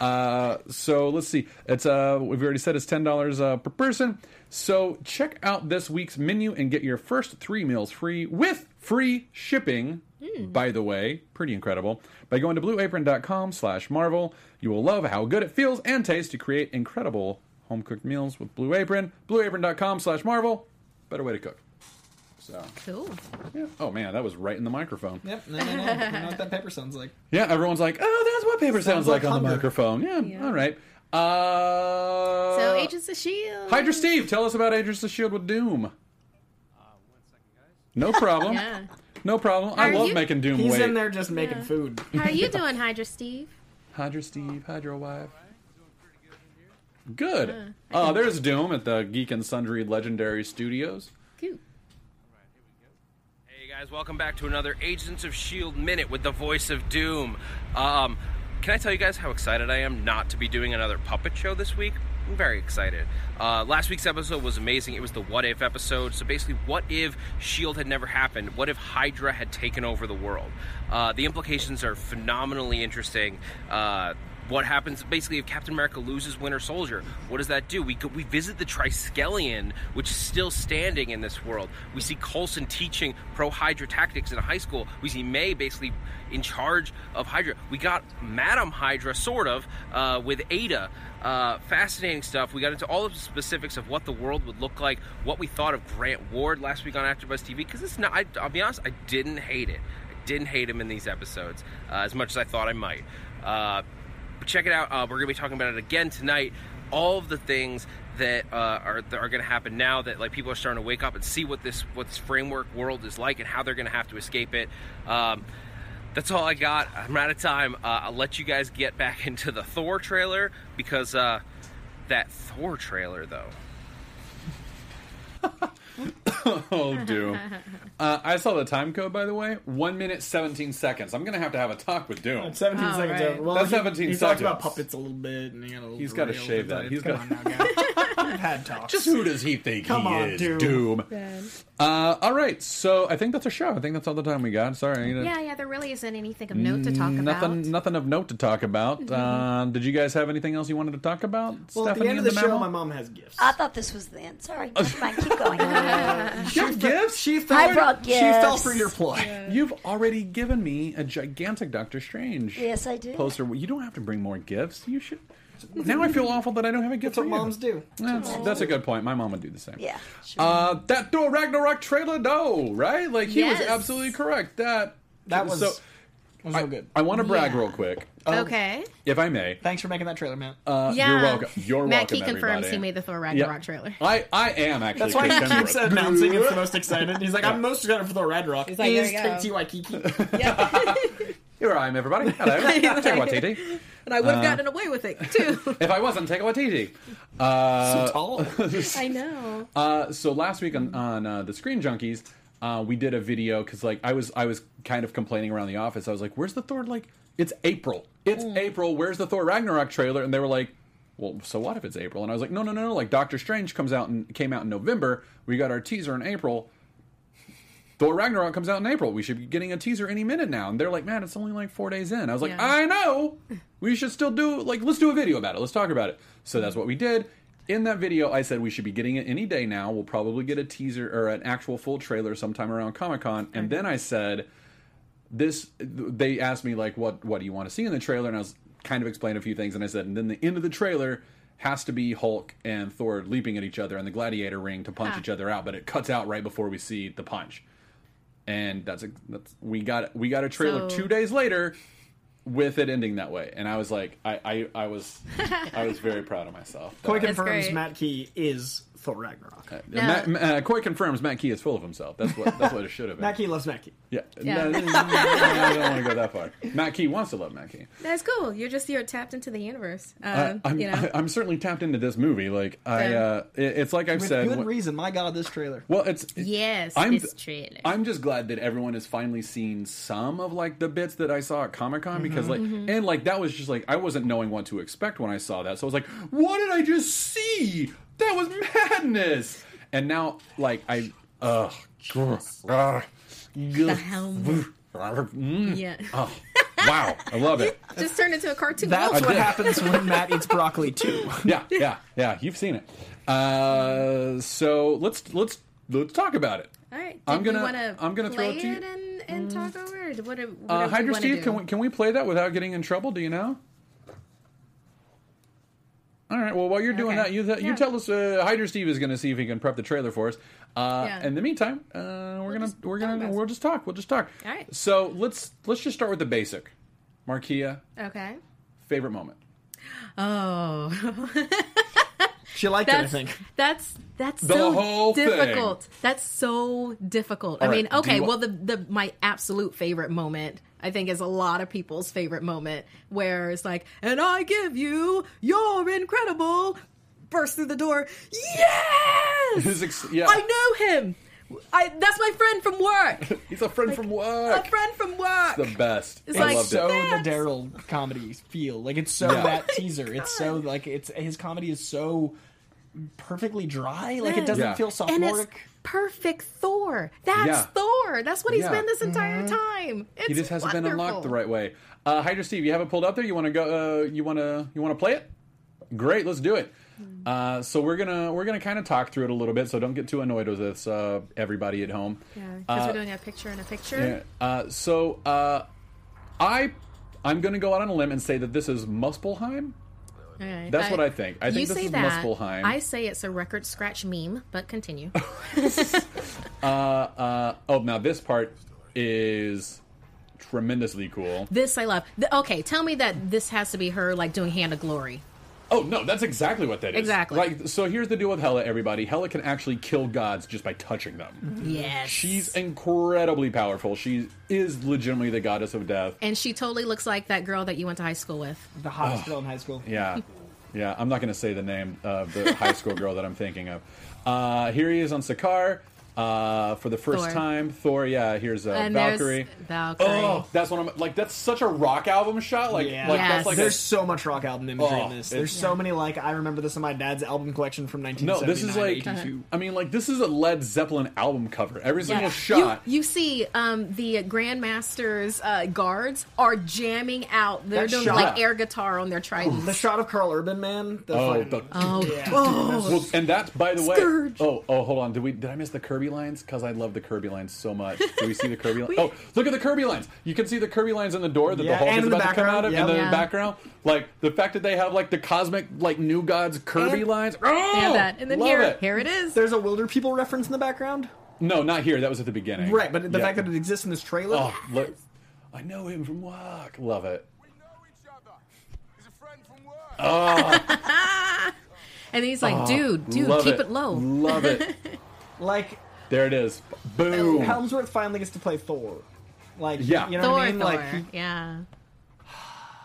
[SPEAKER 2] Uh, so let's see. It's uh we've already said it's ten dollars uh, per person. So check out this week's menu and get your first three meals free with free shipping.
[SPEAKER 4] Hmm.
[SPEAKER 2] By the way, pretty incredible. By going to blueapron.com/marvel, you will love how good it feels and tastes to create incredible home cooked meals with Blue Apron. Blueapron.com/marvel, better way to cook. So
[SPEAKER 4] Cool.
[SPEAKER 2] yeah. Oh man, that was right in the microphone.
[SPEAKER 6] Yep. No, no, no. you know what that paper sounds like?
[SPEAKER 2] Yeah, everyone's like, oh, that's what paper sounds,
[SPEAKER 6] Sounds
[SPEAKER 2] like,
[SPEAKER 6] like
[SPEAKER 2] on the
[SPEAKER 6] hunger.
[SPEAKER 2] microphone. Yeah,
[SPEAKER 4] Yeah.
[SPEAKER 2] all right. Uh,
[SPEAKER 4] So Agents of Shield.
[SPEAKER 2] Hydra Steve, tell us about Agents of S.H.I.E.L.D. E with Doom. No problem.
[SPEAKER 4] Yeah.
[SPEAKER 2] No problem. I
[SPEAKER 4] Are
[SPEAKER 2] love
[SPEAKER 4] you-
[SPEAKER 2] making Doom
[SPEAKER 6] He's
[SPEAKER 2] wait.
[SPEAKER 6] in there just making food.
[SPEAKER 4] How are you doing, Hydra Steve?
[SPEAKER 2] Hydra Steve, Hydra wife. Good.
[SPEAKER 4] Uh,
[SPEAKER 2] Oh, there's Doom at the Geek and Sundry Legendary Studios.
[SPEAKER 4] Cool.
[SPEAKER 10] Hey guys, welcome back to another Agents of Shield E minute with the voice of Doom. Um, can I tell you guys how excited I am not to be doing another puppet show this week? I'm very excited. Uh, last week's episode was amazing. It was the what if episode. So basically, what if Shield E had never happened? What if Hydra had taken over the world? Uh, the implications are phenomenally interesting. Uh, what happens basically if Captain America loses Winter Soldier? What does that do? We go, we visit the Triskelion, which is still standing in this world. We see Coulson teaching pro Hydra tactics in high school. We see May basically in charge of Hydra. We got Madam Hydra, sort of, uh, with Ada. Uh, fascinating stuff. We got into all of the specifics of what the world would look like, what we thought of Grant Ward last week on AfterBuzz TV. Because it's not, I, I'll be honest, I didn't hate it. I didn't hate him in these episodes uh, as much as I thought I might. Uh, but check it out. Uh, we're going to be talking about it again tonight. All of the things that uh, are that are going to happen now that like people are starting to wake up and see what this what this framework world is like and how they're going to have to escape it. Um, that's all I got. I'm out of time. Uh, I'll let you guys get back into the Thor trailer because uh, that Thor trailer though.
[SPEAKER 2] Oh, Doom. Uh, I saw the time code, by the way. One minute, 17 seconds. I'm going to have to have a talk with Doom.
[SPEAKER 6] 17
[SPEAKER 7] Oh,
[SPEAKER 4] All
[SPEAKER 6] seconds
[SPEAKER 4] right.
[SPEAKER 6] over. Well,
[SPEAKER 2] That's
[SPEAKER 6] he-
[SPEAKER 2] 17
[SPEAKER 6] he talked
[SPEAKER 2] seconds.
[SPEAKER 6] about puppets a little bit, and he got a little
[SPEAKER 2] He's gotta
[SPEAKER 6] railed
[SPEAKER 2] shave
[SPEAKER 6] about
[SPEAKER 2] that.
[SPEAKER 6] it.
[SPEAKER 2] He's
[SPEAKER 6] Come
[SPEAKER 2] got-
[SPEAKER 6] on now, guys. We've had talks.
[SPEAKER 2] Just who does he think
[SPEAKER 6] Come
[SPEAKER 2] he
[SPEAKER 6] on,
[SPEAKER 2] is,
[SPEAKER 6] Doom.
[SPEAKER 2] Uh, all right, so I think that's a show. I think that's all the time we got. Sorry, I need to-
[SPEAKER 4] Yeah, yeah, there really isn't anything of note to talk about.
[SPEAKER 2] nothing, nothing of note to talk
[SPEAKER 7] Mm-hmm.
[SPEAKER 2] about. Uh, did you guys have anything else you wanted to talk about?
[SPEAKER 6] Well, at
[SPEAKER 2] Stephanie
[SPEAKER 6] the end of the,
[SPEAKER 2] and
[SPEAKER 6] show,
[SPEAKER 2] Mammal?
[SPEAKER 6] my mom has gifts.
[SPEAKER 7] I thought this was the end. Sorry. Never mind. Keep going.
[SPEAKER 2] You have gifts?
[SPEAKER 6] She fell,
[SPEAKER 7] I brought
[SPEAKER 6] she fell
[SPEAKER 7] gifts.
[SPEAKER 6] for your ploy.
[SPEAKER 2] You've already given me a gigantic Doctor Strange.
[SPEAKER 7] Yes, I did.
[SPEAKER 2] Poster. You don't have to bring more gifts. You should. Now I feel awful that I don't have a gift
[SPEAKER 6] That's what
[SPEAKER 2] for
[SPEAKER 6] moms
[SPEAKER 2] you.
[SPEAKER 6] do.
[SPEAKER 2] That's, that's a good point. My mom would do the same.
[SPEAKER 7] yeah. Sure.
[SPEAKER 2] Uh, that Thor Ragnarok trailer, though, right? Like he was
[SPEAKER 4] Yes.
[SPEAKER 2] absolutely correct. That
[SPEAKER 6] That was,
[SPEAKER 2] so.
[SPEAKER 6] was
[SPEAKER 2] I,
[SPEAKER 6] real good.
[SPEAKER 2] want to brag
[SPEAKER 4] Yeah.
[SPEAKER 2] real quick,
[SPEAKER 4] okay.
[SPEAKER 2] if I may.
[SPEAKER 6] Thanks for making that trailer, Matt.
[SPEAKER 2] Uh,
[SPEAKER 4] yeah.
[SPEAKER 2] You're welcome. You're
[SPEAKER 4] Matt
[SPEAKER 2] welcome.
[SPEAKER 4] Key confirms
[SPEAKER 2] everybody.
[SPEAKER 4] he made the Thor Ragnarok
[SPEAKER 2] Yeah.
[SPEAKER 4] trailer.
[SPEAKER 2] I, I am actually.
[SPEAKER 6] That's why
[SPEAKER 2] Chris
[SPEAKER 6] he keeps
[SPEAKER 2] Hemsworth.
[SPEAKER 6] announcing it's the most excited. He's like, I'm most excited for the Red Rock.
[SPEAKER 11] He's like, there
[SPEAKER 6] Is
[SPEAKER 11] you go.
[SPEAKER 6] Taiki Waikiki.
[SPEAKER 2] Here I am, everybody. Hello. Taika Waititi.
[SPEAKER 4] And I would
[SPEAKER 2] Uh,
[SPEAKER 4] have gotten away with it, too.
[SPEAKER 2] If I wasn't Taika Waititi. Uh,
[SPEAKER 6] so tall.
[SPEAKER 4] I know.
[SPEAKER 2] Uh, so last week on, on uh, the Screen Junkies, uh, we did a video because like I was I was kind of complaining around the office. I was like, "Where's the Thor? Like it's April. It's April. Where's the Thor Ragnarok trailer?" And they were like, "Well, so what if it's April?" And I was like, "No, no, no, no. Like Doctor Strange comes out and came out in November. We got our teaser in April." Thor Ragnarok comes out in April. We should be getting a teaser any minute now. And they're like, man, it's only like four days in. I was like,
[SPEAKER 4] Yeah.
[SPEAKER 2] I know. We should still do, like, let's do a video about it. Let's talk about it. So that's what we did. In that video, I said we should be getting it any day now. We'll probably get a teaser or an actual full trailer sometime around Comic Con. And then I said, this they asked me like what what do you want to see in the trailer and i was kind of explained a few things and i said and then the end of the trailer has to be hulk and thor leaping at each other in the gladiator ring to punch each other out but it cuts out right before we see the punch and that's a that's we got we got a trailer
[SPEAKER 4] So-
[SPEAKER 2] two days later with it ending that way and i was like i i, I was i was very proud of myself
[SPEAKER 6] Koi
[SPEAKER 4] That's
[SPEAKER 6] confirms
[SPEAKER 4] great.
[SPEAKER 6] Matt Key is Thor Ragnarok.
[SPEAKER 2] Matt, uh, Coy confirms Matt Key is full of himself. That's what that's what it should have been.
[SPEAKER 6] Matt Key loves Matt Key.
[SPEAKER 2] yeah,
[SPEAKER 4] Yeah.
[SPEAKER 2] No, no, no, no, I don't want to go that far. Matt Key wants to love Matt Key.
[SPEAKER 4] That's cool. You're just, you're tapped into the universe.
[SPEAKER 2] I-
[SPEAKER 4] Um,
[SPEAKER 2] Uh, I'm,
[SPEAKER 4] you know.
[SPEAKER 2] I, am certainly tapped into this movie. Like I,
[SPEAKER 4] Yeah.
[SPEAKER 2] uh, it- it's like I've
[SPEAKER 6] With
[SPEAKER 2] said.
[SPEAKER 6] good
[SPEAKER 2] wh-
[SPEAKER 6] reason. My God, this trailer.
[SPEAKER 2] well, it's
[SPEAKER 4] yes,
[SPEAKER 2] I'm
[SPEAKER 4] this trailer.
[SPEAKER 2] I'm just glad that everyone has finally seen some of like the bits that I saw at Comic Con
[SPEAKER 4] Mm-hmm.
[SPEAKER 2] because like and like that was just like I wasn't knowing what to expect when I saw that. So I was like, what did I just see? That was madness. And now like I ugh. the
[SPEAKER 4] helm. yeah.
[SPEAKER 2] Oh, wow, I love it.
[SPEAKER 4] Just turned into a cartoon.
[SPEAKER 6] That's
[SPEAKER 4] Well,
[SPEAKER 6] what happens when Matt eats broccoli too.
[SPEAKER 2] yeah, yeah, yeah. You've seen it. Uh, so let's let's let's talk about it.
[SPEAKER 4] All right.
[SPEAKER 2] I'm
[SPEAKER 4] Did we
[SPEAKER 2] gonna-
[SPEAKER 4] wanna
[SPEAKER 2] I'm gonna throw
[SPEAKER 4] play
[SPEAKER 2] it to you.
[SPEAKER 4] it and, and talk over. it? What, do- what
[SPEAKER 2] Uh,
[SPEAKER 4] do
[SPEAKER 2] Hydra
[SPEAKER 4] wanna
[SPEAKER 2] Steve,
[SPEAKER 4] do?
[SPEAKER 2] can we can we play that without getting in trouble? Do you know? All right. Well, while you're doing
[SPEAKER 4] Okay.
[SPEAKER 2] that, you th- you
[SPEAKER 4] Yeah.
[SPEAKER 2] tell us. Uh, Hydra Steve is going to see if he can prep the trailer for us. Uh,
[SPEAKER 4] Yeah.
[SPEAKER 2] In the meantime, uh, we're gonna
[SPEAKER 4] just
[SPEAKER 2] we're
[SPEAKER 4] talk
[SPEAKER 2] gonna
[SPEAKER 4] about it.
[SPEAKER 2] we'll just talk. We'll just talk.
[SPEAKER 4] All right.
[SPEAKER 2] So let's let's just start with the basic. Markia,
[SPEAKER 4] Okay.
[SPEAKER 2] favorite moment.
[SPEAKER 4] Oh,
[SPEAKER 6] She liked
[SPEAKER 4] that's
[SPEAKER 6] it, I think.
[SPEAKER 4] that's that's
[SPEAKER 2] The
[SPEAKER 4] so
[SPEAKER 2] whole thing.
[SPEAKER 4] difficult. That's so difficult.
[SPEAKER 2] All
[SPEAKER 4] I
[SPEAKER 2] right,
[SPEAKER 4] mean,
[SPEAKER 2] do
[SPEAKER 4] okay,
[SPEAKER 2] you-
[SPEAKER 4] well, the the my absolute favorite moment, I think, is a lot of people's favorite moment, where it's like, "And I give you your incredible." Burst through the door. Yes,
[SPEAKER 2] His ex- yeah.
[SPEAKER 4] I know him. I that's my friend from work.
[SPEAKER 2] He's a friend from
[SPEAKER 4] a
[SPEAKER 2] work.
[SPEAKER 4] friend from work.
[SPEAKER 2] the best.
[SPEAKER 4] It's
[SPEAKER 2] I
[SPEAKER 4] like-
[SPEAKER 2] loved
[SPEAKER 6] so
[SPEAKER 2] it.
[SPEAKER 4] That's-
[SPEAKER 6] the Daryl comedy feel. Like it's so
[SPEAKER 2] Yeah.
[SPEAKER 6] that teaser. It's so like it's his comedy is so perfectly dry. Like it doesn't
[SPEAKER 2] Yeah.
[SPEAKER 6] feel
[SPEAKER 4] and it's
[SPEAKER 6] sophomoric.
[SPEAKER 4] perfect Thor. That's
[SPEAKER 2] Yeah.
[SPEAKER 4] Thor. That's what he's
[SPEAKER 2] Yeah.
[SPEAKER 4] been this entire time. It's
[SPEAKER 2] He just hasn't been unlocked the
[SPEAKER 4] wonderful.
[SPEAKER 2] right way. Uh, Hydra Steve, you have it pulled up there. You want to go? Uh, you want to? You want to play it? Great, let's do it.
[SPEAKER 4] Hmm.
[SPEAKER 2] Uh, so we're gonna we're gonna kind of talk through it a little bit. So don't get too annoyed with this, uh, everybody at home.
[SPEAKER 4] Yeah, because
[SPEAKER 2] Uh,
[SPEAKER 4] we're doing a picture in a picture.
[SPEAKER 2] Yeah. Uh, so uh, I I'm gonna go out on a limb and say that this is Muspelheim.
[SPEAKER 4] Alright.
[SPEAKER 2] that's what I think. I think
[SPEAKER 4] you
[SPEAKER 2] this
[SPEAKER 4] say
[SPEAKER 2] is
[SPEAKER 4] that.
[SPEAKER 2] Muspelheim.
[SPEAKER 4] I say it's a record scratch meme, but continue.
[SPEAKER 2] Uh, oh, now this part is tremendously cool.
[SPEAKER 4] This I love. The, okay, tell me that this has to be her like doing Hand of Glory.
[SPEAKER 2] Oh no, that's exactly what that is.
[SPEAKER 4] Exactly.
[SPEAKER 2] Like so here's the deal with Hela, everybody. Hela can actually kill gods just by touching
[SPEAKER 4] Mm-hmm.
[SPEAKER 2] them.
[SPEAKER 4] Yes.
[SPEAKER 2] She's incredibly powerful. She is legitimately the goddess of death.
[SPEAKER 4] and she totally looks like that girl that you went to high school with.
[SPEAKER 6] The hottest girl in high school.
[SPEAKER 2] Yeah. Yeah, I'm not going to say the name of the high school girl that I'm thinking of. Uh, here he is on Sakaar uh, for the first
[SPEAKER 4] Thor.
[SPEAKER 2] time. Thor, yeah, here's uh,
[SPEAKER 4] And there's
[SPEAKER 2] Valkyrie.
[SPEAKER 4] Valkyrie.
[SPEAKER 2] Oh, that's one of my, like that's such a rock album shot. Like,
[SPEAKER 6] Yeah.
[SPEAKER 2] like
[SPEAKER 4] Yes.
[SPEAKER 2] that's like a-
[SPEAKER 6] There's so much rock album imagery
[SPEAKER 2] Oh,
[SPEAKER 6] in
[SPEAKER 2] it's-
[SPEAKER 6] this. There's so many like I remember this in my dad's album collection from
[SPEAKER 2] no,
[SPEAKER 6] 1979.
[SPEAKER 2] this is like
[SPEAKER 6] 82.
[SPEAKER 4] Uh-huh.
[SPEAKER 2] I mean, like this is a Led Zeppelin album cover. Every single
[SPEAKER 4] Yeah.
[SPEAKER 2] shot.
[SPEAKER 4] You, you see, um, the Grandmaster's uh, guards are jamming out. They're
[SPEAKER 6] That
[SPEAKER 4] doing
[SPEAKER 6] shot-
[SPEAKER 4] like air guitar on their tridents.
[SPEAKER 6] the shot of Carl Urban, man. The
[SPEAKER 2] oh,
[SPEAKER 6] fucking-
[SPEAKER 2] the,
[SPEAKER 4] Oh,
[SPEAKER 2] Well, and that, by the way,
[SPEAKER 4] Scourge.
[SPEAKER 2] oh, oh, hold on. Did we? Did I miss the Kirby lines? Because I love the Kirby lines so much. Do we see the Kirby? lines? oh, look at the Kirby lines. You can see the Kirby lines in the door that the
[SPEAKER 6] Yeah,
[SPEAKER 2] Hulk
[SPEAKER 6] and
[SPEAKER 2] is
[SPEAKER 6] in the
[SPEAKER 2] about to come out of,
[SPEAKER 6] background,
[SPEAKER 2] and then in
[SPEAKER 4] yeah.
[SPEAKER 2] the background, like the fact that they have like the cosmic, like new gods Kirby
[SPEAKER 6] And-
[SPEAKER 2] lines. Oh,
[SPEAKER 4] they have that. And then
[SPEAKER 2] love
[SPEAKER 4] here,
[SPEAKER 2] it.
[SPEAKER 4] here it is.
[SPEAKER 6] There's a Wilder People reference in the background.
[SPEAKER 2] No, not here. That was at the beginning.
[SPEAKER 6] Right, but the
[SPEAKER 2] Yeah.
[SPEAKER 6] fact that it exists in this trailer.
[SPEAKER 2] Oh, look. I know him from work. Love it.
[SPEAKER 4] and he's like, dude, dude,
[SPEAKER 2] Ah, Love
[SPEAKER 4] keep it, low.
[SPEAKER 2] Love it.
[SPEAKER 6] Like
[SPEAKER 2] there it is. Boom.
[SPEAKER 6] Helmsworth finally gets to play Thor. Like
[SPEAKER 2] Yeah.
[SPEAKER 6] you know
[SPEAKER 4] Thor,
[SPEAKER 6] what I mean?
[SPEAKER 4] Thor.
[SPEAKER 6] Like he-
[SPEAKER 4] yeah.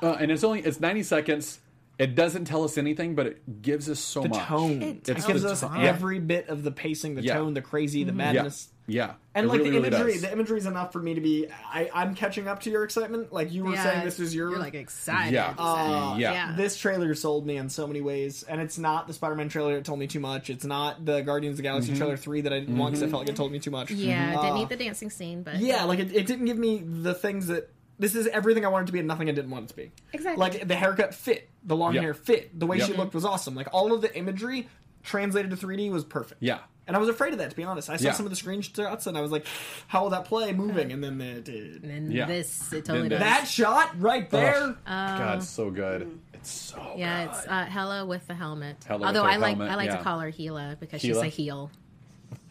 [SPEAKER 2] Uh, and it's only it's 90 seconds. It doesn't tell us anything, but it gives us so
[SPEAKER 6] the
[SPEAKER 2] much.
[SPEAKER 6] tone. It,
[SPEAKER 2] It's
[SPEAKER 6] gives
[SPEAKER 2] the
[SPEAKER 6] us
[SPEAKER 2] tone.
[SPEAKER 6] every bit of the pacing, the
[SPEAKER 2] Yeah.
[SPEAKER 6] tone, the crazy, the
[SPEAKER 4] Mm-hmm.
[SPEAKER 2] Yeah,
[SPEAKER 6] madness.
[SPEAKER 2] yeah.
[SPEAKER 6] And
[SPEAKER 2] It
[SPEAKER 6] like
[SPEAKER 2] really,
[SPEAKER 6] the
[SPEAKER 2] really
[SPEAKER 6] imagery,
[SPEAKER 2] does.
[SPEAKER 6] the imagery is enough for me to be. I, I'm catching up to your excitement. Like you were
[SPEAKER 4] Yeah,
[SPEAKER 6] saying, this is your.
[SPEAKER 4] You're like excited.
[SPEAKER 2] Yeah.
[SPEAKER 4] excited.
[SPEAKER 2] Yeah.
[SPEAKER 6] This trailer sold me in so many ways, and it's not the Spider-Man trailer that told me too much. It's not the Guardians of the
[SPEAKER 2] Mm-hmm.
[SPEAKER 6] Galaxy trailer three that I didn't want because I felt like it told me too much.
[SPEAKER 4] Yeah,
[SPEAKER 6] Uh,
[SPEAKER 4] didn't need the dancing scene, but
[SPEAKER 6] yeah, like it, it didn't give me the things that. This is everything I wanted to be and nothing I didn't want it to be.
[SPEAKER 4] Exactly.
[SPEAKER 6] Like the haircut fit, the long
[SPEAKER 2] Yeah.
[SPEAKER 6] hair fit, the way
[SPEAKER 2] Yeah.
[SPEAKER 6] she looked was awesome. Like all of the imagery translated to 3D was perfect.
[SPEAKER 2] Yeah.
[SPEAKER 6] And I was afraid of that, to be honest. I saw
[SPEAKER 2] Yeah.
[SPEAKER 6] some of the screenshots and I was like, how will that play moving?
[SPEAKER 4] Uh,
[SPEAKER 6] And then it did.
[SPEAKER 4] and
[SPEAKER 2] Yeah.
[SPEAKER 4] this it totally
[SPEAKER 2] Then
[SPEAKER 4] does.
[SPEAKER 6] That shot right there. Mm.
[SPEAKER 2] Ugh. God, it's so good. It's so
[SPEAKER 4] Oh. yeah,
[SPEAKER 2] good.
[SPEAKER 4] it's uh, Hela with the helmet.
[SPEAKER 2] Hela with
[SPEAKER 4] Although
[SPEAKER 2] her
[SPEAKER 4] I like
[SPEAKER 2] helmet,
[SPEAKER 4] I like
[SPEAKER 2] yeah.
[SPEAKER 4] to call her Gila because
[SPEAKER 2] Gila?
[SPEAKER 4] she's a heel.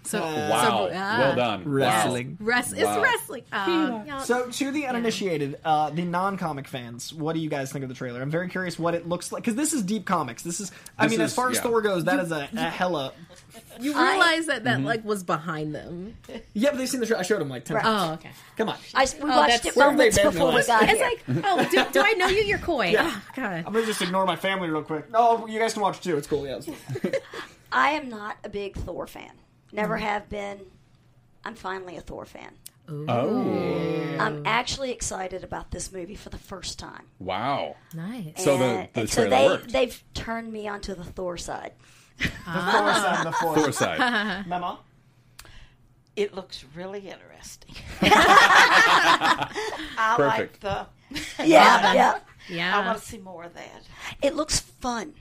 [SPEAKER 4] So
[SPEAKER 2] wow.
[SPEAKER 4] so- ah.
[SPEAKER 2] well done.
[SPEAKER 6] Wrestling.
[SPEAKER 2] Wow.
[SPEAKER 4] Rest it's
[SPEAKER 2] Wow.
[SPEAKER 4] wrestling. Um, y'all-
[SPEAKER 6] So, to the uninitiated, uh, the non-comic fans, what do you guys think of the trailer? I'm very curious what it looks like because this is deep comics. This is, I
[SPEAKER 2] This
[SPEAKER 6] mean, as
[SPEAKER 2] is-
[SPEAKER 6] far as
[SPEAKER 2] yeah.
[SPEAKER 6] Thor goes, that is a, a hella.
[SPEAKER 4] you realize that
[SPEAKER 2] Mm-hmm.
[SPEAKER 4] that like was behind them.
[SPEAKER 6] Yeah, but they've seen the trailer. I showed them like ten. times.
[SPEAKER 4] Oh, okay.
[SPEAKER 6] Come on,
[SPEAKER 7] I, we watched
[SPEAKER 4] that's-
[SPEAKER 7] it
[SPEAKER 4] Where have
[SPEAKER 7] moments
[SPEAKER 6] they been
[SPEAKER 7] before
[SPEAKER 6] the
[SPEAKER 7] we
[SPEAKER 6] last-
[SPEAKER 7] got
[SPEAKER 4] It's
[SPEAKER 7] here.
[SPEAKER 4] like, oh, do, do I know you? You're coy. Oh,
[SPEAKER 6] I'm
[SPEAKER 4] God.
[SPEAKER 6] gonna just ignore my family real quick. No, you guys can watch it too. It's cool. Yeah. it's cool.
[SPEAKER 7] I am not a big Thor fan. Never have been. I'm finally a Thor fan.
[SPEAKER 2] Oh,
[SPEAKER 7] I'm actually excited about this movie for the first time.
[SPEAKER 2] wow.
[SPEAKER 4] Nice.
[SPEAKER 2] So the-
[SPEAKER 7] And-
[SPEAKER 2] the
[SPEAKER 7] and so
[SPEAKER 2] trailer
[SPEAKER 7] they
[SPEAKER 2] worked.
[SPEAKER 7] they've turned me onto the Thor side.
[SPEAKER 6] Thor side of the
[SPEAKER 2] Thor
[SPEAKER 6] force.
[SPEAKER 2] side.
[SPEAKER 6] Mama.
[SPEAKER 9] It looks really interesting. I
[SPEAKER 2] Perfect.
[SPEAKER 9] like the.
[SPEAKER 7] Yeah, yeah.
[SPEAKER 9] I
[SPEAKER 4] Yeah.
[SPEAKER 9] want to see more of that.
[SPEAKER 7] It looks fun.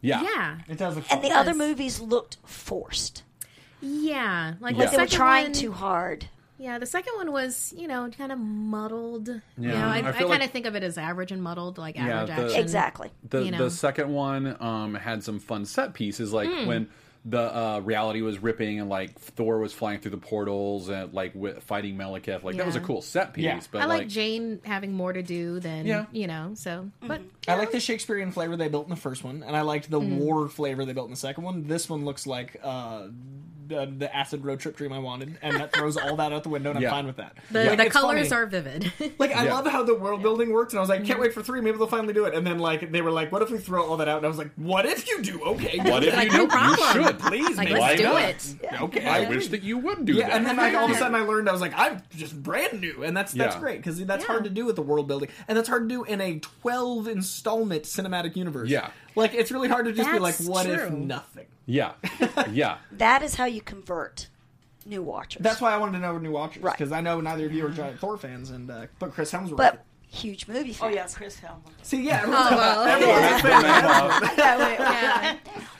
[SPEAKER 2] Yeah.
[SPEAKER 4] Yeah.
[SPEAKER 6] It does look.
[SPEAKER 7] And the
[SPEAKER 6] fun.
[SPEAKER 7] other
[SPEAKER 4] Yes.
[SPEAKER 7] movies looked forced.
[SPEAKER 4] Yeah. Like
[SPEAKER 2] Yeah.
[SPEAKER 4] the
[SPEAKER 7] They were
[SPEAKER 4] second
[SPEAKER 7] trying
[SPEAKER 4] one,
[SPEAKER 7] too hard.
[SPEAKER 4] Yeah, the second one was, you know, kind of muddled. You
[SPEAKER 2] Yeah.
[SPEAKER 4] know, I,
[SPEAKER 2] I
[SPEAKER 4] I,
[SPEAKER 2] feel
[SPEAKER 4] kind
[SPEAKER 2] like-
[SPEAKER 4] of think of it as average and muddled, like average
[SPEAKER 2] the-
[SPEAKER 4] action.
[SPEAKER 7] Exactly.
[SPEAKER 2] The
[SPEAKER 4] You know. Hmm.
[SPEAKER 2] the second one um, had some fun set pieces, like when the uh, reality was ripping and like Thor was flying through the portals and like wi fighting Meliketh. Like that was a
[SPEAKER 4] Yeah.
[SPEAKER 2] cool set piece.
[SPEAKER 6] Yeah.
[SPEAKER 2] But
[SPEAKER 4] I like,
[SPEAKER 2] like
[SPEAKER 4] Jane having more to do than
[SPEAKER 2] Yeah. Mm-hmm.
[SPEAKER 4] you know. So, but
[SPEAKER 6] I like the Shakespearean flavor they built in the first one, and I liked the war flavor they built in the second one. This one looks like uh, the, the acid road trip dream I wanted, and that throws all that out the window, and
[SPEAKER 2] Yeah.
[SPEAKER 6] I'm fine with that.
[SPEAKER 4] the,
[SPEAKER 6] Like,
[SPEAKER 4] the
[SPEAKER 6] it's
[SPEAKER 4] colors
[SPEAKER 6] funny.
[SPEAKER 4] are vivid.
[SPEAKER 6] Like I
[SPEAKER 2] Yeah.
[SPEAKER 6] love how the world building works, and I was like,
[SPEAKER 4] Mm-hmm.
[SPEAKER 6] can't wait for three. Maybe they'll finally do it. And then like they were like, what if we throw all that out? And I was like, what if you do? Okay,
[SPEAKER 2] What if
[SPEAKER 4] Like,
[SPEAKER 2] you
[SPEAKER 4] no
[SPEAKER 2] do?
[SPEAKER 4] problem.
[SPEAKER 2] You should
[SPEAKER 6] please,
[SPEAKER 4] Like,
[SPEAKER 6] man.
[SPEAKER 4] let's do
[SPEAKER 2] not?
[SPEAKER 4] it.
[SPEAKER 6] Okay,
[SPEAKER 2] I wish that you would do
[SPEAKER 6] Yeah,
[SPEAKER 2] that.
[SPEAKER 6] and then like all of a sudden I learned I was like I'm just brand new, and that's that's
[SPEAKER 2] Yeah.
[SPEAKER 6] great because that's
[SPEAKER 4] Yeah.
[SPEAKER 6] hard to do with the world building, and that's hard to do in a 12 installment cinematic universe.
[SPEAKER 2] Yeah.
[SPEAKER 6] like it's really hard to just be like,
[SPEAKER 4] That's
[SPEAKER 6] what if
[SPEAKER 4] true.
[SPEAKER 6] nothing?
[SPEAKER 2] yeah, yeah.
[SPEAKER 7] That is how you convert new watchers.
[SPEAKER 6] That's why I wanted to know new watchers
[SPEAKER 7] Right.
[SPEAKER 6] because I know neither of you are giant Thor fans, and uh, but Chris Hemsworth.
[SPEAKER 7] but huge movie
[SPEAKER 9] Oh
[SPEAKER 7] fans.
[SPEAKER 9] yeah, Chris Helm.
[SPEAKER 6] See, yeah, everyone's-
[SPEAKER 4] Oh, well,
[SPEAKER 2] That's the name of-
[SPEAKER 4] yeah.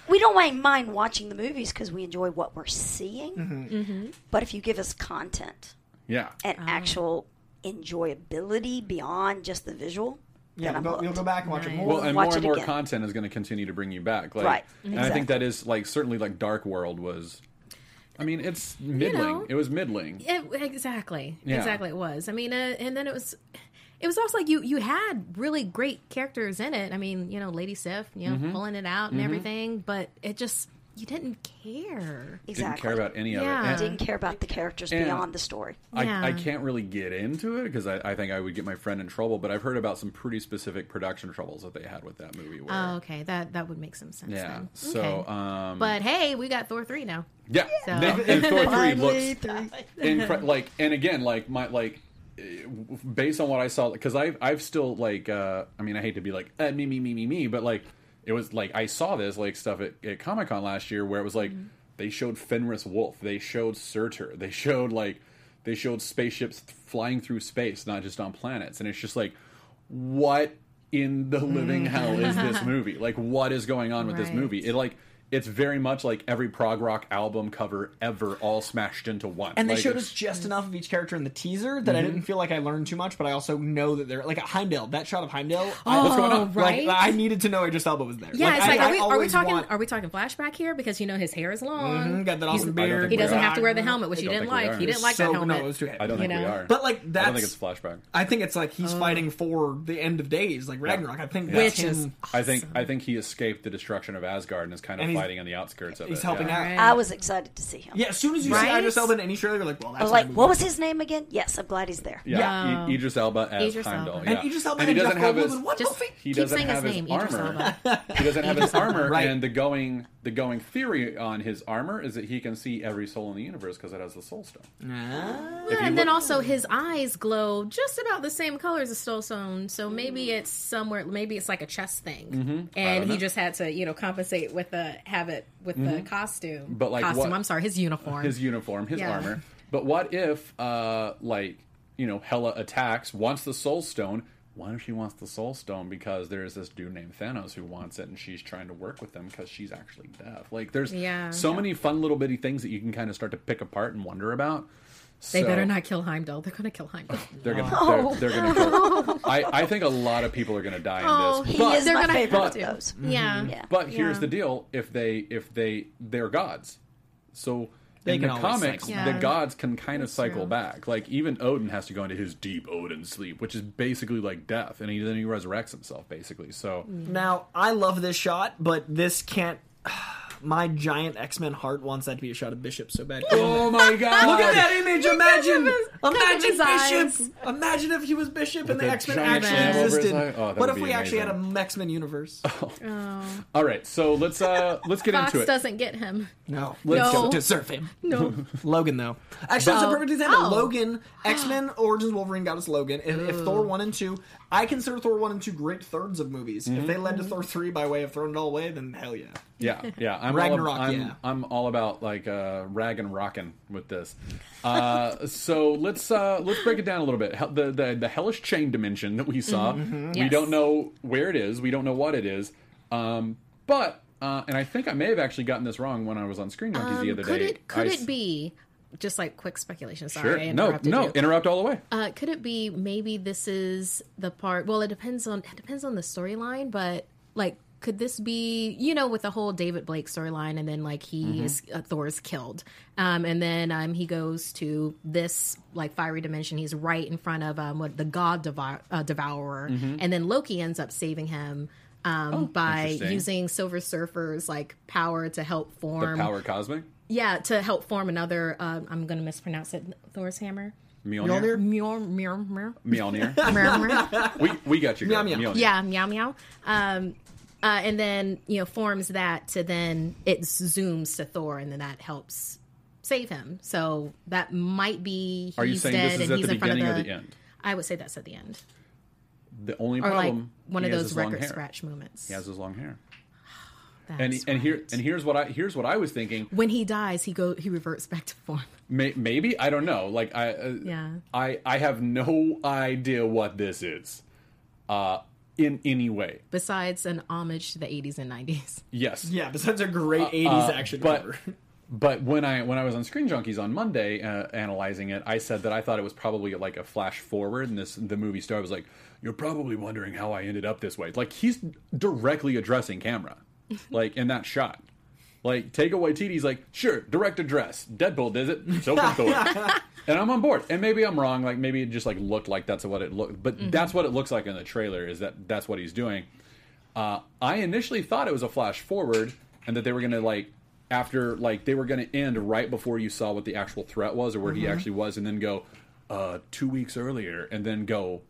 [SPEAKER 7] We don't wa- mind watching the movies because we enjoy what we're seeing.
[SPEAKER 6] Mm-hmm.
[SPEAKER 4] Mm-hmm.
[SPEAKER 7] But if you give us content
[SPEAKER 2] Yeah.
[SPEAKER 7] and
[SPEAKER 4] Ah.
[SPEAKER 7] actual enjoyability beyond just the visual,
[SPEAKER 6] yeah,
[SPEAKER 7] then
[SPEAKER 6] we'll
[SPEAKER 7] I'm
[SPEAKER 6] go, you'll
[SPEAKER 7] hooked.
[SPEAKER 6] go back and watch it
[SPEAKER 4] Right.
[SPEAKER 6] more.
[SPEAKER 2] Well, and
[SPEAKER 7] watch
[SPEAKER 2] more
[SPEAKER 7] it
[SPEAKER 2] and more
[SPEAKER 7] again.
[SPEAKER 2] content is going to continue to bring you back, like,
[SPEAKER 7] Right.
[SPEAKER 2] And I think that is like certainly like Dark World was I mean, it's middling.
[SPEAKER 4] know.
[SPEAKER 2] it was middling.
[SPEAKER 4] It, exactly.
[SPEAKER 2] Yeah.
[SPEAKER 4] Exactly it was. I mean, uh, and then it was it was also like you you had really great characters in it. I mean, you know, Lady Sif, you
[SPEAKER 2] Mm-hmm.
[SPEAKER 4] know, pulling it out and everything, but it just you didn't care.
[SPEAKER 7] Exactly.
[SPEAKER 2] Didn't care about any
[SPEAKER 4] Yeah.
[SPEAKER 2] of it. And
[SPEAKER 7] Didn't care about the characters
[SPEAKER 2] And-
[SPEAKER 7] beyond the story.
[SPEAKER 2] I, I
[SPEAKER 4] Yeah.
[SPEAKER 2] can't really get into it because I, I think I would get my friend in trouble. But I've heard about some pretty specific production troubles that they had with that movie. Where,
[SPEAKER 4] Oh, okay. That that would make some sense
[SPEAKER 2] yeah.
[SPEAKER 4] then.
[SPEAKER 2] So,
[SPEAKER 4] okay.
[SPEAKER 2] um,
[SPEAKER 4] but hey, we got Thor 3 now.
[SPEAKER 2] yeah,
[SPEAKER 4] So-
[SPEAKER 2] and, and Thor three looks
[SPEAKER 6] Finally, three.
[SPEAKER 2] incre- like and again like my like eh, based on what i saw because i've i've still like uh i mean i hate to be like eh, me me me me me but like it was like i saw this like stuff at, at comic-con last year where it was like they showed fenris wolf they showed surtur they showed like they showed spaceships th- flying through space not just on planets and it's just like what in the living hell is this movie like what is going on with this
[SPEAKER 4] Right.
[SPEAKER 2] movie it like it's very much like every prog rock album cover ever all smashed into one
[SPEAKER 6] And they
[SPEAKER 2] Like,
[SPEAKER 6] showed
[SPEAKER 2] it's-
[SPEAKER 6] us just enough of each character in the teaser that I didn't feel like I learned too much, but I also know that they're like Heimdall. That shot of Heimdall, I-
[SPEAKER 4] What's going on?
[SPEAKER 6] Like,
[SPEAKER 4] Oh, right?
[SPEAKER 6] I needed to know Idris Elba was there.
[SPEAKER 4] Yeah, it's like,
[SPEAKER 6] I,
[SPEAKER 4] are, we,
[SPEAKER 6] I
[SPEAKER 4] are we
[SPEAKER 6] always
[SPEAKER 4] talking
[SPEAKER 6] want-
[SPEAKER 4] are we talking flashback here? Because you know his hair is long.
[SPEAKER 6] Mhm, got that awesome
[SPEAKER 2] I don't
[SPEAKER 6] beard.
[SPEAKER 2] think
[SPEAKER 4] He
[SPEAKER 2] we
[SPEAKER 4] doesn't
[SPEAKER 2] are.
[SPEAKER 4] have to wear the helmet, which
[SPEAKER 2] I
[SPEAKER 4] he
[SPEAKER 2] don't
[SPEAKER 4] didn't
[SPEAKER 2] think we
[SPEAKER 4] like.
[SPEAKER 2] are.
[SPEAKER 4] He didn't like
[SPEAKER 6] So-
[SPEAKER 4] that helmet.
[SPEAKER 6] no, it was too heavy.
[SPEAKER 2] I don't
[SPEAKER 4] you
[SPEAKER 2] think we
[SPEAKER 4] know?
[SPEAKER 2] are.
[SPEAKER 6] But like
[SPEAKER 2] I
[SPEAKER 6] that's
[SPEAKER 2] don't think it's flashback.
[SPEAKER 6] I think it's like he's fighting for the end of days, like Ragnarok. I think that's
[SPEAKER 4] Oh. Which is
[SPEAKER 6] him.
[SPEAKER 2] I think I think he escaped the destruction of Asgard and is kind of
[SPEAKER 6] And he's-
[SPEAKER 2] fighting on the outskirts of it.
[SPEAKER 6] He's helping
[SPEAKER 2] yeah.
[SPEAKER 6] out.
[SPEAKER 4] Right.
[SPEAKER 7] I was excited to see him.
[SPEAKER 6] Yeah, as soon as you see
[SPEAKER 4] Right?
[SPEAKER 6] Idris Elba in any trailer, you're like, well, that's
[SPEAKER 7] I was
[SPEAKER 6] not
[SPEAKER 7] like,
[SPEAKER 6] a movie.
[SPEAKER 7] what was his name again? Yes, I'm glad he's there.
[SPEAKER 2] Yeah, I- Idris Elba as
[SPEAKER 4] Idris
[SPEAKER 2] Heimdall.
[SPEAKER 4] Elba.
[SPEAKER 2] Yeah.
[SPEAKER 6] And Idris Elba
[SPEAKER 2] And
[SPEAKER 6] and,
[SPEAKER 2] he doesn't
[SPEAKER 6] Jeff
[SPEAKER 2] have
[SPEAKER 6] Goldblum
[SPEAKER 2] his
[SPEAKER 6] in one
[SPEAKER 4] Just
[SPEAKER 6] movie?
[SPEAKER 2] he
[SPEAKER 4] keep
[SPEAKER 2] doesn't
[SPEAKER 4] saying
[SPEAKER 2] have
[SPEAKER 4] his
[SPEAKER 2] his
[SPEAKER 4] name, Idris
[SPEAKER 2] armor.
[SPEAKER 4] Elba.
[SPEAKER 2] He doesn't have his armor,
[SPEAKER 6] Right.
[SPEAKER 2] and the going the going theory on his armor is that he can see every soul in the universe because it has the soul stone. If you
[SPEAKER 4] and then
[SPEAKER 2] look-
[SPEAKER 4] also his eyes glow just about the same color as the soul stone so maybe it's somewhere maybe it's like a chess thing
[SPEAKER 2] Mm-hmm.
[SPEAKER 4] and he just had to you know compensate with the have it with the costume
[SPEAKER 2] Mm-hmm. But, like,
[SPEAKER 4] costume
[SPEAKER 2] what-
[SPEAKER 4] i'm sorry his uniform
[SPEAKER 2] his uniform, his
[SPEAKER 4] Yeah.
[SPEAKER 2] armor. But what if, uh, like, you know, Hela attacks, wants the Soul Stone? What if she wants the Soul Stone because there is this dude named Thanos who wants it, and she's trying to work with him because she's actually deaf. Like, there's
[SPEAKER 4] Yeah.
[SPEAKER 2] so many fun little bitty things that you can kind of start to pick apart and wonder about.
[SPEAKER 4] they
[SPEAKER 2] So-
[SPEAKER 4] better not Oh. kill heimdall they're gonna kill heimdall
[SPEAKER 2] They're gonna. They're, they're gonna. Kill. I I think a lot of people are gonna die in
[SPEAKER 4] Oh,
[SPEAKER 2] this.
[SPEAKER 7] He
[SPEAKER 2] but-
[SPEAKER 7] is
[SPEAKER 4] They're
[SPEAKER 7] my
[SPEAKER 4] gonna
[SPEAKER 7] favorite
[SPEAKER 4] have
[SPEAKER 7] of
[SPEAKER 4] to.
[SPEAKER 7] those.
[SPEAKER 4] yeah
[SPEAKER 7] Yeah.
[SPEAKER 2] But here's
[SPEAKER 4] Yeah.
[SPEAKER 2] the deal: if they if they they're gods, so in
[SPEAKER 6] can
[SPEAKER 2] the
[SPEAKER 6] always
[SPEAKER 2] comics,
[SPEAKER 6] cycle
[SPEAKER 4] back.
[SPEAKER 2] the
[SPEAKER 4] Yeah.
[SPEAKER 2] gods can kind of cycle
[SPEAKER 4] true.
[SPEAKER 2] back. Like even Odin has to go into his deep Odin sleep, which is basically like death, and he, then he resurrects himself basically. So
[SPEAKER 6] Now, I love this shot, but this can't. My giant X Men heart wants that to be a shot of Bishop so bad.
[SPEAKER 2] oh my god,
[SPEAKER 6] Look at that image! Imagine,
[SPEAKER 4] of his
[SPEAKER 6] imagine
[SPEAKER 4] eyes.
[SPEAKER 6] Bishop. Imagine if he was Bishop and
[SPEAKER 2] With
[SPEAKER 6] the
[SPEAKER 2] that
[SPEAKER 6] X Men
[SPEAKER 2] giant
[SPEAKER 6] actually
[SPEAKER 4] lamp over his
[SPEAKER 6] existed.
[SPEAKER 2] eye? Oh, that
[SPEAKER 6] what
[SPEAKER 2] would
[SPEAKER 6] if we
[SPEAKER 2] be
[SPEAKER 6] actually had
[SPEAKER 2] amazing.
[SPEAKER 6] a X Men universe?
[SPEAKER 2] All right, so let's uh let's get
[SPEAKER 4] Oh, fox
[SPEAKER 2] into it.
[SPEAKER 4] doesn't get him
[SPEAKER 6] No,
[SPEAKER 4] No.
[SPEAKER 6] don't deserve him.
[SPEAKER 4] no
[SPEAKER 6] Logan though. Actually, it's a
[SPEAKER 4] Oh.
[SPEAKER 6] perfect example.
[SPEAKER 4] Oh.
[SPEAKER 6] Logan, X Men Origins Wolverine got us Logan. If, if Thor one and two, I consider Thor one and two great thirds of movies. If they led to Thor three by way of throwing it all away, then hell yeah.
[SPEAKER 2] Yeah, yeah. I'm all,
[SPEAKER 6] Ragnarok,
[SPEAKER 2] I'm,
[SPEAKER 6] yeah.
[SPEAKER 2] I'm all about like uh, rag and rockin' with this. Uh, so let's uh, let's break it down a little bit. Hel- The the, the hellish chain dimension that we saw.
[SPEAKER 6] Mm-hmm,
[SPEAKER 2] We
[SPEAKER 4] Yes.
[SPEAKER 2] don't know where it is. We don't know what it is. Um, but uh, and I think I may have actually gotten this wrong when I was on Screen Junkies the other
[SPEAKER 4] Um, could
[SPEAKER 2] day.
[SPEAKER 4] it could
[SPEAKER 2] I
[SPEAKER 4] it
[SPEAKER 2] s-
[SPEAKER 4] be just like quick speculation sorry
[SPEAKER 2] Sure.
[SPEAKER 4] I
[SPEAKER 2] No,
[SPEAKER 4] interrupted
[SPEAKER 2] no.
[SPEAKER 4] you.
[SPEAKER 2] Interrupt all the way.
[SPEAKER 4] Uh, could it be maybe this is the part? Well, it depends on it depends on the storyline, but like, could this be you know with the whole David Blake storyline, and then like he
[SPEAKER 2] Mm-hmm.
[SPEAKER 4] is uh, Thor's killed, um, and then um, he goes to this like fiery dimension. He's right in front of um, what the God devour, uh, Devourer,
[SPEAKER 2] Mm-hmm.
[SPEAKER 4] and then Loki ends up saving him. Um, by
[SPEAKER 2] Oh, interesting.
[SPEAKER 4] using Silver Surfer's like power to help
[SPEAKER 2] The
[SPEAKER 4] form,
[SPEAKER 2] power cosmic.
[SPEAKER 4] yeah, to help form another. Uh, I'm going to mispronounce it. Thor's hammer,
[SPEAKER 2] Mjolnir.
[SPEAKER 4] Mjolnir, Mjolnir,
[SPEAKER 2] Mjolnir.
[SPEAKER 4] Murmur.
[SPEAKER 2] we we got you. Girl.
[SPEAKER 6] Meow, meow.
[SPEAKER 2] Mjolnir.
[SPEAKER 4] yeah, meow meow. Um, uh, and then you know forms that to then it zooms to Thor, and then that helps save him. So that might be he's
[SPEAKER 2] Are you saying this is
[SPEAKER 4] dead and
[SPEAKER 2] at
[SPEAKER 4] he's
[SPEAKER 2] the
[SPEAKER 4] in front
[SPEAKER 2] beginning
[SPEAKER 4] of
[SPEAKER 2] or
[SPEAKER 4] the,
[SPEAKER 2] the end?
[SPEAKER 4] I would say that's at the end,
[SPEAKER 2] The only
[SPEAKER 4] or like
[SPEAKER 2] problem.
[SPEAKER 4] one
[SPEAKER 2] he
[SPEAKER 4] of
[SPEAKER 2] has
[SPEAKER 4] those
[SPEAKER 2] is long
[SPEAKER 4] record
[SPEAKER 2] hair.
[SPEAKER 4] scratch moments.
[SPEAKER 2] He has his long hair.
[SPEAKER 4] That's
[SPEAKER 2] and and here
[SPEAKER 4] right.
[SPEAKER 2] and here's what I here's what I was thinking.
[SPEAKER 4] when he dies, he go he reverts back to form.
[SPEAKER 2] May, maybe I don't know. Like I uh,
[SPEAKER 4] Yeah.
[SPEAKER 2] I I have no idea what this is, uh, in any way.
[SPEAKER 4] Besides an homage to the 80s and 90s,
[SPEAKER 2] Yes.
[SPEAKER 6] Yeah, besides a great eighties action
[SPEAKER 2] Uh, But
[SPEAKER 6] cover.
[SPEAKER 2] but when I when I was on Screen Junkies on Monday uh, analyzing it, I said that I thought it was probably like a flash forward, and this the movie star was like, "You're probably wondering how I ended up this way." Like he's directly addressing camera, like in that shot. Like, take away TD's like, sure, direct address. Deadpool does it, so can Thor. and I'm on board. And maybe I'm wrong. Like, maybe it just like looked like that's what it looked. But
[SPEAKER 4] Mm-hmm.
[SPEAKER 2] that's what it looks like in the trailer. Is that that's what he's doing? Uh, I initially thought it was a flash forward, and that they were gonna like after like they were gonna end right before you saw what the actual threat was or where
[SPEAKER 4] Mm-hmm.
[SPEAKER 2] he actually was, and then go uh, two weeks earlier, and then go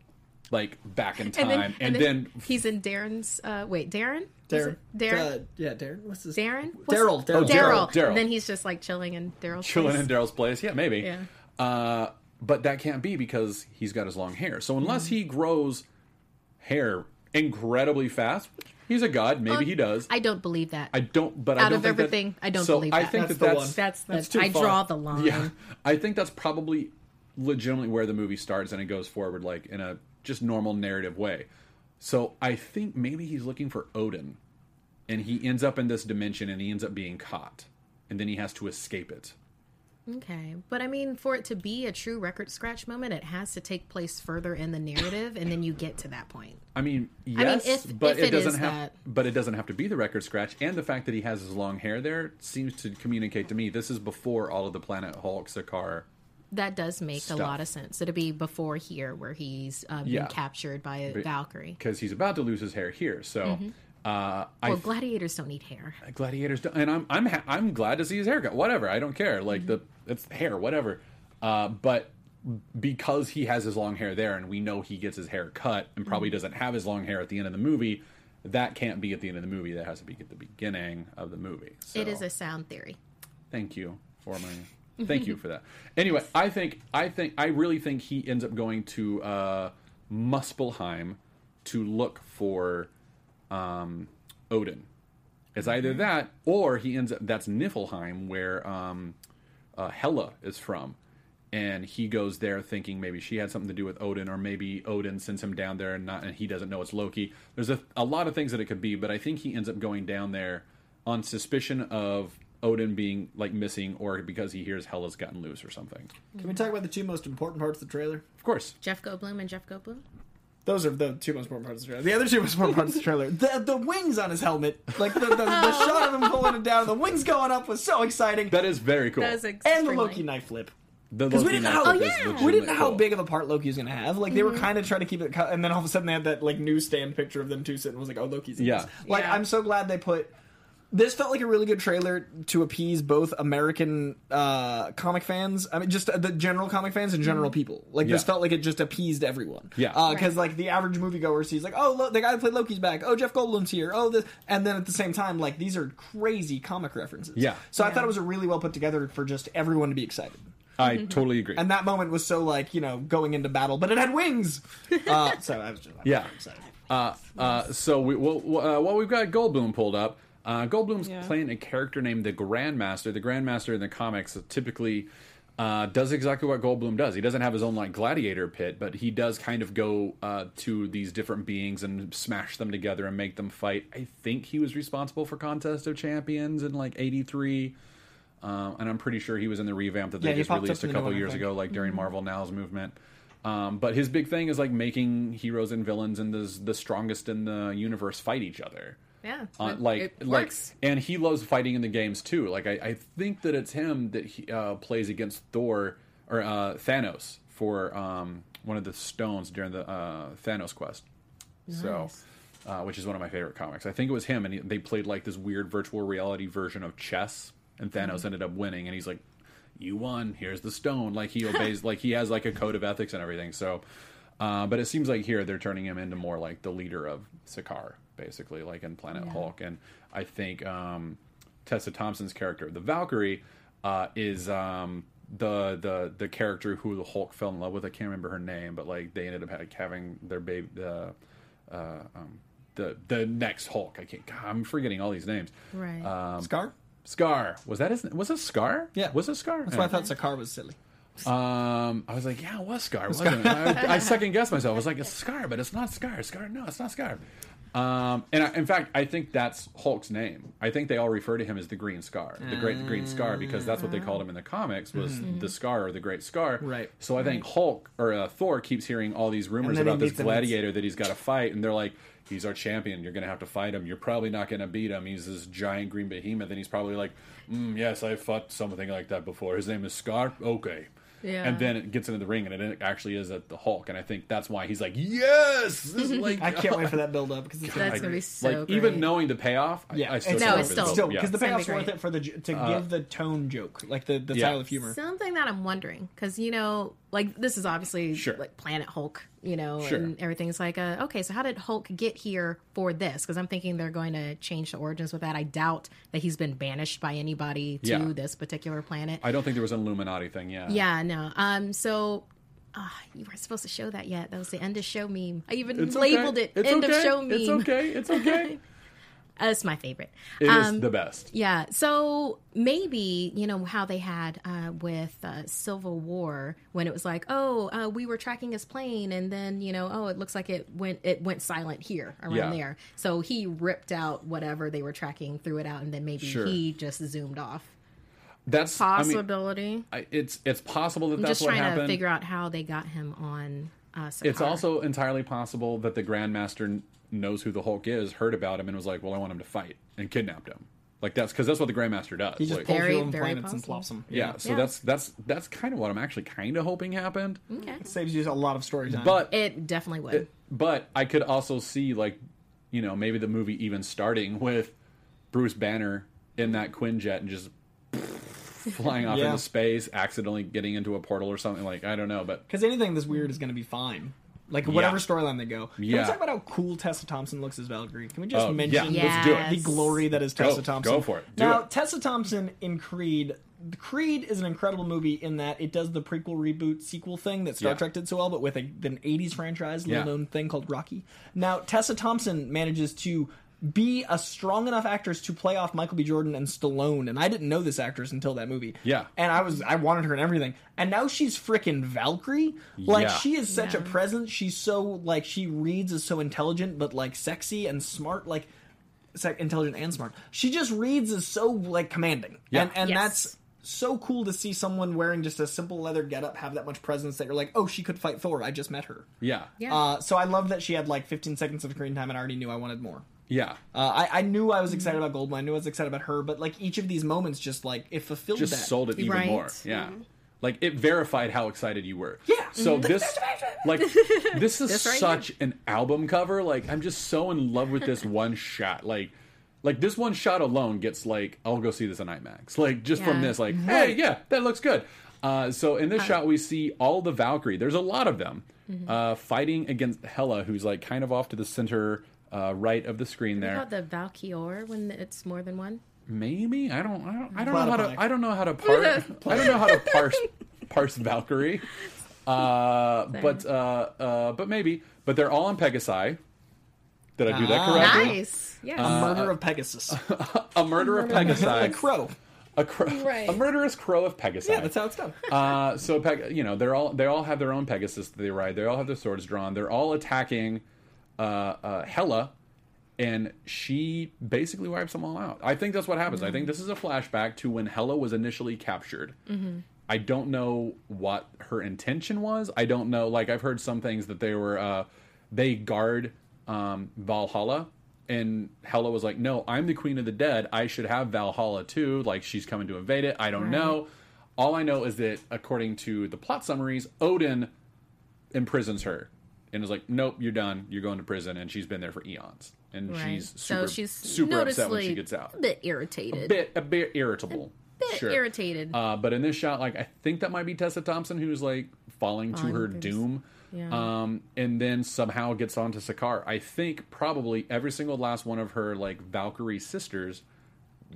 [SPEAKER 2] like back in time,
[SPEAKER 4] And
[SPEAKER 2] and
[SPEAKER 4] then,
[SPEAKER 2] then,
[SPEAKER 4] and then he's in Darren's. Uh, wait, Darren. Was
[SPEAKER 6] Darren.
[SPEAKER 4] it Darren.
[SPEAKER 6] Uh, yeah, Darren. What's his
[SPEAKER 4] Darren. What's-
[SPEAKER 6] Daryl. Daryl.
[SPEAKER 2] Oh, Daryl,
[SPEAKER 4] Daryl.
[SPEAKER 2] Daryl.
[SPEAKER 4] And Then he's just like chilling in Daryl's.
[SPEAKER 2] chilling
[SPEAKER 4] place.
[SPEAKER 2] in Daryl's place. Yeah, maybe.
[SPEAKER 4] Yeah.
[SPEAKER 2] Uh, but that can't be because he's got his long hair. So unless
[SPEAKER 4] Mm-hmm.
[SPEAKER 2] he grows hair incredibly fast, which he's a god. Maybe he does.
[SPEAKER 4] I don't believe that.
[SPEAKER 2] I don't. But I
[SPEAKER 4] Out
[SPEAKER 2] don't
[SPEAKER 4] of
[SPEAKER 2] think that-
[SPEAKER 4] everything, I don't
[SPEAKER 2] so
[SPEAKER 4] believe
[SPEAKER 2] I
[SPEAKER 4] that.
[SPEAKER 2] think
[SPEAKER 6] That's
[SPEAKER 2] that
[SPEAKER 6] the
[SPEAKER 2] that's
[SPEAKER 6] one.
[SPEAKER 4] that's the.
[SPEAKER 6] That's too
[SPEAKER 4] I
[SPEAKER 6] far.
[SPEAKER 4] draw the line.
[SPEAKER 2] yeah. I think that's probably legitimately where the movie starts and it goes forward, like in a just normal narrative way. So I think maybe he's looking for Odin, and he ends up in this dimension, and he ends up being caught, and then he has to escape it.
[SPEAKER 4] Okay, but I mean, for it to be a true record scratch moment, it has to take place further in the narrative, and then you get to that point.
[SPEAKER 2] I mean, yes,
[SPEAKER 4] if-
[SPEAKER 2] but
[SPEAKER 4] if
[SPEAKER 2] it
[SPEAKER 4] it
[SPEAKER 2] doesn't
[SPEAKER 4] is
[SPEAKER 2] have.
[SPEAKER 4] that-
[SPEAKER 2] But it doesn't have to be the record scratch, and the fact that he has his long hair there seems to communicate to me this is before all of the Planet Hulk, Sakaar.
[SPEAKER 4] That does make
[SPEAKER 2] Stuff.
[SPEAKER 4] a lot of sense. It'd be before here, where he's uh, being
[SPEAKER 2] Yeah.
[SPEAKER 4] captured by a Valkyrie.
[SPEAKER 2] because he's about to lose his hair here. So, uh, I
[SPEAKER 4] Mm-hmm. Well, gladiators don't need hair.
[SPEAKER 2] gladiators, don't, and I'm I'm ha- I'm glad to see his haircut. Whatever, I don't care. Like
[SPEAKER 4] Mm-hmm.
[SPEAKER 2] the it's hair, whatever. Uh, but because he has his long hair there, and we know he gets his hair cut, and probably
[SPEAKER 4] Mm-hmm.
[SPEAKER 2] doesn't have his long hair at the end of the movie. That can't be at the end of the movie. That has to be at the beginning of the movie. So.
[SPEAKER 4] It is a sound theory.
[SPEAKER 2] Thank you for my. Thank you for that. Anyway, I think I think I really think he ends up going to uh, Muspelheim to look for um, Odin. It's either that or he ends up. That's Niflheim, where um, uh, Hela is from. And he goes there thinking maybe she had something to do with Odin, or maybe Odin sends him down there and not, and he doesn't know it's Loki. There's a, a lot of things that it could be, but I think he ends up going down there on suspicion of Odin being like missing, or because he hears Hela's gotten loose or something.
[SPEAKER 6] Can we talk about the two most important parts of the trailer?
[SPEAKER 2] Of course,
[SPEAKER 4] Jeff Goldblum and Jeff Goldblum.
[SPEAKER 6] Those are the two most important parts of the trailer. The other two most important parts of the trailer. The, the wings on his helmet. Like the, the, the shot of him pulling it down, the wings going up was so exciting.
[SPEAKER 2] that is very cool.
[SPEAKER 4] That is
[SPEAKER 6] and the
[SPEAKER 4] extremely-
[SPEAKER 6] Loki knife flip.
[SPEAKER 2] the
[SPEAKER 6] Because we didn't know how, Oh,
[SPEAKER 2] Loki knife is
[SPEAKER 6] we didn't
[SPEAKER 2] legitimately
[SPEAKER 6] know how
[SPEAKER 2] cool.
[SPEAKER 6] big of a part Loki was going to have. Like, they were kind of trying to keep it, cut, and then all of a sudden they had that, like, newsstand picture of them two sitting. It was like, oh, Loki's in
[SPEAKER 2] Yeah.
[SPEAKER 6] this. Like,
[SPEAKER 4] Yeah.
[SPEAKER 6] I'm so glad they put. This felt like a really good trailer to appease both American uh, comic fans. I mean, just the general comic fans and general people. Like, this
[SPEAKER 2] Yeah.
[SPEAKER 6] felt like it just appeased everyone.
[SPEAKER 2] Yeah.
[SPEAKER 6] Because, like, the average moviegoer sees, like, oh, look, the guy who played Loki's back. Oh, Jeff Goldblum's here. Oh, this. And then at the same time, like, these are crazy comic references.
[SPEAKER 2] Yeah.
[SPEAKER 6] So I thought it was a really well put together for just everyone to be excited
[SPEAKER 2] I totally agree.
[SPEAKER 6] and that moment was so like you know going into battle, but it had wings. Uh, so I was just
[SPEAKER 2] Yeah. Uh, uh, so we, well, uh, well, we've got Goldblum pulled up. Uh, Goldblum's playing a character named the Grandmaster. The Grandmaster in the comics typically uh, does exactly what Goldblum does. He doesn't have his own like gladiator pit, but he does kind of go uh, to these different beings and smash them together and make them fight. I think he was responsible for Contest of Champions in like '83. Um, and I'm pretty sure he was in the revamp that they
[SPEAKER 6] Yeah, he
[SPEAKER 2] just
[SPEAKER 6] popped up
[SPEAKER 2] released a
[SPEAKER 6] in the Mm-hmm. new
[SPEAKER 2] couple
[SPEAKER 6] one, I
[SPEAKER 2] years
[SPEAKER 6] think.
[SPEAKER 2] ago, like during Marvel Now's movement. Um, but his big thing is like making heroes and villains and the the strongest in the universe fight each other.
[SPEAKER 4] Yeah,
[SPEAKER 2] Uh,
[SPEAKER 4] it-
[SPEAKER 2] like
[SPEAKER 4] it
[SPEAKER 2] like,
[SPEAKER 4] works.
[SPEAKER 2] and he loves fighting in the games too. Like I, I think that it's him that he uh, plays against Thor or uh, Thanos for um, one of the stones during the uh, Thanos quest. So, uh, which is one of my favorite comics. I think it was him, and he, they played like this weird virtual reality version of chess, and Thanos ended up winning, and he's like, "You won. Here's the stone." Like he obeys, like he has like a code of ethics and everything. So, uh, but it seems like here they're turning him into more like the leader of Sakaar, basically, like in Planet Hulk, and I think um, Tessa Thompson's character, the Valkyrie, uh, is um, the the the character who the Hulk fell in love with. I can't remember her name, but like they ended up ha- having their baby. Uh, uh, um, the the next Hulk. I can't. God, I'm forgetting all these names.
[SPEAKER 4] Right.
[SPEAKER 2] Um,
[SPEAKER 6] Scar.
[SPEAKER 2] Scar was that his? Was it Scar?
[SPEAKER 6] Yeah.
[SPEAKER 2] Was it Scar?
[SPEAKER 6] That's why I thought Sakar was silly.
[SPEAKER 2] Um, I was like, yeah, it was Scar, wasn't it? I, I second guessed myself. I was like, it's Scar, but it's not Scar. Scar, no, it's not Scar. Um, and I, in fact, I think that's Hulk's name. I think they all refer to him as the Green Scar, the Great Green Scar, because that's what they called him in the comics was the Scar or the Great Scar.
[SPEAKER 6] Right.
[SPEAKER 2] So I think Hulk or uh, Thor keeps hearing all these rumors
[SPEAKER 6] then he
[SPEAKER 2] about this
[SPEAKER 6] meets him.
[SPEAKER 2] gladiator that he's got to fight, and they're like, "He's our champion. You're going to have to fight him. You're probably not going to beat him. He's this giant green behemoth." And he's probably like, mm, "Yes, I fought something like that before. His name is Scar. Okay."
[SPEAKER 4] Yeah.
[SPEAKER 2] And then it gets into the ring, and it actually is at the Hulk, and I think that's why he's like, "Yes, this is like
[SPEAKER 6] I can't wait for that build up because it's
[SPEAKER 4] That's
[SPEAKER 2] I-
[SPEAKER 4] gonna be so
[SPEAKER 2] like even
[SPEAKER 4] great.
[SPEAKER 2] knowing the payoff. I-
[SPEAKER 6] yeah,
[SPEAKER 2] I, still
[SPEAKER 4] it's-
[SPEAKER 2] can't
[SPEAKER 4] No, it's
[SPEAKER 2] believe
[SPEAKER 4] still-
[SPEAKER 2] it.
[SPEAKER 6] because the
[SPEAKER 4] It's gonna be
[SPEAKER 6] payoff's worth
[SPEAKER 4] great.
[SPEAKER 6] it for the j- to give the tone joke, like the, the
[SPEAKER 2] Uh, yeah.
[SPEAKER 6] style of humor.
[SPEAKER 4] Something that I'm wondering, because you know, like this is obviously
[SPEAKER 2] Sure.
[SPEAKER 4] like Planet Hulk, you know,
[SPEAKER 2] Sure.
[SPEAKER 4] and everything's like, uh, okay, so how did Hulk get here for this? Because I'm thinking they're going to change the origins with that. I doubt that he's been banished by anybody to
[SPEAKER 2] Yeah.
[SPEAKER 4] this particular planet.
[SPEAKER 2] I don't think there was an Illuminati thing. Yeah,
[SPEAKER 4] yeah, no. Um, so. ah, you weren't supposed to show that yet. That was the end of show meme. I even
[SPEAKER 2] It's okay.
[SPEAKER 4] labeled it
[SPEAKER 2] It's
[SPEAKER 4] end
[SPEAKER 2] okay.
[SPEAKER 4] of show meme.
[SPEAKER 2] It's okay. It's okay.
[SPEAKER 4] Uh, it's my favorite.
[SPEAKER 2] It is
[SPEAKER 4] Um,
[SPEAKER 2] the best.
[SPEAKER 4] Yeah. So maybe, you know, how they had uh, with uh, Civil War when it was like, oh, uh, we were tracking his plane and then, you know, oh, it looks like it went it went silent here around
[SPEAKER 2] Yeah.
[SPEAKER 4] there. So he ripped out whatever they were tracking, threw it out, and then maybe
[SPEAKER 2] Sure.
[SPEAKER 4] he just zoomed off.
[SPEAKER 2] That's I mean,
[SPEAKER 4] Possibility.
[SPEAKER 2] I- it's it's possible that
[SPEAKER 4] I'm
[SPEAKER 2] that's
[SPEAKER 4] just
[SPEAKER 2] what
[SPEAKER 4] trying
[SPEAKER 2] happened.
[SPEAKER 4] to figure out how they got him on uh,
[SPEAKER 2] it's
[SPEAKER 4] Sakaar.
[SPEAKER 2] also entirely possible that the Grandmaster kn- knows who the Hulk is, heard about him, and was like, "Well, I want him to fight," and kidnapped him. Like that's because that's what the Grandmaster does.
[SPEAKER 6] He just
[SPEAKER 2] Like-
[SPEAKER 6] pulls
[SPEAKER 4] Very,
[SPEAKER 6] people on
[SPEAKER 4] very
[SPEAKER 6] planets and
[SPEAKER 4] possible.
[SPEAKER 6] plops them.
[SPEAKER 2] yeah, so
[SPEAKER 4] Yeah.
[SPEAKER 2] that's that's that's kind of what I'm actually kind of hoping happened.
[SPEAKER 6] saves you a lot of story time.
[SPEAKER 2] But
[SPEAKER 4] Mm-hmm. It definitely would.
[SPEAKER 2] but I could also see like you know maybe the movie even starting with Bruce Banner in that Quinjet and just flying off
[SPEAKER 6] Yeah.
[SPEAKER 2] into space, accidentally getting into a portal or something like I don't know, but
[SPEAKER 6] because anything that's weird is going to be fine. Like whatever storyline they go. Can we
[SPEAKER 2] Yeah.
[SPEAKER 6] talk about how cool Tessa Thompson looks as Valkyrie? Can we just
[SPEAKER 2] Oh,
[SPEAKER 6] mention
[SPEAKER 2] yeah.
[SPEAKER 6] the-
[SPEAKER 2] Let's do it.
[SPEAKER 6] the glory that is
[SPEAKER 2] Go.
[SPEAKER 6] Tessa Thompson?
[SPEAKER 2] Go for it. Do
[SPEAKER 6] now,
[SPEAKER 2] it.
[SPEAKER 6] Tessa Thompson in Creed. Creed is an incredible movie in that it does the prequel, reboot, sequel thing that Star
[SPEAKER 2] Yeah.
[SPEAKER 6] Trek did so well, but with a, an 80s franchise,
[SPEAKER 2] Yeah.
[SPEAKER 6] little known thing called Rocky. Now, Tessa Thompson manages to be a strong enough actress to play off Michael B. Jordan and Stallone, and I didn't know this actress until that movie.
[SPEAKER 2] Yeah.
[SPEAKER 6] And I was I wanted her in everything. And now she's freaking Valkyrie. Like
[SPEAKER 2] Yeah.
[SPEAKER 6] she is such a presence. She's so like she reads as so intelligent but like sexy and smart like sec- intelligent and smart. She just reads as so like commanding.
[SPEAKER 2] Yeah.
[SPEAKER 6] And and
[SPEAKER 4] Yes.
[SPEAKER 6] that's so cool to see someone wearing just a simple leather getup have that much presence that you're like, "Oh, she could fight Thor. I just met her."
[SPEAKER 2] yeah,
[SPEAKER 4] Yeah.
[SPEAKER 6] Uh, so I love that she had like 15 seconds of screen time and I already knew I wanted more.
[SPEAKER 2] yeah.
[SPEAKER 6] Uh, I, I knew I was excited about Goldmine. I knew I was excited about her, but like each of these moments, just like it fulfilled
[SPEAKER 2] just
[SPEAKER 6] that.
[SPEAKER 2] sold it even
[SPEAKER 4] Right. Mm-hmm.
[SPEAKER 2] more. Yeah. Like it verified how excited you were.
[SPEAKER 6] Yeah.
[SPEAKER 2] So this, like, this is
[SPEAKER 4] right
[SPEAKER 2] such an album cover. Like I'm just so in love with this one shot. Like, like this one shot alone gets like I'll go see this on IMAX. Like just from
[SPEAKER 4] Yeah. Mm-hmm.
[SPEAKER 2] this, like hey yeah that looks good. Uh, so in this shot we see all the Valkyrie. There's a lot of them
[SPEAKER 4] Mm-hmm.
[SPEAKER 2] uh, fighting against Hela, who's like kind of off to the center uh, right of the screen
[SPEAKER 4] What
[SPEAKER 2] there.
[SPEAKER 4] about the Valkyor when it's more than one?
[SPEAKER 2] Maybe I don't. I don't, I don't know how
[SPEAKER 6] Platyponic.
[SPEAKER 2] to. I don't know how to parse. I don't know how to parse parse Valkyrie. Uh, but uh, uh, but maybe. But they're all on Pegasi. Did I do that correctly?
[SPEAKER 4] Nice. Yes.
[SPEAKER 2] Um,
[SPEAKER 6] A murder
[SPEAKER 2] Uh,
[SPEAKER 6] of Pegasus,
[SPEAKER 2] Ah, A murder of
[SPEAKER 6] a
[SPEAKER 2] Pegasi.
[SPEAKER 6] crow.
[SPEAKER 2] a, crow,
[SPEAKER 4] Right.
[SPEAKER 2] a murderous crow of Pegasi.
[SPEAKER 6] Yeah, that's how it's done.
[SPEAKER 2] uh, so Peg, you know, they're all they all have their own Pegasus that they ride. They all have their swords drawn. They're all attacking uh, uh, Hela, and she basically wipes them all out. I think that's what happens. I think this is a flashback to when Hela was initially captured. I don't know what her intention was. I don't know. Like I've heard some things that they were uh, they guard um, Valhalla, and Hela was like, "No, I'm the queen of the dead. I should have Valhalla too. Like she's coming to invade it. I don't know. All I know is that according to the plot summaries, Odin imprisons her and is like, "Nope, you're done. You're going to prison." And she's been there for eons, and
[SPEAKER 4] Right.
[SPEAKER 2] she's super,
[SPEAKER 4] so she's
[SPEAKER 2] super upset when
[SPEAKER 4] noticeably
[SPEAKER 2] she gets out.
[SPEAKER 4] A bit irritated.
[SPEAKER 2] A bit, a bit irritable.
[SPEAKER 4] bit
[SPEAKER 2] Sure.
[SPEAKER 4] irritated.
[SPEAKER 2] Uh, but in this shot, like I think that might be Tessa Thompson who's like falling to
[SPEAKER 4] Falling
[SPEAKER 2] her
[SPEAKER 4] for this-
[SPEAKER 2] doom,
[SPEAKER 4] yeah.
[SPEAKER 2] um, and then somehow gets onto Sakar. I think probably every single last one of her like Valkyrie sisters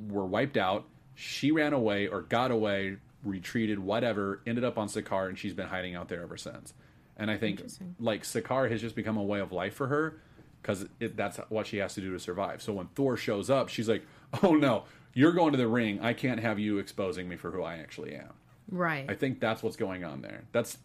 [SPEAKER 2] were wiped out. She ran away or got away, retreated, whatever. Ended up on Sakar, and she's been hiding out there ever since. And I think like Sakar has just become a way of life for her because that's what she has to do to survive. So when Thor shows up, she's like, "Oh no, you're going to the ring. I can't have you exposing me for who I actually am."
[SPEAKER 4] right.
[SPEAKER 2] I think that's what's going on there. That's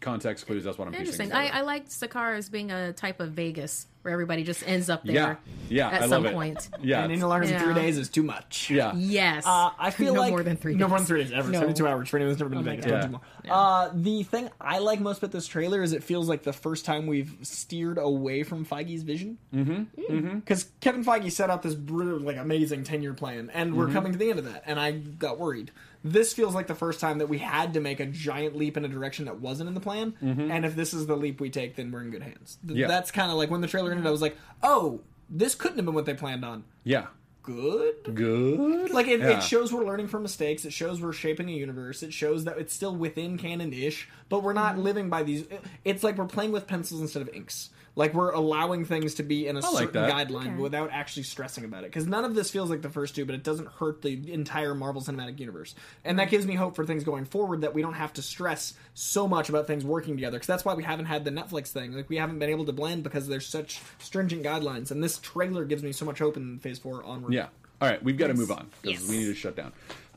[SPEAKER 2] context clues. That's what I'm piecing
[SPEAKER 4] Interesting.
[SPEAKER 2] together.
[SPEAKER 4] I, I liked Sakar as being a type of Vegas where everybody just ends up there
[SPEAKER 2] Yeah. Yeah,
[SPEAKER 4] at
[SPEAKER 2] I
[SPEAKER 4] some
[SPEAKER 2] love it.
[SPEAKER 4] point.
[SPEAKER 2] Yeah,
[SPEAKER 6] and in
[SPEAKER 2] it's-
[SPEAKER 6] alarms in three
[SPEAKER 4] Yeah.
[SPEAKER 6] days is too much.
[SPEAKER 2] yeah.
[SPEAKER 4] Yes.
[SPEAKER 6] Uh, I feel
[SPEAKER 4] no
[SPEAKER 6] like
[SPEAKER 4] more than three.
[SPEAKER 6] No
[SPEAKER 4] days.
[SPEAKER 6] more than three days ever.
[SPEAKER 4] No. Oh
[SPEAKER 6] Seventy-two hours. Training has never been a thing. It's
[SPEAKER 2] God.
[SPEAKER 6] much more. Uh, the thing I like most about this trailer is it feels like the first time we've steered away from Feige's vision. Mm-hmm. Because Kevin Feige set out this brilliant, like amazing ten-year plan, and we're coming to the end of that, and I got worried. This feels like the first time that we had to make a giant leap in a direction that wasn't in the plan. And if this is the leap we take, then we're in good hands. Th-
[SPEAKER 2] Yeah.
[SPEAKER 6] That's kind of like when the trailer ended. I was like, oh, this couldn't have been what they planned on.
[SPEAKER 2] Yeah.
[SPEAKER 6] Good.
[SPEAKER 2] Good.
[SPEAKER 6] Like it,
[SPEAKER 2] Yeah.
[SPEAKER 6] it shows we're learning from mistakes. It shows we're shaping a universe. It shows that it's still within canon-ish, but we're
[SPEAKER 2] Mm-hmm.
[SPEAKER 6] not living by these. It's like we're playing with pencils instead of inks. Like we're allowing things to be in a
[SPEAKER 2] like
[SPEAKER 6] certain
[SPEAKER 2] that.
[SPEAKER 6] guideline
[SPEAKER 4] Okay.
[SPEAKER 6] without actually stressing about it. Because none of this feels like the first two, but it doesn't hurt the entire Marvel Cinematic Universe, and that gives me hope for things going forward that we don't have to stress so much about things working together. Because that's why we haven't had the Netflix thing. Like we haven't been able to blend because there's such stringent guidelines. And this trailer gives me so much hope in Phase Four onward.
[SPEAKER 2] Yeah. All right, we've got to move on because we need to shut down.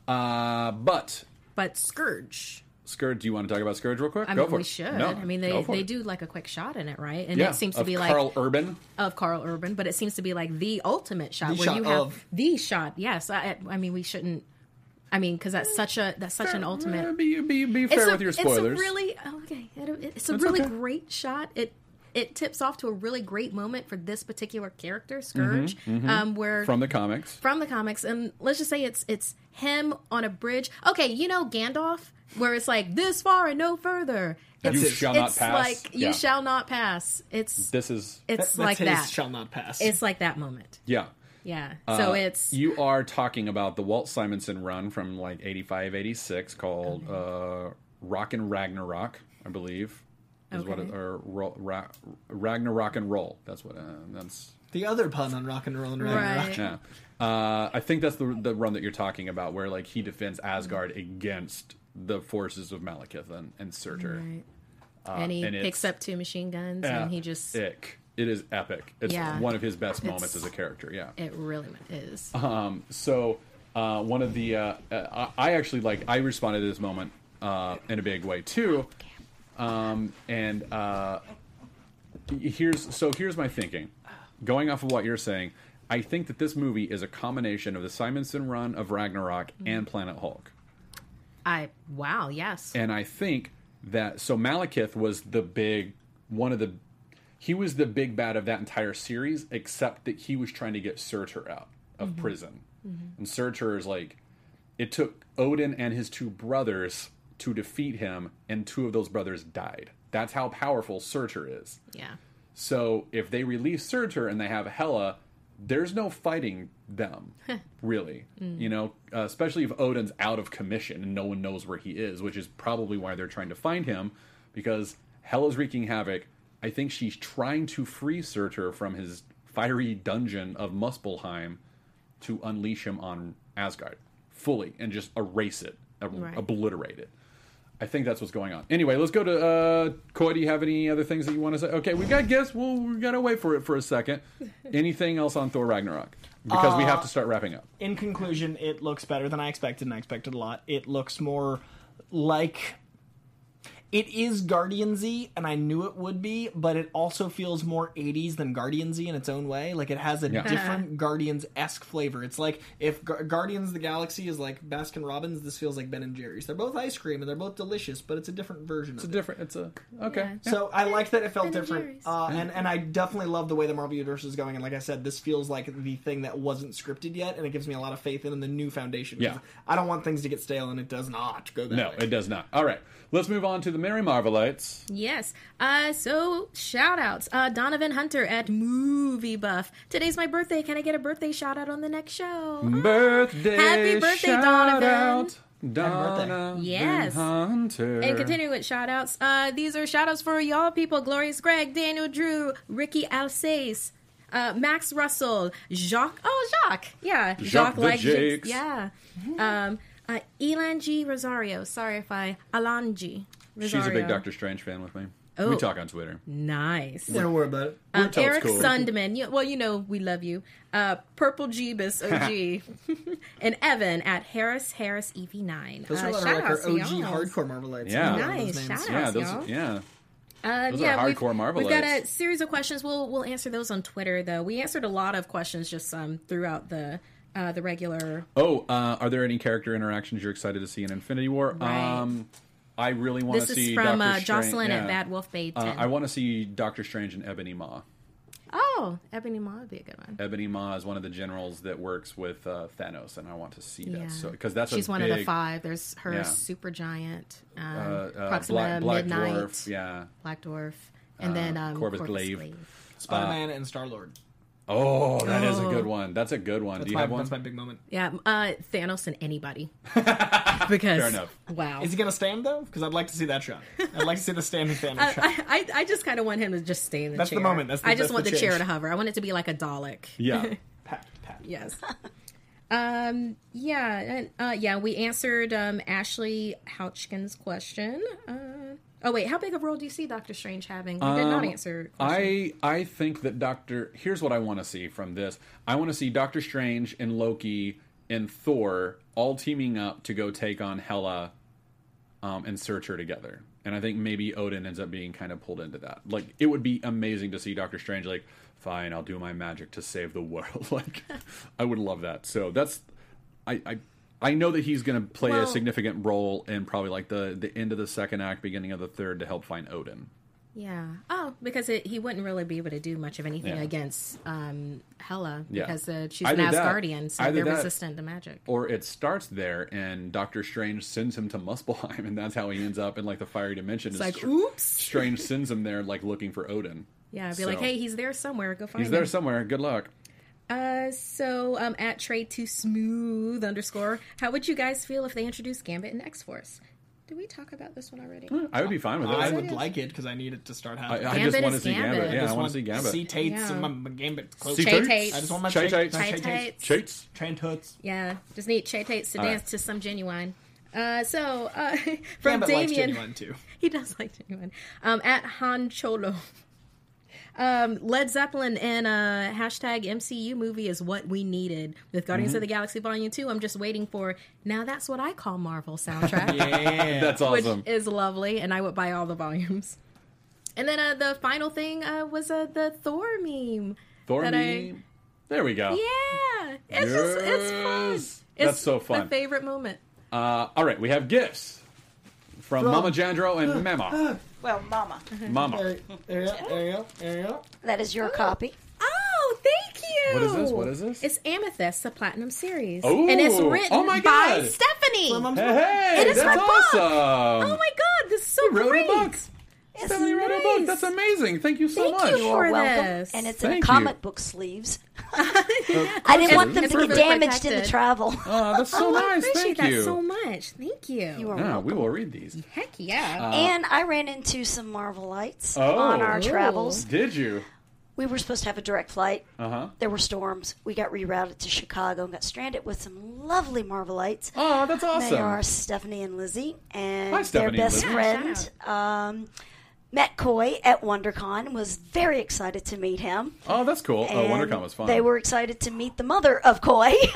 [SPEAKER 2] Uh, but
[SPEAKER 4] But Scourge.
[SPEAKER 2] Scourge, do you want to talk about Scourge real quick?
[SPEAKER 4] I
[SPEAKER 2] go
[SPEAKER 4] mean,
[SPEAKER 2] for
[SPEAKER 4] we
[SPEAKER 2] it.
[SPEAKER 4] should.
[SPEAKER 2] No,
[SPEAKER 4] I mean, they,
[SPEAKER 2] go for
[SPEAKER 4] they
[SPEAKER 2] it.
[SPEAKER 4] do like a quick shot in it, right? And
[SPEAKER 2] Yeah,
[SPEAKER 4] it seems to
[SPEAKER 2] of
[SPEAKER 4] be
[SPEAKER 2] Carl
[SPEAKER 4] like
[SPEAKER 2] Urban.
[SPEAKER 4] of Carl Urban, but it seems to be like the ultimate shot
[SPEAKER 6] The
[SPEAKER 4] where
[SPEAKER 6] shot
[SPEAKER 4] you have
[SPEAKER 6] of-
[SPEAKER 4] the shot. Yes, I, I mean, we shouldn't. I mean, because that's such a that's such an ultimate.
[SPEAKER 2] Uh, Be, be, be
[SPEAKER 4] It's
[SPEAKER 2] fair
[SPEAKER 4] a-
[SPEAKER 2] with your
[SPEAKER 4] it's a
[SPEAKER 2] spoilers.
[SPEAKER 4] really oh, okay. it- it's a
[SPEAKER 2] It's
[SPEAKER 4] really
[SPEAKER 2] okay.
[SPEAKER 4] great shot. It it tips off to a really great moment for this particular character, Scourge, Um, where
[SPEAKER 2] Mm-hmm, From the comics.
[SPEAKER 4] from the comics, and let's just say it's it's him on a bridge. Okay, you know Gandalf, where it's like this far and no further. It's,
[SPEAKER 2] You shall not
[SPEAKER 4] it's
[SPEAKER 2] pass.
[SPEAKER 4] Like you
[SPEAKER 2] Yeah.
[SPEAKER 4] shall not pass. It's
[SPEAKER 2] This is.
[SPEAKER 4] it's
[SPEAKER 6] That's
[SPEAKER 4] like
[SPEAKER 6] his
[SPEAKER 4] that.
[SPEAKER 6] shall not pass.
[SPEAKER 4] It's like that moment.
[SPEAKER 2] Yeah.
[SPEAKER 4] Yeah. So
[SPEAKER 2] Uh,
[SPEAKER 4] it's
[SPEAKER 2] You are talking about the Walt Simonson run from like 85, 86 called uh, Rock and Ragnarok, I believe. Is what it,
[SPEAKER 4] Okay.
[SPEAKER 2] or ro- ra- Ragnarok and Roll. That's what. Uh, that's.
[SPEAKER 6] The other pun on rock and roll and rock.
[SPEAKER 4] right.
[SPEAKER 6] and roll.
[SPEAKER 2] Yeah. Uh, I think that's the the run that you're talking about, where like he defends Asgard against the forces of Malekith and, and Surtur.
[SPEAKER 4] Right. and he
[SPEAKER 2] Uh, and
[SPEAKER 4] picks
[SPEAKER 2] it's-
[SPEAKER 4] up two machine guns
[SPEAKER 2] Yeah.
[SPEAKER 4] and he just it,
[SPEAKER 2] Ick. It is epic. It's
[SPEAKER 4] Yeah.
[SPEAKER 2] one of his best moments as
[SPEAKER 4] It's-
[SPEAKER 2] a character. Yeah.
[SPEAKER 4] really is.
[SPEAKER 2] So uh, one of the uh, uh, I I actually like I responded to this moment uh, in a big way too, um, and uh, here's so here's my thinking, going off of what you're saying. I think that this movie is a combination of the Simonson run of Ragnarok and Planet Hulk,
[SPEAKER 4] I wow, yes.
[SPEAKER 2] and I think that so Malekith was the big one of the he was the big bad of that entire series, except that he was trying to get Surtur out of prison, and Surtur is like it took Odin and his two brothers to defeat him, and two of those brothers died. That's how powerful Surtur is.
[SPEAKER 4] yeah.
[SPEAKER 2] So if they release Surtur and they have Hela, there's no fighting them, really. You know, uh, especially if Odin's out of commission and no one knows where he is, which is probably why they're trying to find him because Hela's wreaking havoc. I think she's trying to free Surtur from his fiery dungeon of Muspelheim to unleash him on Asgard fully and just erase it, ob-
[SPEAKER 4] Right.
[SPEAKER 2] obliterate it. I think that's what's going on. Anyway, let's go to uh, Coy. Do you have any other things that you want to say? Okay, we got guests. Well, we gotta wait for it for a second. Anything else on Thor Ragnarok? Because we have to start wrapping up.
[SPEAKER 6] In conclusion, it looks better than I expected, and I expected a lot. It looks more like it is Guardiansy, and I knew it would be, but it also feels more 80s than Guardiansy in its own way. Like it has a
[SPEAKER 2] Yeah.
[SPEAKER 4] Uh-huh.
[SPEAKER 6] different Guardians esque flavor. It's like if Gu- Guardians of the Galaxy is like Baskin Robbins, this feels like Ben and Jerry's. They're both ice cream and they're both delicious, but it's a different version.
[SPEAKER 2] It's
[SPEAKER 6] of
[SPEAKER 2] a
[SPEAKER 6] it.
[SPEAKER 2] different. It's a okay.
[SPEAKER 6] So I like that it felt
[SPEAKER 4] Ben and
[SPEAKER 6] different,
[SPEAKER 4] Jerry's.
[SPEAKER 6] uh, and and I
[SPEAKER 2] Mm-hmm.
[SPEAKER 6] definitely love the way the Marvel Universe is going. And like I said, this feels like the thing that wasn't scripted yet, and it gives me a lot of faith in the new foundation.
[SPEAKER 2] Yeah.
[SPEAKER 6] I don't want things to get stale, and it does not go that
[SPEAKER 2] No,
[SPEAKER 6] way.
[SPEAKER 2] it does not. All right, let's move on to the Merry Marvelites.
[SPEAKER 4] Yes. Uh, so shout outs. Uh, Donovan Hunter at Movie Buff. Today's my birthday. Can I get a birthday shout out on the next show?
[SPEAKER 2] Birthday.
[SPEAKER 4] Happy birthday,
[SPEAKER 2] shout
[SPEAKER 4] Donovan.
[SPEAKER 2] Out.
[SPEAKER 6] birthday.
[SPEAKER 2] Donovan
[SPEAKER 4] Yes.
[SPEAKER 2] Hunter.
[SPEAKER 4] And continuing with shout outs, uh, these are shout outs for y'all people Glorious Greg, Daniel Drew, Ricky Alsace, uh, Max Russell, Jacques. Oh, Jacques. Yeah.
[SPEAKER 2] Jacques the Jakes.
[SPEAKER 4] Yeah. Um, uh, Elan G. Rosario. Sorry if I. Alan G. Rosario.
[SPEAKER 2] She's a big Doctor Strange fan with me. We
[SPEAKER 4] Oh.
[SPEAKER 2] talk on Twitter.
[SPEAKER 4] Nice.
[SPEAKER 6] Don't worry about it.
[SPEAKER 4] Um,
[SPEAKER 2] Tell it's
[SPEAKER 4] Eric
[SPEAKER 2] cool.
[SPEAKER 4] Sundman. You, well, you know we love you. Uh, Purple Jeebus OG. and Evan at Harris Harris EV9.
[SPEAKER 6] Those
[SPEAKER 4] Uh,
[SPEAKER 6] are a lot of
[SPEAKER 4] shout
[SPEAKER 6] like
[SPEAKER 4] outs
[SPEAKER 6] our
[SPEAKER 4] to
[SPEAKER 6] OG
[SPEAKER 4] y'all.
[SPEAKER 6] hardcore Marvelites.
[SPEAKER 2] Yeah.
[SPEAKER 6] I love those
[SPEAKER 4] Nice,
[SPEAKER 6] names.
[SPEAKER 4] shout
[SPEAKER 2] Yeah,
[SPEAKER 4] outs,
[SPEAKER 2] those.
[SPEAKER 4] y'all.
[SPEAKER 2] Yeah.
[SPEAKER 4] Uh,
[SPEAKER 2] Those are
[SPEAKER 4] yeah, we've-
[SPEAKER 2] hardcore Marvel
[SPEAKER 4] We've got a
[SPEAKER 2] lights.
[SPEAKER 4] series of questions. We'll we'll answer those on Twitter though. We answered a lot of questions just um, throughout the uh, the regular.
[SPEAKER 2] Oh, uh, are there any character interactions you're excited to see in Infinity War?
[SPEAKER 4] Right.
[SPEAKER 2] Um, I really want
[SPEAKER 4] This
[SPEAKER 2] to
[SPEAKER 4] is
[SPEAKER 2] see
[SPEAKER 4] from
[SPEAKER 2] Dr.
[SPEAKER 4] uh,
[SPEAKER 2] Strange-
[SPEAKER 4] Jocelyn
[SPEAKER 2] yeah.
[SPEAKER 4] at Bad Wolf Bay Ten.
[SPEAKER 2] Uh, I want to see Doctor Strange and Ebony Maw.
[SPEAKER 4] oh, Ebony Maw would be a good one.
[SPEAKER 2] Ebony Maw is one of the generals that works with uh, Thanos, and I want to see that.
[SPEAKER 4] Yeah.
[SPEAKER 2] So because that's a
[SPEAKER 4] she's one of the
[SPEAKER 2] big,
[SPEAKER 4] five. There's her
[SPEAKER 2] Yeah.
[SPEAKER 4] super giant, um,
[SPEAKER 2] Uh, uh,
[SPEAKER 4] Proxima
[SPEAKER 2] Black, Black
[SPEAKER 4] Midnight,
[SPEAKER 2] Dwarf, yeah.
[SPEAKER 4] Black Dwarf, and then
[SPEAKER 6] Uh,
[SPEAKER 4] um,
[SPEAKER 2] Corvus Glaive.
[SPEAKER 6] Spider Man and Star Lord.
[SPEAKER 2] Oh, that is
[SPEAKER 4] Oh.
[SPEAKER 2] a good one. That's a good one.
[SPEAKER 6] That's,
[SPEAKER 2] Do you
[SPEAKER 6] my-
[SPEAKER 2] have one?
[SPEAKER 6] that's my big moment.
[SPEAKER 4] Yeah, uh, Thanos and anybody. because
[SPEAKER 2] Fair enough.
[SPEAKER 4] wow,
[SPEAKER 6] Is he gonna stand though? Because I'd like to see that shot. I'd like to see the standing Thanos
[SPEAKER 4] Uh, I,
[SPEAKER 6] shot.
[SPEAKER 4] I, I just kind of want him to just stay in the
[SPEAKER 6] That's the
[SPEAKER 4] chair.
[SPEAKER 6] moment. That's the-
[SPEAKER 4] I just
[SPEAKER 6] that's
[SPEAKER 4] want
[SPEAKER 6] the
[SPEAKER 4] the, chair
[SPEAKER 6] change.
[SPEAKER 4] to hover. I want it to be like a Dalek.
[SPEAKER 2] Yeah.
[SPEAKER 6] Pat, pat.
[SPEAKER 4] Yes. um. Yeah. And uh, yeah. We answered um, Ashley Houchkin's question. Uh, oh wait, how big a role do you see Doctor Strange having? We did not
[SPEAKER 2] Um,
[SPEAKER 4] answer.
[SPEAKER 2] I
[SPEAKER 4] question.
[SPEAKER 2] I think that Doctor. Here's what I want to see from this. I want to see Doctor Strange and Loki and Thor all teaming up to go take on Hela, um, and search her together. And I think maybe Odin ends up being kind of pulled into that. Like it would be amazing to see Doctor Strange like, fine, I'll do my magic to save the world. like I would love that. So that's I. I I know that he's going to play
[SPEAKER 4] Well-
[SPEAKER 2] a significant role in probably like the, the end of the second act, beginning of the third, to help find Odin.
[SPEAKER 4] Yeah. Oh, because it, he wouldn't really be able to do much of anything
[SPEAKER 2] Yeah.
[SPEAKER 4] against um, Hela
[SPEAKER 2] Yeah.
[SPEAKER 4] because uh, she's
[SPEAKER 2] Either
[SPEAKER 4] an
[SPEAKER 2] that-
[SPEAKER 4] Asgardian, so
[SPEAKER 2] either
[SPEAKER 4] they're
[SPEAKER 2] that-
[SPEAKER 4] resistant to magic.
[SPEAKER 2] or it starts there and Doctor Strange sends him to Muspelheim, and that's how he ends up in like the fiery dimension.
[SPEAKER 4] It's
[SPEAKER 2] Is
[SPEAKER 4] like,
[SPEAKER 2] Str-
[SPEAKER 4] oops.
[SPEAKER 2] Strange sends him there like looking for Odin.
[SPEAKER 4] Yeah, be
[SPEAKER 2] So,
[SPEAKER 4] like, hey, he's there somewhere. Go find
[SPEAKER 2] he's there
[SPEAKER 4] him.
[SPEAKER 2] somewhere. Good luck.
[SPEAKER 4] Uh, so um, at trade to smooth underscore, how would you guys feel if they introduced Gambit and X Force? Did we talk about this one already?
[SPEAKER 2] I would be fine with it.
[SPEAKER 6] I
[SPEAKER 2] I,
[SPEAKER 6] would like it because I need it to start happening.
[SPEAKER 2] I just
[SPEAKER 4] Gambit
[SPEAKER 2] want to
[SPEAKER 4] is
[SPEAKER 2] see Gambit.
[SPEAKER 4] Gambit. I
[SPEAKER 2] Yeah, I
[SPEAKER 4] just
[SPEAKER 2] want to see Gambit.
[SPEAKER 6] See Tates
[SPEAKER 4] Yeah.
[SPEAKER 6] and my, my Gambit clothes.
[SPEAKER 2] See
[SPEAKER 4] Chay
[SPEAKER 2] Tates?
[SPEAKER 4] Tates.
[SPEAKER 6] I just want my
[SPEAKER 2] Chay
[SPEAKER 6] Chay
[SPEAKER 2] Tates.
[SPEAKER 6] Tates.
[SPEAKER 4] Chay Tates.
[SPEAKER 2] Chates.
[SPEAKER 6] Train toots.
[SPEAKER 4] Yeah, just need Chay Tates to
[SPEAKER 2] All right.
[SPEAKER 4] dance to some genuine. Uh, so uh, from
[SPEAKER 6] Gambit likes
[SPEAKER 4] Damien.
[SPEAKER 6] genuine too.
[SPEAKER 4] He does like genuine. Um, at Han Cholo. Um, Led Zeppelin and uh, hashtag MCU movie is what we needed with Guardians
[SPEAKER 2] Mm-hmm.
[SPEAKER 4] of the Galaxy Volume Two. I'm just waiting for now. That's what I call Marvel soundtrack,
[SPEAKER 6] Yeah.
[SPEAKER 2] That's
[SPEAKER 4] which
[SPEAKER 2] awesome.
[SPEAKER 4] is lovely, and I would buy all the volumes. And then uh, the final thing uh, was uh, the Thor meme.
[SPEAKER 2] Thor
[SPEAKER 4] that I-
[SPEAKER 2] meme. There we go.
[SPEAKER 4] Yeah, it's just it's fun.
[SPEAKER 2] Yes.
[SPEAKER 4] It's
[SPEAKER 2] That's so
[SPEAKER 4] My
[SPEAKER 2] fun.
[SPEAKER 4] favorite moment.
[SPEAKER 2] Uh, all right, we have gifts from, Mama Jandro and Mama.
[SPEAKER 9] Well, Mama,
[SPEAKER 2] Mama.
[SPEAKER 6] There you go. There you go. There you go.
[SPEAKER 7] That is your copy.
[SPEAKER 4] Oh, thank you.
[SPEAKER 2] What is this? What is this?
[SPEAKER 4] It's Amethyst, the Platinum series.
[SPEAKER 2] Ooh.
[SPEAKER 4] and it's written
[SPEAKER 2] Oh my
[SPEAKER 4] by
[SPEAKER 2] God.
[SPEAKER 4] Stephanie.
[SPEAKER 2] Hey, hey,
[SPEAKER 4] It is
[SPEAKER 2] that's
[SPEAKER 4] my book.
[SPEAKER 2] awesome.
[SPEAKER 4] oh my god, this is so
[SPEAKER 2] wrote
[SPEAKER 4] great.
[SPEAKER 2] a book.
[SPEAKER 7] It's
[SPEAKER 2] Stephanie wrote a book.
[SPEAKER 4] nice.
[SPEAKER 2] That's amazing. Thank you so
[SPEAKER 4] Thank
[SPEAKER 2] much.
[SPEAKER 4] you for
[SPEAKER 7] You're welcome.
[SPEAKER 4] this.
[SPEAKER 7] And it's in
[SPEAKER 2] Thank you.
[SPEAKER 7] comic book sleeves. I didn't want them
[SPEAKER 4] It's
[SPEAKER 7] to be
[SPEAKER 4] perfectly
[SPEAKER 7] damaged in
[SPEAKER 4] protected.
[SPEAKER 7] the travel.
[SPEAKER 2] Oh, that's so
[SPEAKER 4] Oh, I
[SPEAKER 2] nice.
[SPEAKER 4] appreciate
[SPEAKER 2] Thank
[SPEAKER 4] that
[SPEAKER 2] you.
[SPEAKER 4] so much. Thank you.
[SPEAKER 7] You are
[SPEAKER 2] Yeah,
[SPEAKER 7] welcome.
[SPEAKER 2] we will read these.
[SPEAKER 4] Heck yeah.
[SPEAKER 2] Uh,
[SPEAKER 7] And I ran into some Marvel lights
[SPEAKER 2] Oh.
[SPEAKER 7] on our
[SPEAKER 2] Ooh.
[SPEAKER 7] travels.
[SPEAKER 2] Did you?
[SPEAKER 7] We were supposed to have a direct flight.
[SPEAKER 2] Uh huh.
[SPEAKER 7] There were storms. We got rerouted to Chicago and got stranded with some lovely Marvelites.
[SPEAKER 2] Oh, that's
[SPEAKER 7] They are
[SPEAKER 2] awesome.
[SPEAKER 7] Stephanie and Lizzie, and
[SPEAKER 2] Hi, Stephanie
[SPEAKER 7] their
[SPEAKER 2] and
[SPEAKER 7] best
[SPEAKER 2] Lizzie.
[SPEAKER 4] Yeah,
[SPEAKER 7] friend
[SPEAKER 4] shout
[SPEAKER 7] um, met Coy at WonderCon and was very excited to meet him.
[SPEAKER 2] Oh, that's cool. Oh,
[SPEAKER 7] And
[SPEAKER 2] WonderCon was fun.
[SPEAKER 7] They were excited to meet the mother of Coy.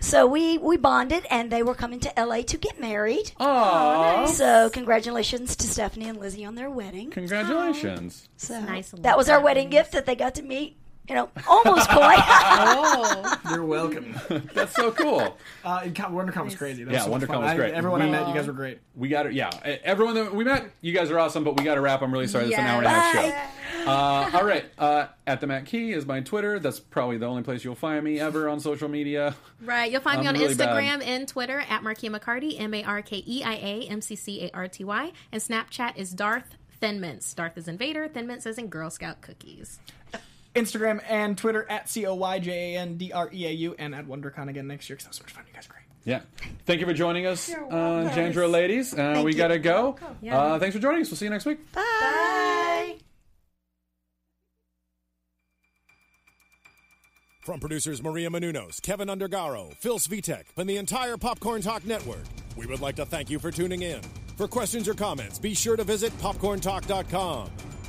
[SPEAKER 7] so we we bonded, and they were coming to LA to get married.
[SPEAKER 2] Aw,
[SPEAKER 7] So congratulations to Stephanie and Lizzie on their wedding.
[SPEAKER 2] congratulations.
[SPEAKER 7] So
[SPEAKER 4] nice of
[SPEAKER 7] that was our
[SPEAKER 4] them.
[SPEAKER 7] wedding gift that they got to meet. You know, almost Coy.
[SPEAKER 4] oh,
[SPEAKER 6] You're welcome.
[SPEAKER 2] That's so cool.
[SPEAKER 6] Uh, and Co- WonderCon was crazy. That
[SPEAKER 2] Yeah,
[SPEAKER 6] was so much
[SPEAKER 2] WonderCon
[SPEAKER 6] fun.
[SPEAKER 2] was
[SPEAKER 6] I-
[SPEAKER 2] great.
[SPEAKER 6] everyone I met, you guys were great.
[SPEAKER 2] We got it. Yeah, e- everyone that we met, you guys are awesome. But we got to wrap. I'm really sorry. That's an
[SPEAKER 4] Yeah,
[SPEAKER 2] hour and a half show. Uh, all right. Uh, at the Matt Key is my Twitter. That's probably the only place you'll find me ever on social media.
[SPEAKER 4] right. You'll find me
[SPEAKER 2] I'm
[SPEAKER 4] on
[SPEAKER 2] really
[SPEAKER 4] Instagram and Twitter at Markia McCarty, M A R K E I A M C C A R T Y, and Snapchat is Darth Thin Mints. Darth is Invader, Thin Mints is in Girl Scout cookies.
[SPEAKER 6] Instagram and Twitter at C O Y J A N D R E A U and at WonderCon again next year because that was so much fun. You guys are great.
[SPEAKER 2] Yeah. Thank you for joining us, uh, Jandra ladies. Uh, we
[SPEAKER 7] you.
[SPEAKER 2] got to go.
[SPEAKER 4] Yeah.
[SPEAKER 2] Uh, thanks for joining us. We'll see you next week.
[SPEAKER 7] Bye.
[SPEAKER 11] From producers Maria Menunos, Kevin Undergaro, Phil Svitek, and the entire Popcorn Talk Network, we would like to thank you for tuning in. For questions or comments, be sure to visit popcorntalk.com.